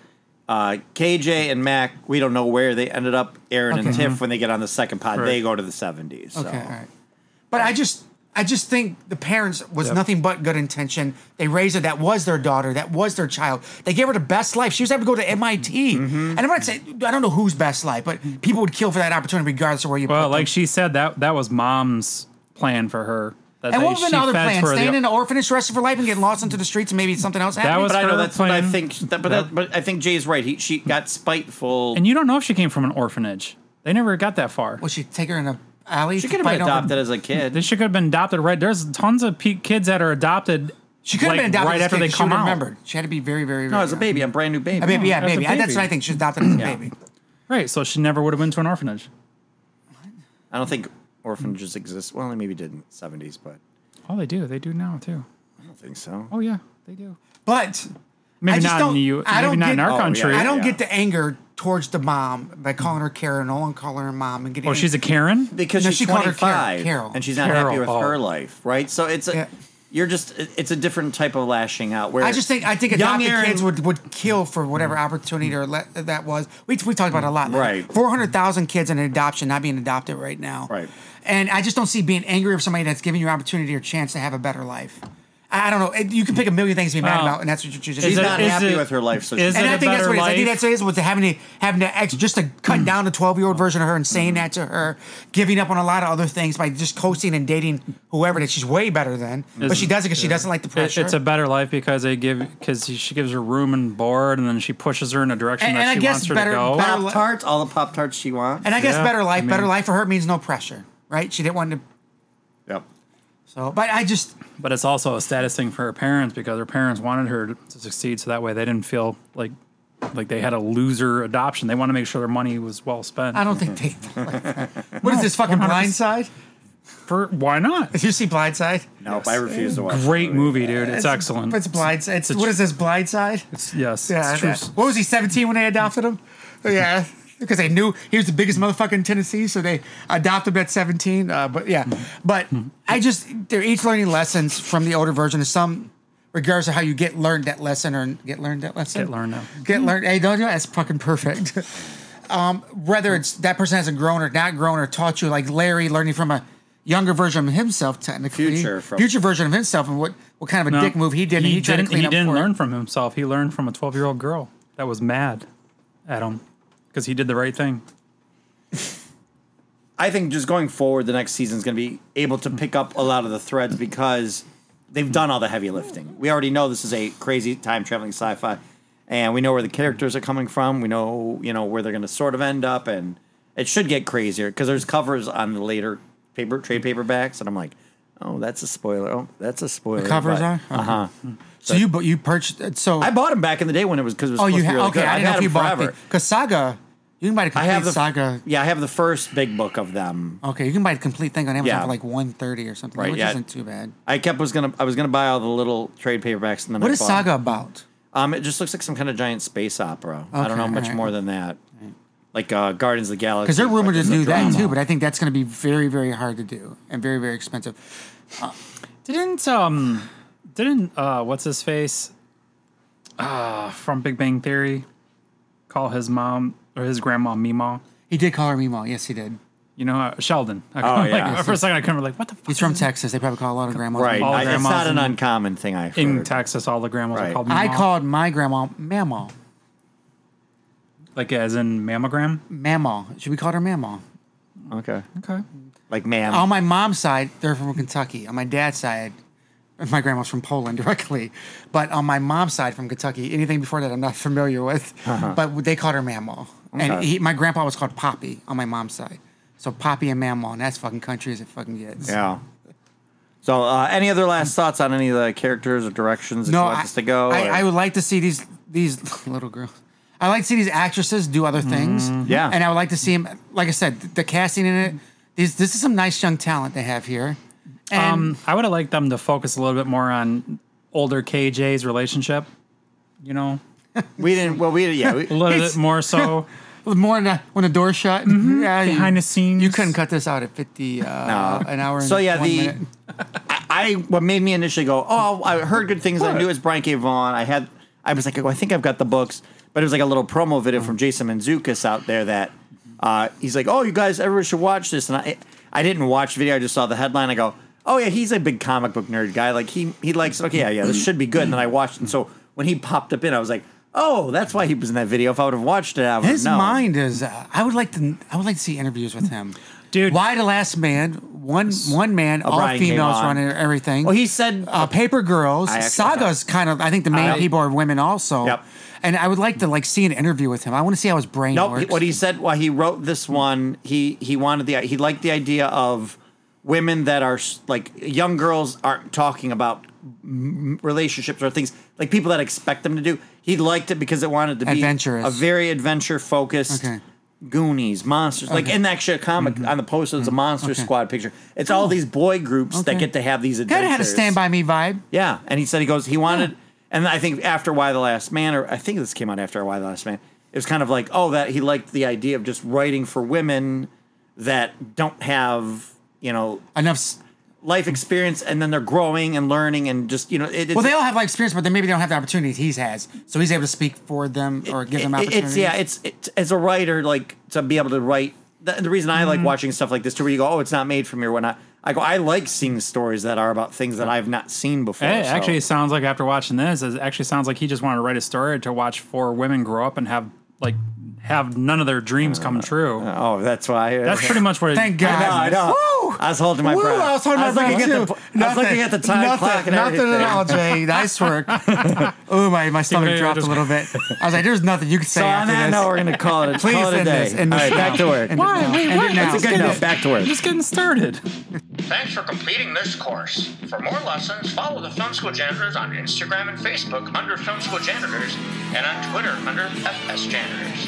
[SPEAKER 3] Uh, KJ and Mac, we don't know where they ended up. Aaron and
[SPEAKER 5] Okay. Mm-hmm.
[SPEAKER 3] Tiff, when they get on the second pod,
[SPEAKER 4] Right.
[SPEAKER 3] they go to the seventies. So.
[SPEAKER 5] Okay, all right. But I just I just think the parents was nothing but good intention. They raised her. That was their daughter. That was their child. They gave her the best life. She was able to go to MIT.
[SPEAKER 3] Mm-hmm.
[SPEAKER 5] And I'm not saying I don't know whose best life, but people would kill for that opportunity regardless of where you. put
[SPEAKER 4] Well,
[SPEAKER 5] them.
[SPEAKER 4] like she said, that that was mom's plan for her. That
[SPEAKER 5] and
[SPEAKER 4] they-
[SPEAKER 5] what was
[SPEAKER 4] she
[SPEAKER 5] another
[SPEAKER 4] fed
[SPEAKER 5] plan?
[SPEAKER 4] for the-
[SPEAKER 5] Staying in an orphanage the rest of her life and getting lost into the streets and maybe something else. happened?
[SPEAKER 4] was
[SPEAKER 3] But I know
[SPEAKER 4] her
[SPEAKER 3] that's what I
[SPEAKER 4] plan.
[SPEAKER 3] think. That, but that, but I think Jay's right. He she got spiteful.
[SPEAKER 4] and you don't know if she came from an orphanage. They never got that far.
[SPEAKER 5] Well, she take her in a alley.
[SPEAKER 3] She
[SPEAKER 5] to
[SPEAKER 3] could have
[SPEAKER 5] fight
[SPEAKER 3] been
[SPEAKER 5] over-
[SPEAKER 3] adopted as a kid.
[SPEAKER 4] This should have been adopted right. There's tons of pe- kids that are adopted.
[SPEAKER 5] She could have
[SPEAKER 4] like,
[SPEAKER 5] been adopted
[SPEAKER 4] right
[SPEAKER 5] as a
[SPEAKER 4] after
[SPEAKER 5] kid,
[SPEAKER 4] they
[SPEAKER 5] 'cause she
[SPEAKER 4] come
[SPEAKER 5] would've
[SPEAKER 4] out.
[SPEAKER 5] Remembered, she had to be very, very.
[SPEAKER 3] no,
[SPEAKER 5] very
[SPEAKER 3] as a
[SPEAKER 5] young.
[SPEAKER 3] baby, a brand new baby.
[SPEAKER 5] A baby, yeah,
[SPEAKER 4] as a
[SPEAKER 5] baby. I- That's
[SPEAKER 4] baby.
[SPEAKER 5] what I think. She was adopted as a baby.
[SPEAKER 4] Right, so she never would have went to an orphanage.
[SPEAKER 3] I don't think orphanages exist. Well, they maybe did in the 70s, but
[SPEAKER 4] Oh, they do. They do now too.
[SPEAKER 3] I don't think so.
[SPEAKER 4] Oh yeah, they do.
[SPEAKER 5] But I
[SPEAKER 4] Maybe
[SPEAKER 5] just
[SPEAKER 4] not
[SPEAKER 5] don't-
[SPEAKER 4] in the U.
[SPEAKER 5] I
[SPEAKER 4] Maybe
[SPEAKER 5] don't
[SPEAKER 4] not
[SPEAKER 5] get-
[SPEAKER 4] in our
[SPEAKER 5] Oh, yeah.
[SPEAKER 4] country.
[SPEAKER 5] I don't
[SPEAKER 3] Yeah.
[SPEAKER 5] get the anger towards the mom by calling her Karen, no one calling her mom, and getting.
[SPEAKER 4] Oh, she's a Karen.
[SPEAKER 3] because
[SPEAKER 5] No,
[SPEAKER 3] she's
[SPEAKER 5] she called her Carol-
[SPEAKER 3] 25
[SPEAKER 5] Carol.
[SPEAKER 3] and she's not
[SPEAKER 4] Carol,
[SPEAKER 3] happy with
[SPEAKER 4] oh.
[SPEAKER 3] her life, right? So it's a
[SPEAKER 5] Yeah.
[SPEAKER 3] you're just it- it's a different type of lashing out. Where
[SPEAKER 5] I just think I think
[SPEAKER 3] young
[SPEAKER 5] adopted
[SPEAKER 3] Aaron-
[SPEAKER 5] kids would, would kill for whatever opportunity or let, that was. We we talked about it a lot.
[SPEAKER 3] Right.
[SPEAKER 5] Four hundred thousand kids in adoption not being adopted right now.
[SPEAKER 3] Right.
[SPEAKER 5] And I just don't see being angry with somebody that's giving you an opportunity or chance to have a better life. I I don't know. It- You can pick a million things to be mad
[SPEAKER 4] Well,
[SPEAKER 5] about, and that's what you're choosing.
[SPEAKER 4] is
[SPEAKER 3] she's
[SPEAKER 4] it-
[SPEAKER 3] not
[SPEAKER 4] is
[SPEAKER 3] happy
[SPEAKER 4] it-
[SPEAKER 3] with her life. So
[SPEAKER 4] is
[SPEAKER 3] she's
[SPEAKER 5] and
[SPEAKER 4] it
[SPEAKER 5] I
[SPEAKER 4] a
[SPEAKER 5] think that's
[SPEAKER 4] better
[SPEAKER 5] what it is. I
[SPEAKER 4] life?
[SPEAKER 5] think
[SPEAKER 4] Hmm.
[SPEAKER 5] that's what it is with having to having to ex, just to cut down the twelve year old version of her and saying that to her, giving up on a lot of other things by just coasting and dating whoever that she's way better than, but
[SPEAKER 4] Is-
[SPEAKER 5] she does it because she doesn't like the
[SPEAKER 4] It-
[SPEAKER 5] pressure.
[SPEAKER 4] it's a better life because they give because she gives her room and board, and then she pushes her in a direction
[SPEAKER 5] And-
[SPEAKER 4] that
[SPEAKER 5] and I
[SPEAKER 4] she
[SPEAKER 5] guess
[SPEAKER 4] wants her
[SPEAKER 5] better-
[SPEAKER 4] to go.
[SPEAKER 5] better-
[SPEAKER 3] Pop tarts, all the Pop tarts she wants.
[SPEAKER 5] and I guess
[SPEAKER 4] Yeah,
[SPEAKER 5] better life,
[SPEAKER 4] I mean-
[SPEAKER 5] better life for her means no pressure, right? She didn't want to.
[SPEAKER 3] yep.
[SPEAKER 5] So, but I just
[SPEAKER 4] but it's also a status thing for her parents because her parents wanted her to to succeed, so that way they didn't feel like like they had a loser adoption. They want to make sure their money was well spent.
[SPEAKER 5] I don't think they. [laughs] what is this fucking
[SPEAKER 4] 100%.
[SPEAKER 5] Blindside?
[SPEAKER 4] For, why not?
[SPEAKER 5] Did you see Blindside?
[SPEAKER 3] Nope, I refuse to watch. that
[SPEAKER 4] Great movie, dude. It's, excellent.
[SPEAKER 5] It's Blindside. It's,
[SPEAKER 4] a
[SPEAKER 5] what
[SPEAKER 4] tr-
[SPEAKER 5] is this Blindside?
[SPEAKER 4] yes,
[SPEAKER 5] Yeah,
[SPEAKER 4] it's true.
[SPEAKER 5] that- what was he, 17 when they adopted him? Yeah, because they knew he was the biggest motherfucker in Tennessee, so they adopted him at 17. Uh, but yeah, but I just, they're each learning lessons from the older version of some, regardless of how you get learned that lesson or get learned that lesson.
[SPEAKER 4] Get learned now.
[SPEAKER 5] Get learned. Hey, don't do that. That's fucking perfect. Um, whether it's that person hasn't grown or not grown or taught you, like Larry learning from a younger version of himself, technically
[SPEAKER 3] Future from-
[SPEAKER 5] future version of himself, and what, what kind of a
[SPEAKER 4] No,
[SPEAKER 5] dick move he did. and he tried
[SPEAKER 4] didn't,
[SPEAKER 5] to clean
[SPEAKER 4] he
[SPEAKER 5] up
[SPEAKER 4] didn't
[SPEAKER 5] for it.
[SPEAKER 4] learn from himself. He learned from a 12 year old girl that was mad at him because he did the right thing.
[SPEAKER 3] I think just going forward, the next season is going to be able to pick up a lot of the threads because they've done all the heavy lifting. We already know this is a crazy time traveling sci-fi, and we know where the characters are coming from. We know you know where they're going to sort of end up, and it should get crazier because there's covers on the later paper trade paperbacks, and I'm like, oh, that's a spoiler. Oh, that's a spoiler.
[SPEAKER 5] covers
[SPEAKER 3] but-
[SPEAKER 5] are? Okay.
[SPEAKER 3] Uh-huh.
[SPEAKER 5] So you but you purchased uh, so
[SPEAKER 3] I bought them back in the day when it was because it was
[SPEAKER 5] oh you
[SPEAKER 3] supposed to
[SPEAKER 5] ha-
[SPEAKER 3] be really
[SPEAKER 5] okay
[SPEAKER 3] good.
[SPEAKER 5] I
[SPEAKER 3] I've
[SPEAKER 5] didn't know
[SPEAKER 3] had
[SPEAKER 5] if you
[SPEAKER 3] 'em
[SPEAKER 5] bought
[SPEAKER 3] forever.
[SPEAKER 5] because Saga you can buy the
[SPEAKER 3] I
[SPEAKER 5] complete
[SPEAKER 3] have the
[SPEAKER 5] Saga
[SPEAKER 3] Yeah, I have the first big book of them.
[SPEAKER 5] okay you can buy the complete thing on Amazon
[SPEAKER 3] Yeah.
[SPEAKER 5] for like one thirty or something
[SPEAKER 3] Right,
[SPEAKER 5] which
[SPEAKER 3] yeah.
[SPEAKER 5] isn't too bad.
[SPEAKER 3] I kept was gonna I was gonna buy all the little trade paperbacks and then
[SPEAKER 5] What
[SPEAKER 3] I
[SPEAKER 5] is
[SPEAKER 3] bought-
[SPEAKER 5] Saga about?
[SPEAKER 3] Um, it just looks like some kind of giant space opera. I
[SPEAKER 5] Okay,
[SPEAKER 3] don't know much
[SPEAKER 5] alright.
[SPEAKER 3] more than that. Like uh, Guardians of the Galaxy.
[SPEAKER 5] Because they're rumored
[SPEAKER 3] but
[SPEAKER 5] to
[SPEAKER 3] it's a
[SPEAKER 5] do that
[SPEAKER 3] drama.
[SPEAKER 5] too, but I think that's going to be very very hard to do and very very expensive.
[SPEAKER 4] Didn't, um, didn't, uh, what's his face? Uh, from Big Bang Theory call his mom or his grandma Mima.
[SPEAKER 5] He did call her Meemaw. Yes, he did.
[SPEAKER 4] You know, uh, Sheldon. I
[SPEAKER 3] Oh,
[SPEAKER 4] couldn't, [laughs]
[SPEAKER 3] yeah.
[SPEAKER 4] like, for a second, I couldn't like, what the fuck?
[SPEAKER 5] He's
[SPEAKER 4] is
[SPEAKER 5] from
[SPEAKER 4] his-
[SPEAKER 5] Texas. They probably call a lot of grandmas.
[SPEAKER 3] Right.
[SPEAKER 5] Meemaw.
[SPEAKER 4] All
[SPEAKER 3] I- it's
[SPEAKER 4] grandmas
[SPEAKER 3] not an
[SPEAKER 4] and-
[SPEAKER 3] uncommon thing I've heard.
[SPEAKER 4] In Texas, all the grandmas
[SPEAKER 3] Right.
[SPEAKER 4] are called Mima.
[SPEAKER 5] I called my grandma Mamaw.
[SPEAKER 4] like as in mammogram.
[SPEAKER 5] Mamaw. Should we call her Mamaw?
[SPEAKER 3] Okay.
[SPEAKER 4] Okay.
[SPEAKER 3] Like ma'am.
[SPEAKER 5] on my mom's side, they're from Kentucky. On my dad's side, my grandma's from Poland [laughs] directly. But on my mom's side, from Kentucky, anything before that I'm not familiar with. But they called her Mamma. And
[SPEAKER 3] Uh-huh. Okay.
[SPEAKER 5] he, my grandpa was called Poppy on my mom's side. So Poppy and Mamma, and that's fucking country as it fucking gets.
[SPEAKER 3] yeah. So, uh, any other last thoughts on any of the characters or directions that
[SPEAKER 5] No,
[SPEAKER 3] you want
[SPEAKER 5] I,
[SPEAKER 3] us to go?
[SPEAKER 5] I,
[SPEAKER 3] or-
[SPEAKER 5] I would like to see these these [laughs] little girls. I like to see these actresses do other things.
[SPEAKER 3] Mm-hmm. Yeah.
[SPEAKER 5] and I would like to see them. Like I said, the casting in it. These this is some nice young talent they have here. And
[SPEAKER 4] Um, I would have liked them to focus a little bit more on older KJ's relationship. You know,
[SPEAKER 3] we didn't. Well, we yeah. We,
[SPEAKER 4] a little bit more
[SPEAKER 5] [laughs]
[SPEAKER 4] so
[SPEAKER 5] More than a, when the door shut. Yeah, you-
[SPEAKER 4] behind the scenes.
[SPEAKER 5] You couldn't cut this out at fifty uh, an hour. And
[SPEAKER 3] So yeah,
[SPEAKER 5] one
[SPEAKER 3] the
[SPEAKER 5] minute.
[SPEAKER 3] [laughs] I, I what made me initially go, oh, I heard good things. I knew it was Brian K. Vaughan. I had, I was like, oh, I think I've got the books, but it was like a little promo video from Jason Manzukis out there that uh, he's like, oh, you guys, everyone should watch this, and I, I didn't watch the video. I just saw the headline. I go, oh yeah, he's a big comic book nerd guy. Like he he likes it. Okay, yeah, yeah, this should be good. And then I watched, and so when he popped up in, I was like. Oh, that's why he was in that video. If I would have watched it, I would have
[SPEAKER 5] his
[SPEAKER 3] known.
[SPEAKER 5] mind is. Uh, I would like to. I would like to see interviews with him.
[SPEAKER 4] Dude.
[SPEAKER 5] Why the last man? One one man, all
[SPEAKER 3] O'Brien came
[SPEAKER 5] females
[SPEAKER 3] on.
[SPEAKER 5] running everything.
[SPEAKER 3] Well, he said
[SPEAKER 5] uh, paper girls.
[SPEAKER 3] I actually
[SPEAKER 5] Saga's kind of. I think the main
[SPEAKER 3] I-
[SPEAKER 5] people are women also.
[SPEAKER 3] Yep.
[SPEAKER 5] And I would like to like see an interview with him. I want to see how his brain
[SPEAKER 3] Nope.
[SPEAKER 5] works. Hmm.
[SPEAKER 3] he- What he said while he wrote this one, he he wanted the he liked the idea of women that are s- like young girls aren't talking about m- relationships or things like people that expect them to do. He liked it because it wanted to be
[SPEAKER 5] Adventurous.
[SPEAKER 3] a very adventure focused.
[SPEAKER 5] Okay. Mm-hmm.
[SPEAKER 3] Goonies, monsters, like in that shit comic on the poster, it's a Monster
[SPEAKER 5] Okay. Oh.
[SPEAKER 3] Squad picture. It's all these boy groups that
[SPEAKER 5] Okay.
[SPEAKER 3] get to have these adventures.
[SPEAKER 5] kind of had a Stand By Me vibe.
[SPEAKER 3] Yeah, and he said he goes he wanted, and I think after Why the Last Man, or I think this came out after Why the Last Man, it was kind of like oh that he liked the idea of just writing for women that don't have you know
[SPEAKER 5] Enough. s-
[SPEAKER 3] life experience, and then they're growing and learning and just you know it, it's,
[SPEAKER 5] Well, they all have like experience, but then maybe they don't have the opportunities he has. So he's able to speak for them or give them
[SPEAKER 3] it-
[SPEAKER 5] opportunities.
[SPEAKER 3] it's yeah it's, it's as a writer like to be able to write. The, the reason I
[SPEAKER 5] Mm-hmm.
[SPEAKER 3] like watching stuff like this too, where you go oh it's not made for me or whatnot. I go I like seeing stories that are about things that I've not seen before.
[SPEAKER 4] Hey,
[SPEAKER 3] so-
[SPEAKER 4] actually, it sounds like after watching this, it actually sounds like he just wanted to write a story to watch four women grow up and have like have none of their dreams come true.
[SPEAKER 3] oh that's why
[SPEAKER 4] That's
[SPEAKER 3] [laughs]
[SPEAKER 4] pretty much what. it-
[SPEAKER 5] Thank God.
[SPEAKER 3] I know.
[SPEAKER 5] Woo!
[SPEAKER 3] I was holding my
[SPEAKER 5] Woo,
[SPEAKER 3] breath.
[SPEAKER 5] I was holding
[SPEAKER 3] I
[SPEAKER 5] my
[SPEAKER 3] was
[SPEAKER 5] breath
[SPEAKER 3] looking at
[SPEAKER 5] too.
[SPEAKER 3] the- I was looking at the time
[SPEAKER 5] nothing,
[SPEAKER 3] clock and
[SPEAKER 5] nothing
[SPEAKER 3] everything.
[SPEAKER 5] at all, Jay. Nice
[SPEAKER 3] [laughs]
[SPEAKER 5] work. oh my, my stomach
[SPEAKER 4] may
[SPEAKER 5] dropped
[SPEAKER 4] just-
[SPEAKER 5] a little bit. I was like, "There's nothing you can say
[SPEAKER 3] So on
[SPEAKER 5] after
[SPEAKER 3] that
[SPEAKER 5] this."
[SPEAKER 3] note, we're gonna call it a,
[SPEAKER 5] Please
[SPEAKER 3] call it a
[SPEAKER 5] end
[SPEAKER 3] day.
[SPEAKER 5] this, end
[SPEAKER 3] all
[SPEAKER 5] this
[SPEAKER 3] right,
[SPEAKER 5] now.
[SPEAKER 3] back to work.
[SPEAKER 5] End it
[SPEAKER 4] Why?
[SPEAKER 5] now.
[SPEAKER 4] Wait,
[SPEAKER 5] End it
[SPEAKER 4] wait,
[SPEAKER 5] now.
[SPEAKER 4] let's
[SPEAKER 3] It's a good
[SPEAKER 4] End
[SPEAKER 3] note.
[SPEAKER 4] it.
[SPEAKER 3] Back to work.
[SPEAKER 4] Just getting started.
[SPEAKER 1] Thanks for completing this course. For more lessons, follow the Film School Janitors on Instagram and Facebook under Film School Janitors and on Twitter under FS Janitors.